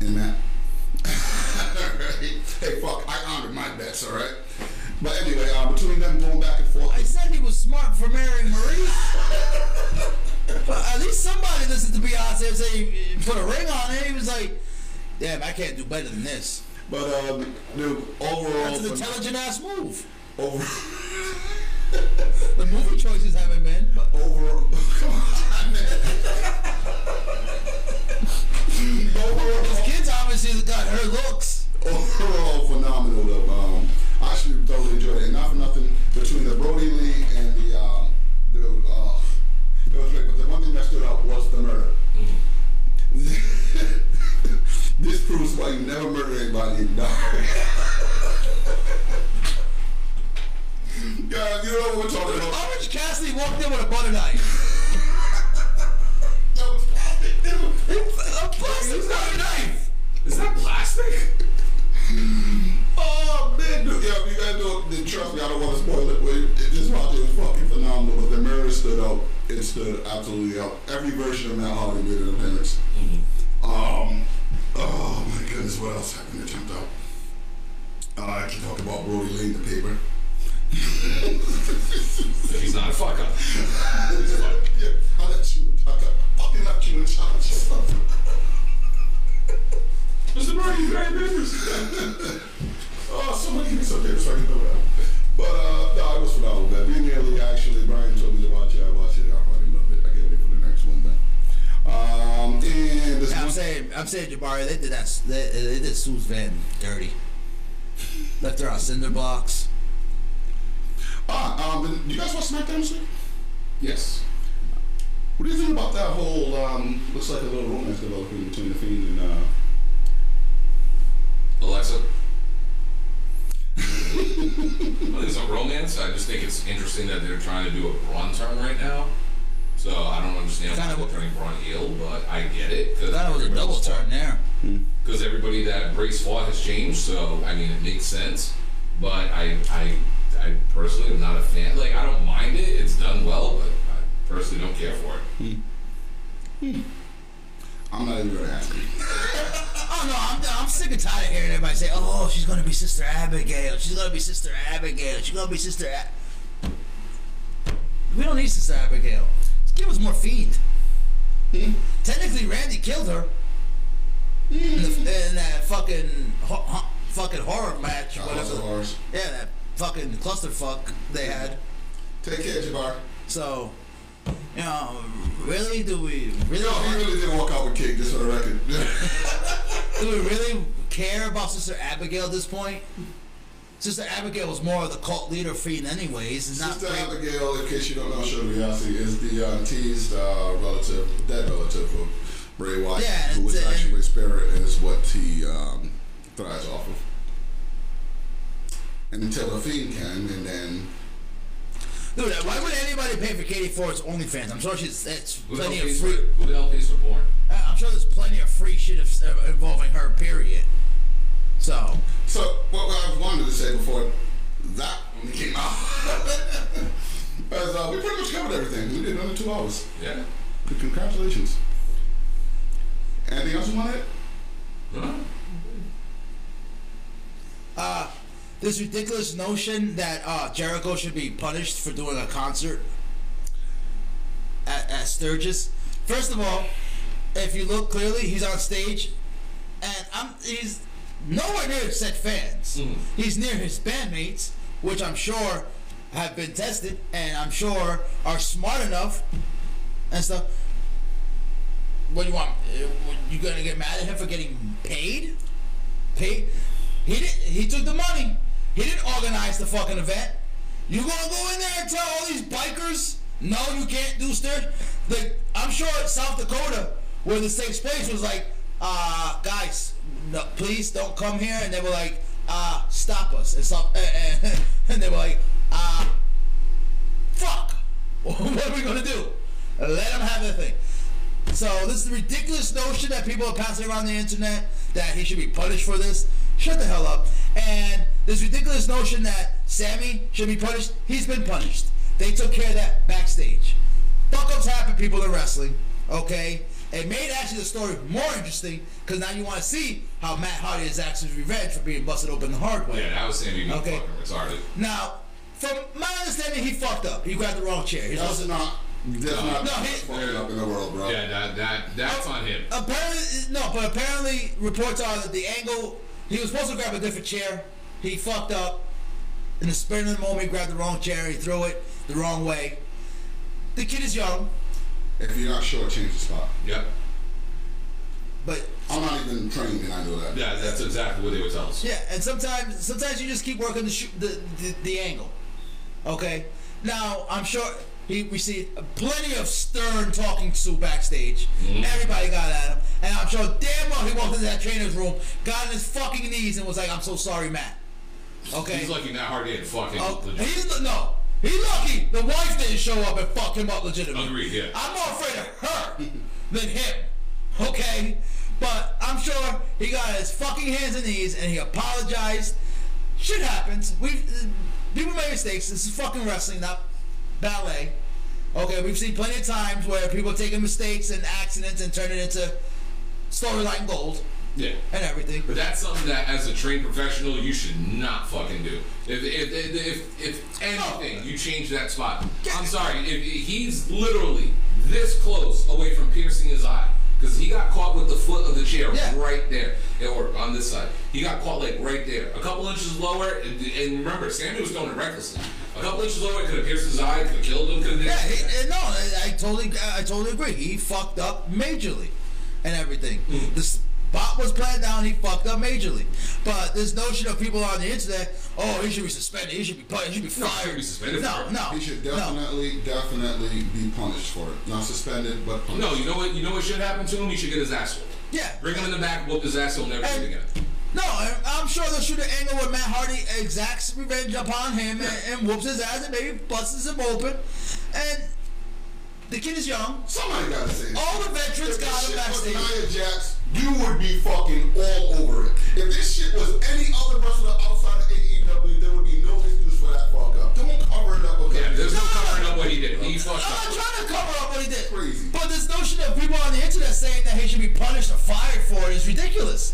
and Matt. Alright. hey, fuck, I honored my bets, all right? But anyway, uh, between them going back and forth, I said he was smart for marrying Maurice. but at least somebody listened to Beyonce and say eh, put a ring on it. He was like, damn, I can't do better than this. but um, dude, overall, That's an phen- intelligent ass move. over, The movie choices haven't been. But over, come on, man. his overall, kids obviously got her looks. Oh, overall, phenomenal. Though, um, I actually thoroughly enjoyed it, and not for nothing. Between the Brody Lee and the um, dude, uh, it was great. But the one thing that stood out was the murder. this proves why you never murder anybody in die. Guys, you know what we're talking about. Orange Cassidy walked in with a butter knife. That was plastic. That was- a plastic butter knife. Is that plastic? Oh man, dude, yeah, you guys know. then Trust me, I don't want to spoil it. But it, it just watch it was fucking phenomenal. But the mirror stood out. It stood absolutely out. Every version of Matt Hardy made an appearance. Um, oh my goodness, what else happened that jumped out? Uh, I can talk about Brody Lee in the paper. He's not a fuck up. He's a fuck. Yeah, I left you. I got- fucking left you in charge. Mr. Murray, you got business. Oh, somebody give me some paper so I can throw it out. But uh, no, it was phenomenal. Man. Being nearly actually, Brian told me to watch it. I watched it. I fucking love it. I can't wait for the next one, man. Um, and this I'm one, saying, I'm saying, Jabari, they did that. They, they did Sue's van dirty. Left her on cinder blocks. ah, um, do you guys watch SmackDown this week? Yes. What do you think about that whole um, looks like a little romance developing between the Fiend and uh, Alexa. well, it's a romance. I just think it's interesting that they're trying to do a Braun turn right now. So I don't understand Kinda why wa- they're turning Braun heel, but I get it. I thought it was a double turn there. Because everybody that Brace fought has changed, so I mean it makes sense. But I, I, I personally am not a fan. Like I don't mind it. It's done well, but I personally don't care for it. I'm not even gonna ask you. Oh no, I'm, I'm sick and tired of hearing everybody say, "Oh, she's gonna be Sister Abigail. She's gonna be Sister Abigail. She's gonna be Sister." A-. We don't need Sister Abigail. This kid was more fiend. Technically, Randy killed her in, the, in that fucking ho- ho- fucking horror match. Uh, whatever. House of Horrors. Yeah, that fucking clusterfuck they had. Take care, Jabbar. So, you know, really, do we really Yo, he really did walk out with cake, just for the record. Do we really care about Sister Abigail at this point? Sister Abigail was more of the cult leader fiend, anyways. It's not Sister great. Abigail, in case you don't know, Shirley Yassi is the uh, teased uh, relative, dead relative of Bray Wyatt, Yeah, who it's, his uh, actual spirit is what he um, thrives off of. And until the fiend can, and then Dude, why would anybody pay for Katie Ford's OnlyFans? I'm sure she's that's Who the hell plenty of pays for, free. who the hell pays for porn? I- I'm sure there's plenty of free shit of, uh, involving her. Period. So, So what I wanted to say before that one came out is uh, we pretty much covered everything. We did it under two hours. Yeah. Congratulations. Anything else you wanted? Huh? this ridiculous notion that uh, Jericho should be punished for doing a concert at, at Sturgis. First of all, if you look clearly, he's on stage, and I'm he's nowhere near his set fans. He's near his bandmates, which I'm sure have been tested, and I'm sure are smart enough and stuff. What do you want? Uh, what- You gonna get mad at him for getting paid? Paid? He did. He took the money. He didn't organize the fucking event. You gonna go in there and tell all these bikers, no, you can't do stairs? Like, I'm sure in South Dakota, where this takes place, was like, uh, guys, no, please don't come here. And they were like, uh, stop us. And, stop, and, and, and they were like, uh, fuck. what are we gonna do? Let them have their thing. So this is a ridiculous notion that people are passing around the internet that he should be punished for this. Shut the hell up. And this ridiculous notion that Sammy should be punished. He's been punished. They took care of that backstage. Fuck ups happen, people in wrestling. Okay. It made actually the story more interesting because now you want to see how Matt Hardy is actually revenge for being busted open the hard way. Yeah, that was Sammy being Okay. fucking retarded. Now, from my understanding, he fucked up. He grabbed the wrong chair. He That's was- not. That's No. not No, he- fucking up in the world, bro. Yeah, that, that that's on him. Apparently, no, but apparently reports are that the angle he was supposed to grab a different chair. He fucked up. In the spur of the moment, he grabbed the wrong chair. He threw it the wrong way. The kid is young, If you're not sure, change the spot. Yep. but I'm not even trained, and I know that. Yeah, that's exactly what they would tell us. yeah. And sometimes, sometimes you just keep working the sh- the, the the angle. Okay. Now I'm sure he we see plenty of stern talking to backstage. Everybody got at him, and I'm sure damn well he walked into that trainer's room, got on his fucking knees, and was like, "I'm so sorry, Matt." Okay. He's lucky Matt Hardy had fucking Oh, legit. he's no. He lucky the wife didn't show up and fuck him up legitimately. Agreed, yeah. I'm more afraid of her than him. Okay? But I'm sure he got his fucking hands and knees and he apologized. Shit happens. We people make mistakes. This is fucking wrestling, not ballet. Okay, we've seen plenty of times where people are taking mistakes and accidents and turn it into storyline gold Yeah. and everything. But that's something that, as a trained professional, you should not fucking do. If if if if, if anything, you change that spot. I'm sorry. If, if he's literally this close away from piercing his eye, because he got caught with the foot of the chair Yeah. right there, yeah, or on this side, he got caught like right there, a couple inches lower. And, and remember, Sammy was doing it recklessly. A couple inches lower, could have pierced his eye, could have killed him, could have Yeah, he, uh, no, I, I totally, I totally agree. He fucked up majorly, and everything. Mm. The spot was planned down. He fucked up majorly. But this notion of people on the internet, oh, he should be suspended. He should be punished. He should be No, he fired. shouldn't be suspended No, for it. no, He should no. definitely, definitely be punished for it. Not suspended, but punished. No, you know what? You know what should happen to him? He should get his ass whooped. Yeah. Bring him in the back, whoop his asshole, and everything And- again. No, I- I'm sure they'll shoot an angle where Matt Hardy exacts revenge upon him and, and whoops his ass and maybe busts him open. And the kid is young. Somebody gotta say it. All the veterans If got this him shit was backstage. Nia Jax, you would be fucking all over it. If this shit was any other wrestler outside of AEW, there would be no excuse for that fuck up. Don't cover it up with Yeah, that. there's no covering up what he did. He fucked I'm up. not trying to cover up what he did. Crazy. But this notion of people on the internet saying that he should be punished or fired for it is ridiculous.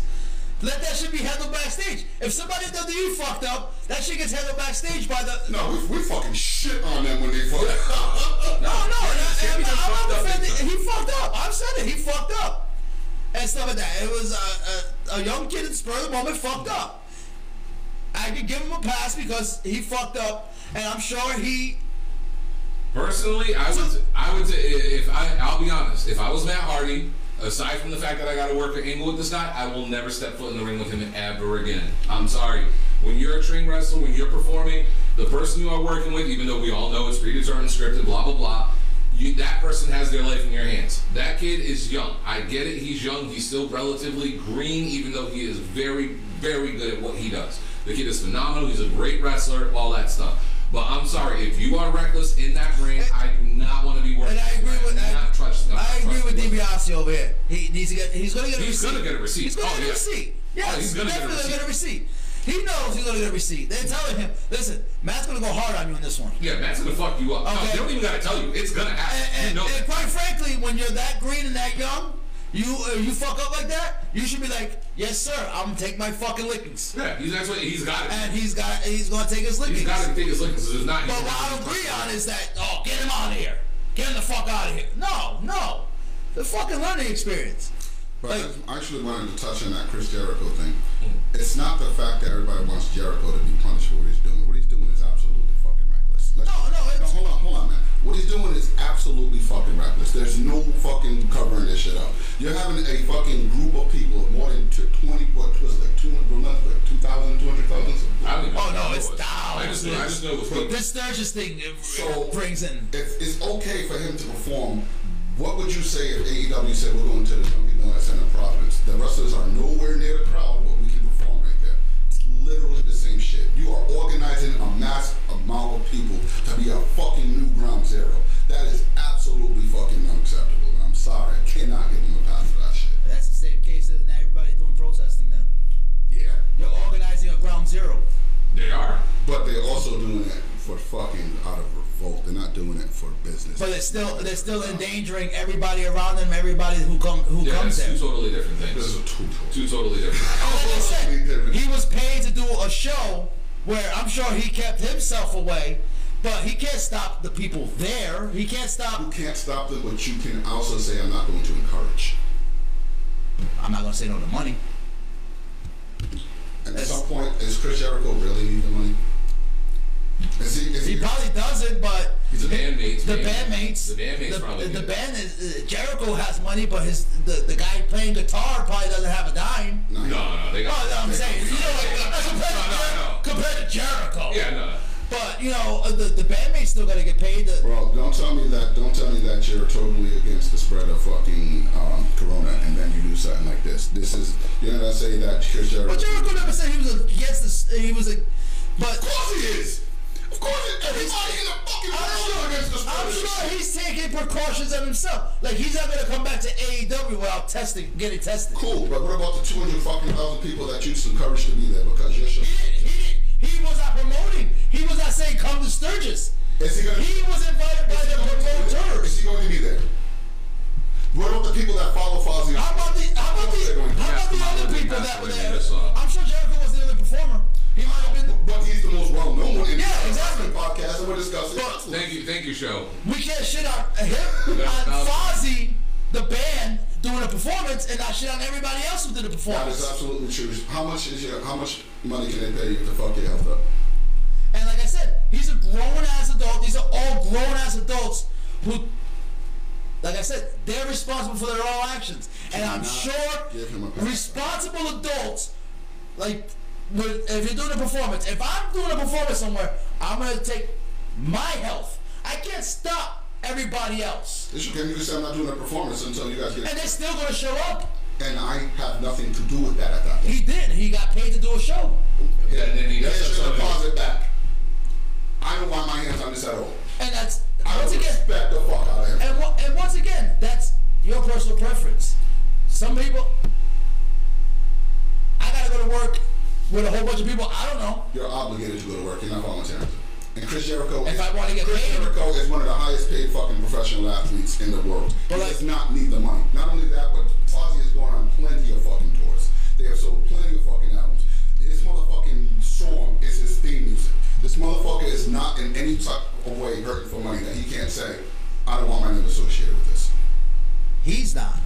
Let that shit be handled backstage. If somebody at WWE fucked up, that shit gets handled backstage by the. No, we, we fucking shit on them when they fuck up. No, no, and I, Sammy am just not fucked up. defending. He fucked up. I've said it. He fucked up. And stuff like that. It was a, a, a young kid in spur of the moment fucked up. I could give him a pass because he fucked up, and I'm sure he Personally, I would, I would, say i- if I, I'll be honest, if I was Matt Hardy, aside from the fact that I got to work at Englewood this night, I will never step foot in the ring with him ever again. I'm sorry. When you're a trained wrestler, when you're performing, the person you are working with, even though we all know it's predetermined, scripted, blah blah blah, you, that person has their life in your hands. That kid is young. I get it. He's young. He's still relatively green, even though he is very, very good at what he does. The kid is phenomenal. He's a great wrestler. All that stuff. But I'm sorry, if you are reckless in that ring, I do not want to be working. And I with agree you. with do I, not trust. I'm not I agree with trusting you. DiBiase over here. He needs to get. He's gonna get a He's receipt. gonna get a receipt. He's gonna Oh, get yeah. a receipt. Yes, Oh, he's he's gonna get a definitely gonna get a receipt. He knows he's gonna get a receipt. They're telling him, listen, Matt's gonna go hard on you on this one. Yeah, Matt's gonna fuck you up. No, Okay. they don't even gotta tell you. It's gonna happen. And, and, you know and that. quite frankly, when you're that green and that young, you uh, you fuck up like that, you should be like, yes sir, I'm gonna take my fucking lickings. Yeah, he's that's what he's got it. And he's got he's gonna take his lickings. He's got to take his lickings. There's not. But what I don't agree on is that, oh, get him out of here. Get him the fuck out of here. No, no. the fucking learning experience. But Like- I actually wanted to touch on that Chris Jericho thing. It's not the fact that everybody wants Jericho to be punished for what he's doing. What he's doing is absolutely fucking reckless. Let's- No, no, it's- hold on, hold on, man. What he's doing is absolutely fucking reckless. There's no fucking covering this shit up. You're having a fucking group of people of more than t- 20, what was it, like 200, well, not like 2,000, 200,000? I don't even Oh, know no, what it it's was. I just know, I just know it was people. This Sturgis thing it So- brings in. If it's okay for him to perform, what would you say if AEW said we're going to the Dunkin' Donuts Center in Providence? The wrestlers are nowhere near the crowd, but we can perform right there. It's literally the same shit. You are organizing a mass amount of people to be a fucking new ground zero. That is absolutely fucking unacceptable. and I'm sorry, I cannot give them a pass for that shit. That's the same case as now everybody doing protesting then. Yeah, You're organizing a ground zero. They are. but they're also doing it for fucking out of revolt. They're not doing it for business. But it's still they're still endangering everybody around them, everybody who come who Yeah, comes it's there. two totally different This is a things. two-tool. Two totally different. And like I Totally said, different. he was paid to do a show where I'm sure he kept himself away, but he can't stop the people there. He can't You stop. can't stop them, but you can also say I'm not going to encourage. I'm not gonna say no to money. And at That's- some point, is Chris Jericho really need the money? Is he? Is he, He probably doesn't, but The bandmates. the man. bandmates, The bandmates the, probably. the do. band is uh, Jericho has money, but his the, the guy playing guitar probably doesn't have a dime. no, No, no, they No, got. Oh, no, I'm they got- saying, you know, like, as compared, No, no, to, compared to Jericho. no. Yeah, no. But, you know, uh, the, the bandmates still got to get paid. The, Bro, don't tell me that. Don't tell me that you're totally against the spread of fucking um, corona, and then you do something like this. This is you're not saying that Chris Jericho. but Jericho never said he was against this. He was a. But Of course he is. Of course, he- everybody in the fucking world is against the spread. I'm of this sure shit. he's taking precautions of himself. Like, he's not going to come back to AEW without testing, getting tested. Cool, but what about the two hundred fucking thousand people that you encouraged to be there because you're sure? He, didn't- he was not promoting. He was not saying, come to Sturgis. Is he gonna? He was invited by the Is promoters. he going to be there? What about the people that follow Fozzy? How about the how about They're the going to how about the pass other away. people Pass that were away. there? Yes, uh, I'm sure Jericho was the other performer. He might have been the But he's the most well known in Yeah, the exactly. podcast, and we're discussing. But- Thank you, thank you, show. We can't shit on him, Yeah, on no. Fozzy, the band, doing a performance, and not shit on everybody else who did a that is performance. absolutely true. How much is your? How much money can they pay you to fuck your health up? And like I said, he's a grown ass adult. These are all grown ass adults who, like I said, they're responsible for their own actions. And I'm Cannot give him a sure pass. responsible adults, like, when- if you're doing a performance, if I'm doing a performance somewhere, I'm gonna take my health. I can't stop everybody else. It's okay. You can say I'm not doing a performance until you guys And get. they're still gonna show up. And I have nothing to do with that at that point. He did. He got paid to do a show. Yeah, and then he They does should something. deposit back. I don't want my hands on this at all. And that's I once don't again, respect the fuck out of him. and, wa- and once again, that's your personal preference. Some people, I gotta go to work with a whole bunch of people I don't know. You're obligated to go to work. You're not volunteering. And Chris Jericho. If is, I wanna get Chris paid. Jericho is one of the highest paid fucking professional athletes in the world. But he like- does not need the money. Not only that, but Fozzy has gone on plenty of fucking tours. They have sold plenty of fucking albums. His motherfucking song is his theme music. This motherfucker is not in any type of way hurting for money that he can't say, I don't want my name associated with this. He's not,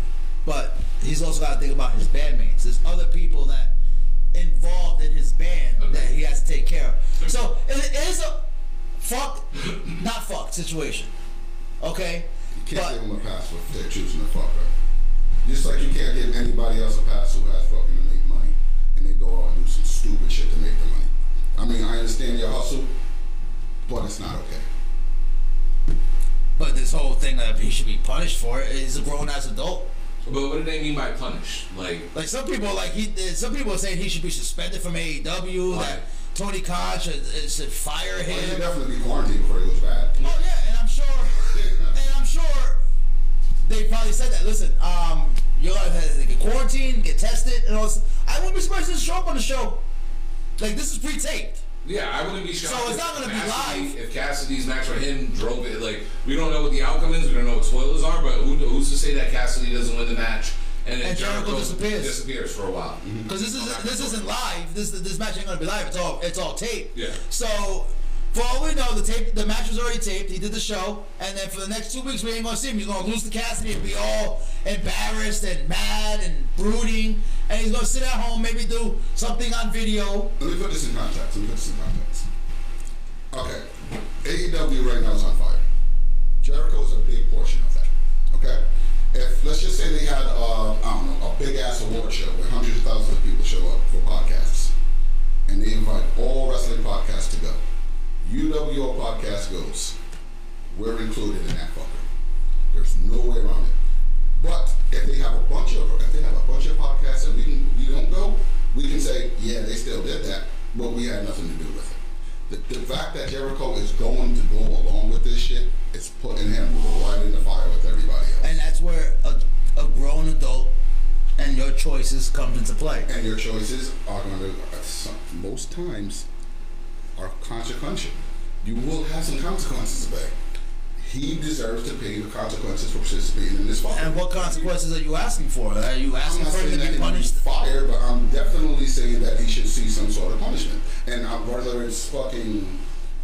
but he's also got to think about his bandmates. There's other people that involved in his band that he has to take care of. So it it is a fuck, not fuck situation. Okay, You can't but give them a pass if they're choosing to fuck her. Just like you can't give anybody else a pass who has fucking to make money and they go out and do some stupid shit to make the money. I mean, I understand your hustle, but it's not okay. but this whole thing that he should be punished for it, he's a grown ass adult. But what do they mean by punish? Like, Like some people, like he, uh, some people are saying he should be suspended from AEW. That Right. Tony Khan should, uh, should fire Well, he should him. definitely be quarantined before he goes back. Oh yeah, and I'm sure, and I'm sure they probably said that. Listen, um, you're gonna have to get quarantined, get tested, and all. This. I wouldn't be surprised if this show up on the show. Like this is pre-taped. yeah, I wouldn't be shocked. So it's if not gonna be Cassidy- live. If Cassidy's match or him drove it, like we don't know what the outcome is. We don't know what spoilers are. But who, who's to say that Cassidy doesn't win the match and then And Jericho disappears. Mm-hmm. disappears for a while? Because this is this isn't live. This this match ain't gonna be live. It's all it's all taped. Yeah. So For all we know, the tape, the match was already taped. He did the show, and then for the next two weeks, we ain't gonna see him. He's gonna lose to Cassidy and be all embarrassed and mad and brooding. And he's gonna sit at home, maybe do something on video. Let me put this in context. Let me put this in context. Okay. AEW right now is on fire. Jericho is a big portion of that. Okay? If let's just say they had uh, I don't know, a big ass award show where hundreds of thousands of people show up for podcasts and they invite all wrestling podcasts to go. UWO podcast goes. We're included in that fucker. There's no way around it. But if they have a bunch of if they have a bunch of podcasts and we can, we don't go, we can say yeah they still did that, but we had nothing to do with it. The, the fact that Jericho is going to go along with this shit is putting him right in the fire with everybody else. And that's where a, a grown adult and your choices comes into play. and your choices are going to, some, most times, are consequential. You will have some consequences to pay. He deserves to pay the consequences for participating in this fight. And what consequences are you asking for? Are you I'm asking not for saying him that he to be should be punished? fired, but I'm definitely saying that he should see some sort of punishment. And I'm, whether it's fucking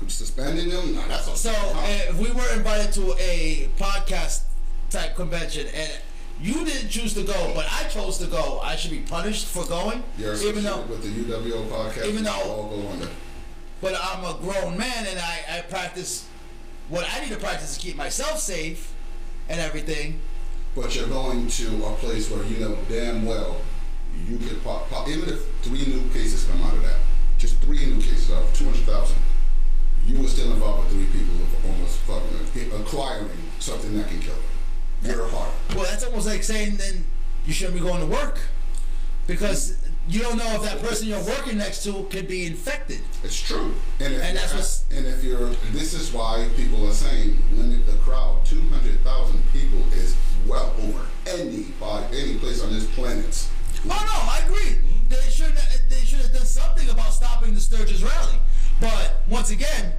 suspending him, nah, that's a So uh, if we were invited to a podcast type convention and you didn't choose to go, but I chose to go, I should be punished for going. You're even though, with the UWO podcast, even though- we all go under. but I'm a grown man and I, I practice what I need to practice to keep myself safe and everything. But you're going to a place where you know damn well you could pop, pop even if three new cases come out of that, just three new cases out of 200,000, you were still involved with three people of almost fucking acquiring something that can kill you. Your heart. Well, that's almost like saying then you shouldn't be going to work because you don't know if that person you're working next to could be infected. It's true. And if, And that's what's- and if you're, this is why people are saying limit the crowd. 200,000 people is well over any, by any place on this planet. Oh no, I agree. They should they should have done something about stopping the Sturgis rally. But once again,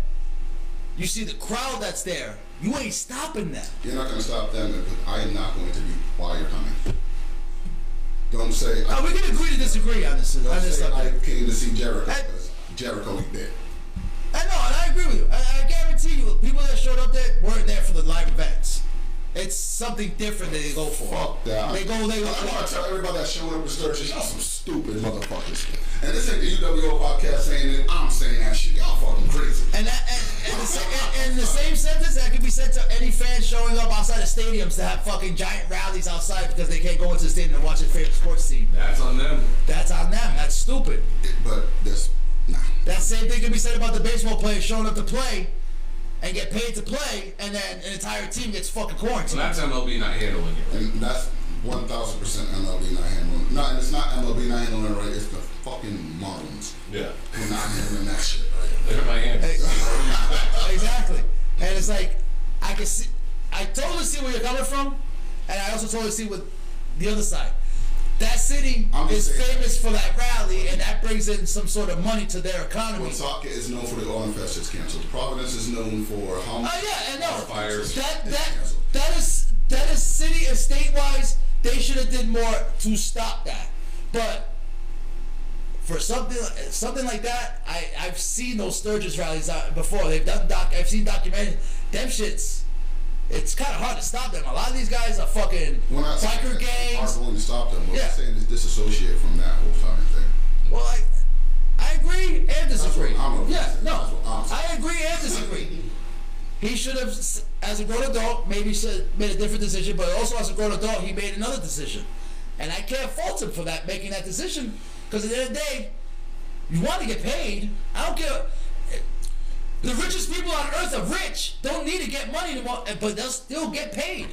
you see the crowd that's there. You ain't stopping that. You're not going to stop them. but I am not going to be while you're coming. Don't say. Now we can agree to disagree on this on Don't this say I subject. came to see Jericho. I- 'cause Jericho ain't dead. I know, and I agree with you. I, I guarantee you, people that showed up there weren't there for the live events. It's something different that they go for. Fuck that. They go, they go. I want to tell everybody that showed up to Sturgis, y'all some stupid motherfuckers. And this ain't the UWO podcast saying it. I'm saying that shit. Y'all fucking crazy. And, that, and, and, the, sa- and, and the same sentence that can be said to any fan showing up outside of stadiums to have fucking giant rallies outside because they can't go into the stadium and watch their favorite sports team. That's on them. That's on them. That's stupid. But this, nah. That same thing can be said about the baseball players showing up to play and get paid to play, and then an entire team gets fucking So quarantined. that's MLB not handling it. And that's 1,000% MLB not handling it. No, and it's not MLB not handling it right. It's the fucking Marlins. Yeah. We're not handling that shit right. They're my Hey, hands. exactly. And it's like I can see, I totally see where you're coming from, and I also totally see what the other side. That city I'm just is saying- famous for that rally, and that brings in some sort of money to their economy. Woonsocket is known for the oil and fest that's canceled. Providence is known for how Oh yeah, and no, Fires. that that that is that is city and state wise. They should have did more to stop that. But for something something like that, I I've seen those Sturgis rallies out before. They've done doc. I've seen documentaries. Them shits. It's kind of hard to stop them. A lot of these guys are fucking We're not saying biker that they gangs. Aren't willing to stop them. What Yeah. we're saying is disassociate from that whole fucking thing. Well, I, I agree and disagree. I'm gonna yeah, say. no, That's what I'm saying. I agree and disagree. He should have, s- as a grown adult, maybe should made a different decision, but also as a grown adult, he made another decision, and I can't fault him for that making that decision. Because at the end of the day, you want to get paid. I don't care. The richest people on earth are rich. Don't need to get money, to want, but they'll still get paid.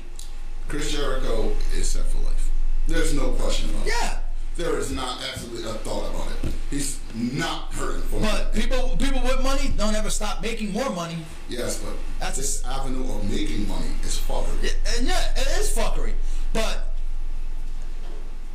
Chris Jericho is set for life. There's no question about it. Yeah. There is not absolutely a thought about it. He's not hurting for But money. people, people with money don't ever stop making more money. Yes, but That's- this avenue of making money is fuckery. Yeah, and yeah, it is fuckery. But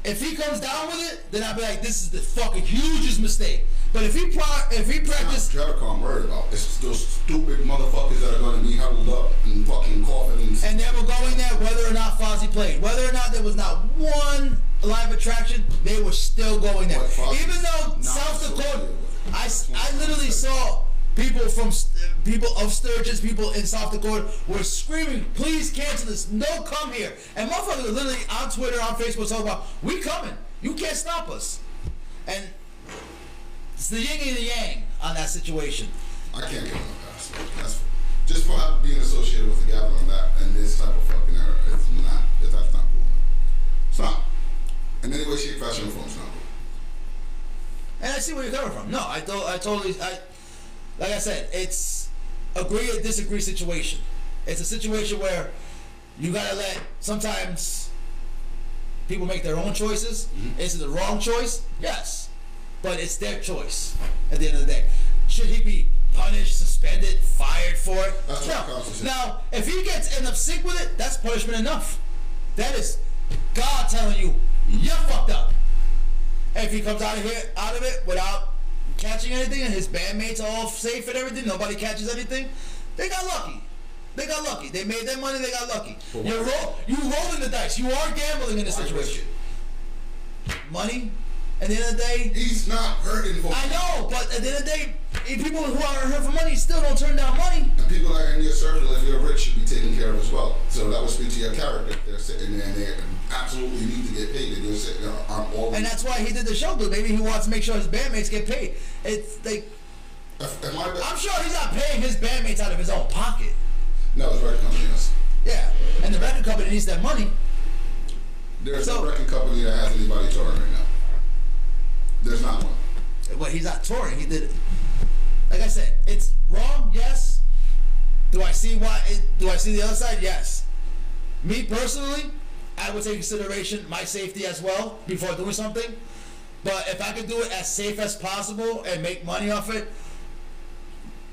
if he comes down with it, then I'll be like, this is the fucking hugest mistake. But if he pro- if he Not practice Jericho I'm worried about. It's those stupid motherfuckers that are going to be huddled up and fucking coughing and, and they were going there whether or not Fozzy played, whether or not there was not one live attraction, they were still going there. What, Fozzy? Even though Not South Dakota, associated with it. I, s- I literally saw People from St- people of Sturgis, people in South Dakota were screaming, "Please cancel this! No, come here!" And motherfuckers were literally on Twitter, on Facebook, talking about, "We coming! You can't stop us!" And it's the yin and the yang on that situation. I can't give up that. That's just for being associated with the gathering of that and this type of fucking era. It's not. It's, that's not cool. It's not. In any way, shape, fashion, or form, it's not cool. And I see where you're coming from. No, I do I totally. I like I said, it's agree or disagree situation. It's a situation where you gotta let sometimes people make their own choices. Mm-hmm. Is it the wrong choice? Yes, but it's their choice at the end of the day. Should he be punished, suspended, fired for it? That's what no. constitutes- Now, if he gets end up sick with it, that's punishment enough. That is God telling you you fucked up. If he comes out of here, out of it without catching anything, and his bandmates are all safe and everything, nobody catches anything. They got lucky. They got lucky. They made their money. They got lucky. You're roll, you rolling the dice. You are gambling in this situation. Money. At the end of the day, He's not hurting for. I know, but at the end of the day, if people who are here for money still don't turn down money. And people that are in your circle, if you're rich, should be taken care of as well. So that would speak to your character. They're sitting there and they absolutely need to get paid, and you're sitting there, I'm all. And that's why he did the show, because maybe he wants to make sure his bandmates get paid. It's like If- if my- I'm sure he's not paying his bandmates out of his own pocket. no, it's record company. Yes. Yeah, and the record company needs that money. There's So- no record company that has anybody touring right now. There's not one. Well, he's not touring. He did. Like I said, it's wrong. Yes. Do I see why? It, do I see the other side? Yes. Me personally, I would take consideration my safety as well before doing something. But if I could do it as safe as possible and make money off it,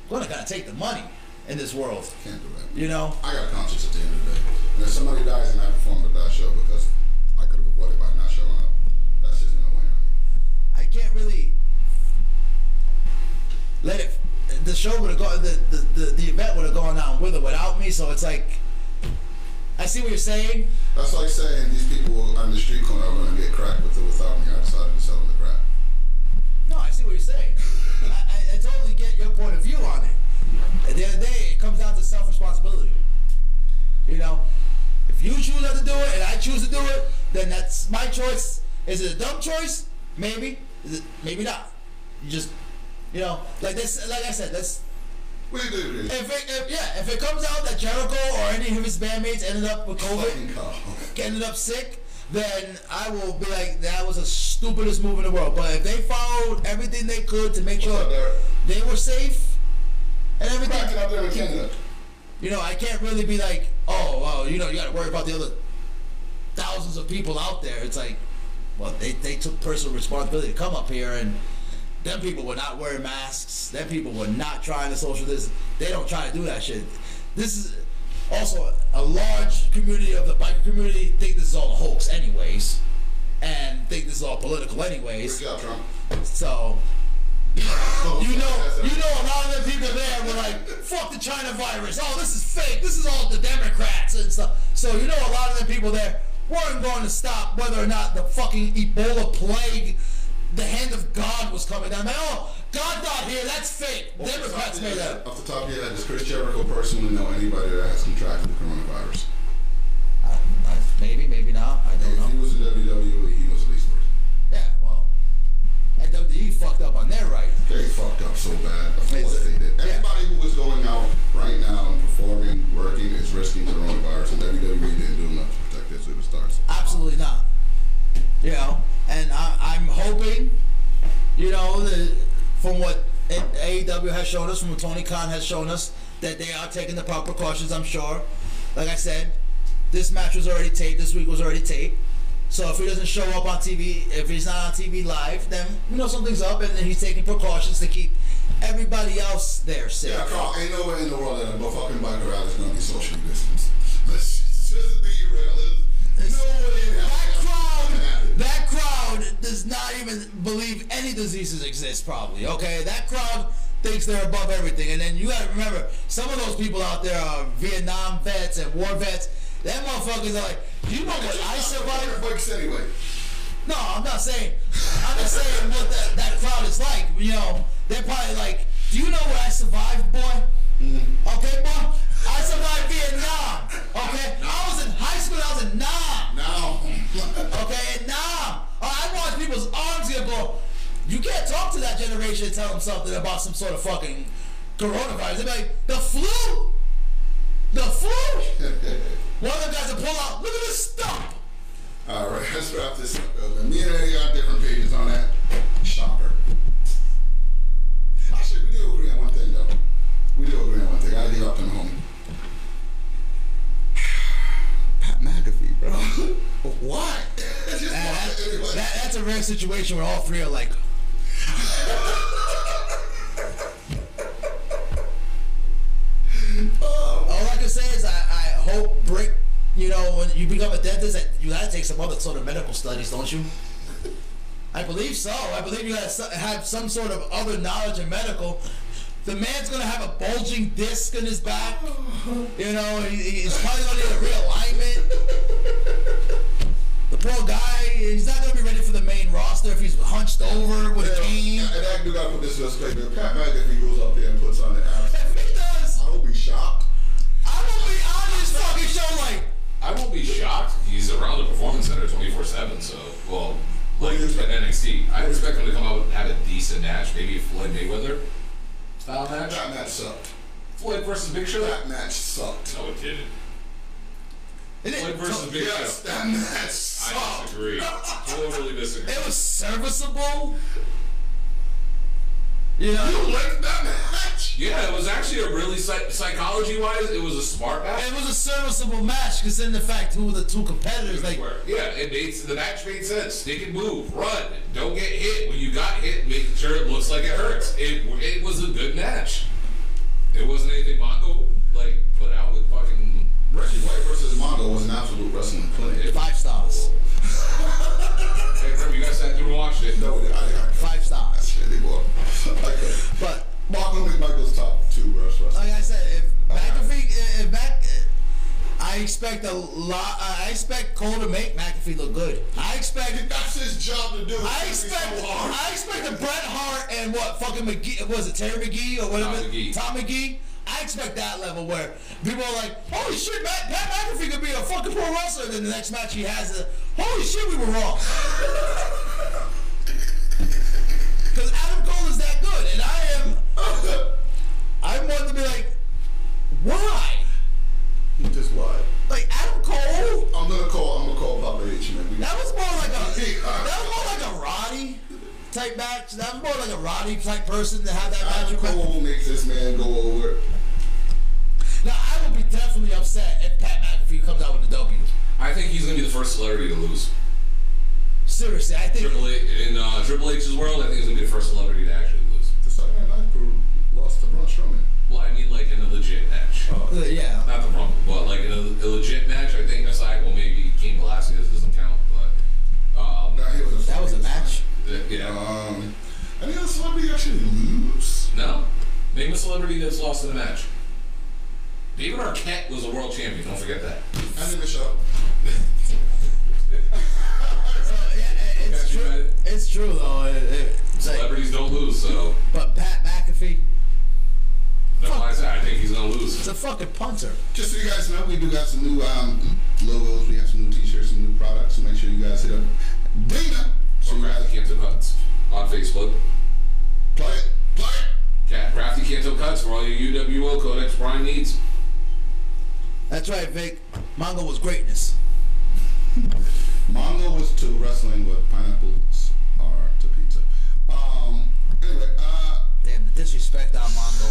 I'm gonna gotta take the money in this world. Can't do that. You know. I got a conscience at the end of the day. And if somebody dies and I performed at that show because I could have avoided by not showing up, that's just gonna weigh on me. I can't really let it. The show would have gone. The, the, the, the event would have gone on with or without me. So it's like, I see what you're saying. That's like saying these people on the street corner are gonna get cracked with or without me. I decided to sell them the crack. No, I see what you're saying. I, I, I totally get your point of view on it. At the end of the day, it comes down to self responsibility. You know, if you choose not to do it and I choose to do it, then that's my choice. Is it a dumb choice? Maybe. Is it, maybe not. You just, you know, like this. Like I said, that's We do agree. If it, if, yeah, if it comes out that Jericho or any of his bandmates ended up with Fucking COVID, call. ended up sick, then I will be like, that was the stupidest move in the world. But if they followed everything they could to make up, sure Derek? they were safe and Crack it everything, up there in Canada. you know, I can't really be like, oh, well, you know, you got to worry about the other thousands of people out there. It's like, well, they, they took personal responsibility to come up here and. Them people were not wearing masks. Them people were not trying to social distance. They don't try to do that shit. This is also a large community of the biker community think this is all a hoax, anyways, and think this is all political, anyways. Good job, Trump. So you know, That's a- you know, a lot of the people there were like, "Fuck the China virus! Oh, this is fake! This is all the Democrats and stuff." So you know, a lot of the people there weren't going to stop whether or not the fucking Ebola plague, the hand of God was coming down. Like, oh, God not here. That's fake. Democrats made that. up." Off the top of your head, does Chris Jericho personally know anybody that has contracted the coronavirus? I, I, maybe, maybe not. I don't If he know. was in WWE, he was the least person. Yeah, well, WWE fucked up on their right. They fucked up so bad. Of It's- course they did. yeah. Everybody who is going out right now and performing, working, is risking coronavirus, and WWE didn't do enough to protect their superstars. Absolutely not. You know, and I, I'm hoping, you know, that from what A- AEW has shown us, from what Tony Khan has shown us, that they are taking the proper precautions, I'm sure. Like I said, this match was already taped, this week was already taped. So if he doesn't show up on TV, if he's not on TV live, then we know something's up, and then he's taking precautions to keep everybody else there safe. Yeah, Carl, ain't nowhere in the world that a fucking biker rally is gonna be socially distanced. Let's just just be real. There's no way in hell That that's gonna crowd, happen. that crowd does not even believe any diseases exist. Probably okay. That crowd thinks they're above everything, and then you gotta remember some of those people out there are Vietnam vets and war vets. That motherfuckers are like, you know what I survived? Earthquakes anyway. No, I'm not saying. I'm just saying what that, that crowd is like. You know, they're probably like, Do you know what I survived, boy? Okay, boy? I survived Vietnam. Okay? I was in high school, I was in Nam. Now, Okay, and now uh, I watch people's arms get go. You can't talk to that generation and tell them something about some sort of fucking coronavirus. They're like, the flu? The flu? One of them guys will pull out, look at this stump. all right, let's wrap this up. Elvin. Me and Eddie got different pages on that. Shocker. Actually, we do agree on one thing, though. We do agree on one thing. I gotta give up on home. Pat McAfee, bro. Why? Just why? Anyway. That, that's a rare situation where all three are like, all I can say is I, I hope Brick, you know, when you become a dentist, that you gotta take some other sort of medical studies, don't you? I believe so. I believe you gotta so- have some sort of other knowledge in medical. The man's gonna have a bulging disc in his back. You know, he, he's probably gonna need a realignment. The poor guy, he's not gonna be ready for the main roster if he's hunched over with a cane. And I do gotta put this in perspective. Pat McAfee goes up there and puts on an act. If he does, I will be shocked. I'm gonna be on this fucking show like, I won't be shocked. He's around the performance center 24 seven. So, well, do like you at expect? NXT, I expect him to come out and have a decent match, maybe a Floyd Mayweather style match. That match sucked. Floyd versus Big Show. That match sucked. No, it didn't. it, Floyd versus Big Yes, Show. that match I sucked. disagree. totally disagree. it was serviceable. You know, You liked that match? Yeah, it was actually a really psych- psychology wise, it was a smart match. It was a serviceable match considering the fact who were the two competitors. Like, Where- yeah, it made the match made sense. They could move, run, don't get hit. When you got hit, make sure it looks like it hurts. It it was a good match. It wasn't anything Mongo like put out with fucking. Reggie White versus Mongo was an absolute wrestling clinic. five stars. Hey, remember you guys sat through and watched it. No, I, I, Five I stars. shit anymore. Okay. But Mongo McMichael's top two worst wrestlers. like I said, if McAfee, if Mac, I expect a lot. I expect Cole to make McAfee look good. I expect. That's his job to do. I expect. I expect the Bret Hart and what fucking McGee was it Terry McGee or whatever Tom McGee. Tom McGee. I expect that level where people are like, "Holy shit, Matt, Pat McAfee could be a fucking pro wrestler." And then the next match he has, a, "Holy shit, we were wrong." Because Adam Cole is that good, and I am. I want to be like, why? Just why? Like Adam Cole? I'm gonna call. I'm gonna call Papa H. Man, we That was more like a that was more like a Roddy type match. That was more like a Roddy type person to have that match. Adam with. Cole makes this man go over. Now I would be definitely upset if Pat McAfee comes out with a W. I think he's gonna be the first celebrity to lose. Seriously, I think Triple H in uh, Triple H's world, I think he's gonna be the first celebrity to actually lose. The Saturday Night Live crew lost to Braun Strowman. Well, I mean like in a legit match. Uh, yeah. Not the Rumble, but like in a, a legit match, I think aside, well maybe Cain Velasquez doesn't count, but um, Nah, he was a That was a match. th- yeah. Um, any other celebrity actually lose? No. Name a celebrity that's lost in a match. David Arquette was a world champion. Don't forget that. Andy Michelle. So, Uh, yeah, it- it's Okay, you true. got It's true though. It- it- it's like- Celebrities don't lose, so but Pat McAfee, that's why I said I think he's gonna lose. is a fucking punter. Just so you guys know, we do got some new um, logos. We have some new T-shirts, some new products. So make sure you guys hit up Dana. So you guys Crafty Canto Cuts on Facebook. play it, play it. Cat Crafty Canto Cuts for all your UWO Codex Prime needs. That's right, Vic. Mongo was greatness. Mongo was to wrestling what pineapples are to pizza. Um, anyway, uh, Damn the disrespect on Mongo.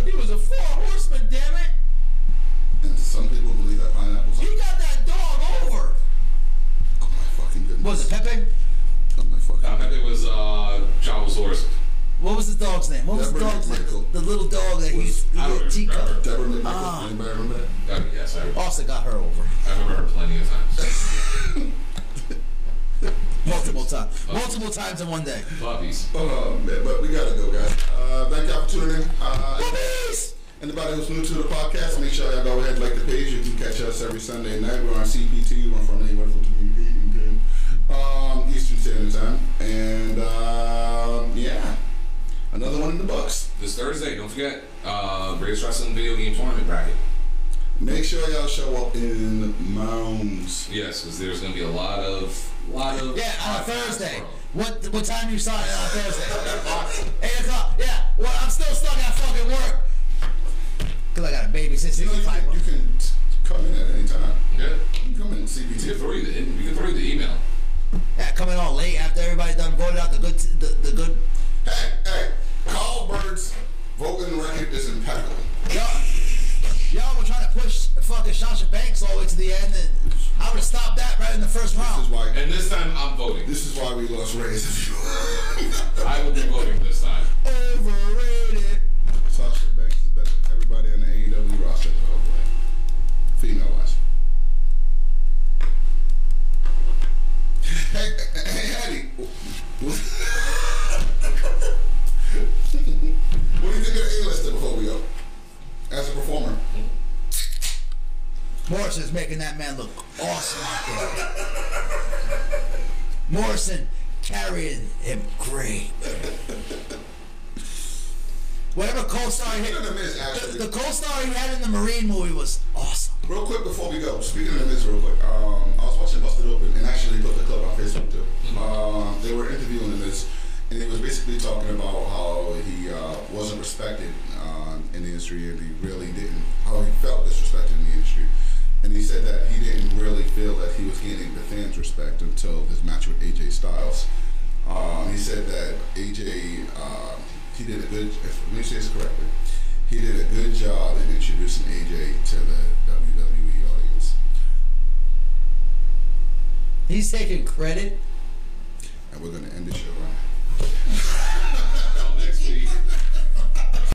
he was a four horseman, damn it. and some people believe that pineapples. Are, He got that dog over. oh my fucking goodness! What was it Pepe? Oh my fucking. I bet it was uh, Chavosaurus. What was the dog's name? What was the Deborah dog's name? McMichael. The little dog that he Was- used the I don't little teacup. remember. Deborah McMichael. Ah. Anybody remember that? Uh, yes, I, Austin got her over I remember her plenty of times. multiple times, multiple times in one day. Puppies. Oh man, but we gotta go, guys. Uh, thank y'all for tuning in. Uh, Peace. Anybody who's new to the podcast, make sure y'all go ahead and like the page. You can catch us every Sunday night. We're on CPT. We're from anywhere from community, um, Eastern Standard Time. And um, yeah, Another one in the books. This Thursday, don't forget, uh, Greatest Wrestling Video Game Tournament bracket. Make sure y'all show up in mounds. Yes, because there's going to be a lot of, lot of. Yeah, on a podcasts Thursday. tomorrow. What what time you saw it on Thursday? Eight o'clock. Yeah. Well, I'm still stuck at fucking work. Cause I got a baby since You know, you five can, you months. can t- come in at any time. Yeah, You can come in we can CBT. throw you the we can throw you the email. Yeah, coming on late after everybody's done voted out the good t- the, the good. Hey, hey, Carl Bird's voting record is impeccable. Y'all, y'all were trying to push fucking Sasha Banks all the way to the end, and I would have stopped that right in the first This is round. why. And this time I'm voting. This is why we lost Ray's view. I will be voting this time. Overrated. Sasha Banks is better than everybody in the AEW roster. Female wise. Hey, hey, Eddie. what do you think of the A-lister before we go? As a performer. Morrison's making that man look awesome out there. Morrison carrying him great. Whatever co-star he, Speaking of The Miz, the, actually. the co-star he had in the Marine movie was awesome. Real quick before we go, speaking of this, real quick, um, I was watching Busted Open and actually put the clip on Facebook too. Um, they were interviewing him this, and he was basically talking about how he uh, wasn't respected um, in the industry and he really didn't, how he felt disrespected in the industry. And he said that he didn't really feel that he was getting the fans' respect until this match with AJ Styles. Um, he said that AJ, uh, he did a good, if, let me say this correctly, he did a good job in introducing AJ to the WWE audience. He's taking credit. And we're going to end the show right now. Until next week.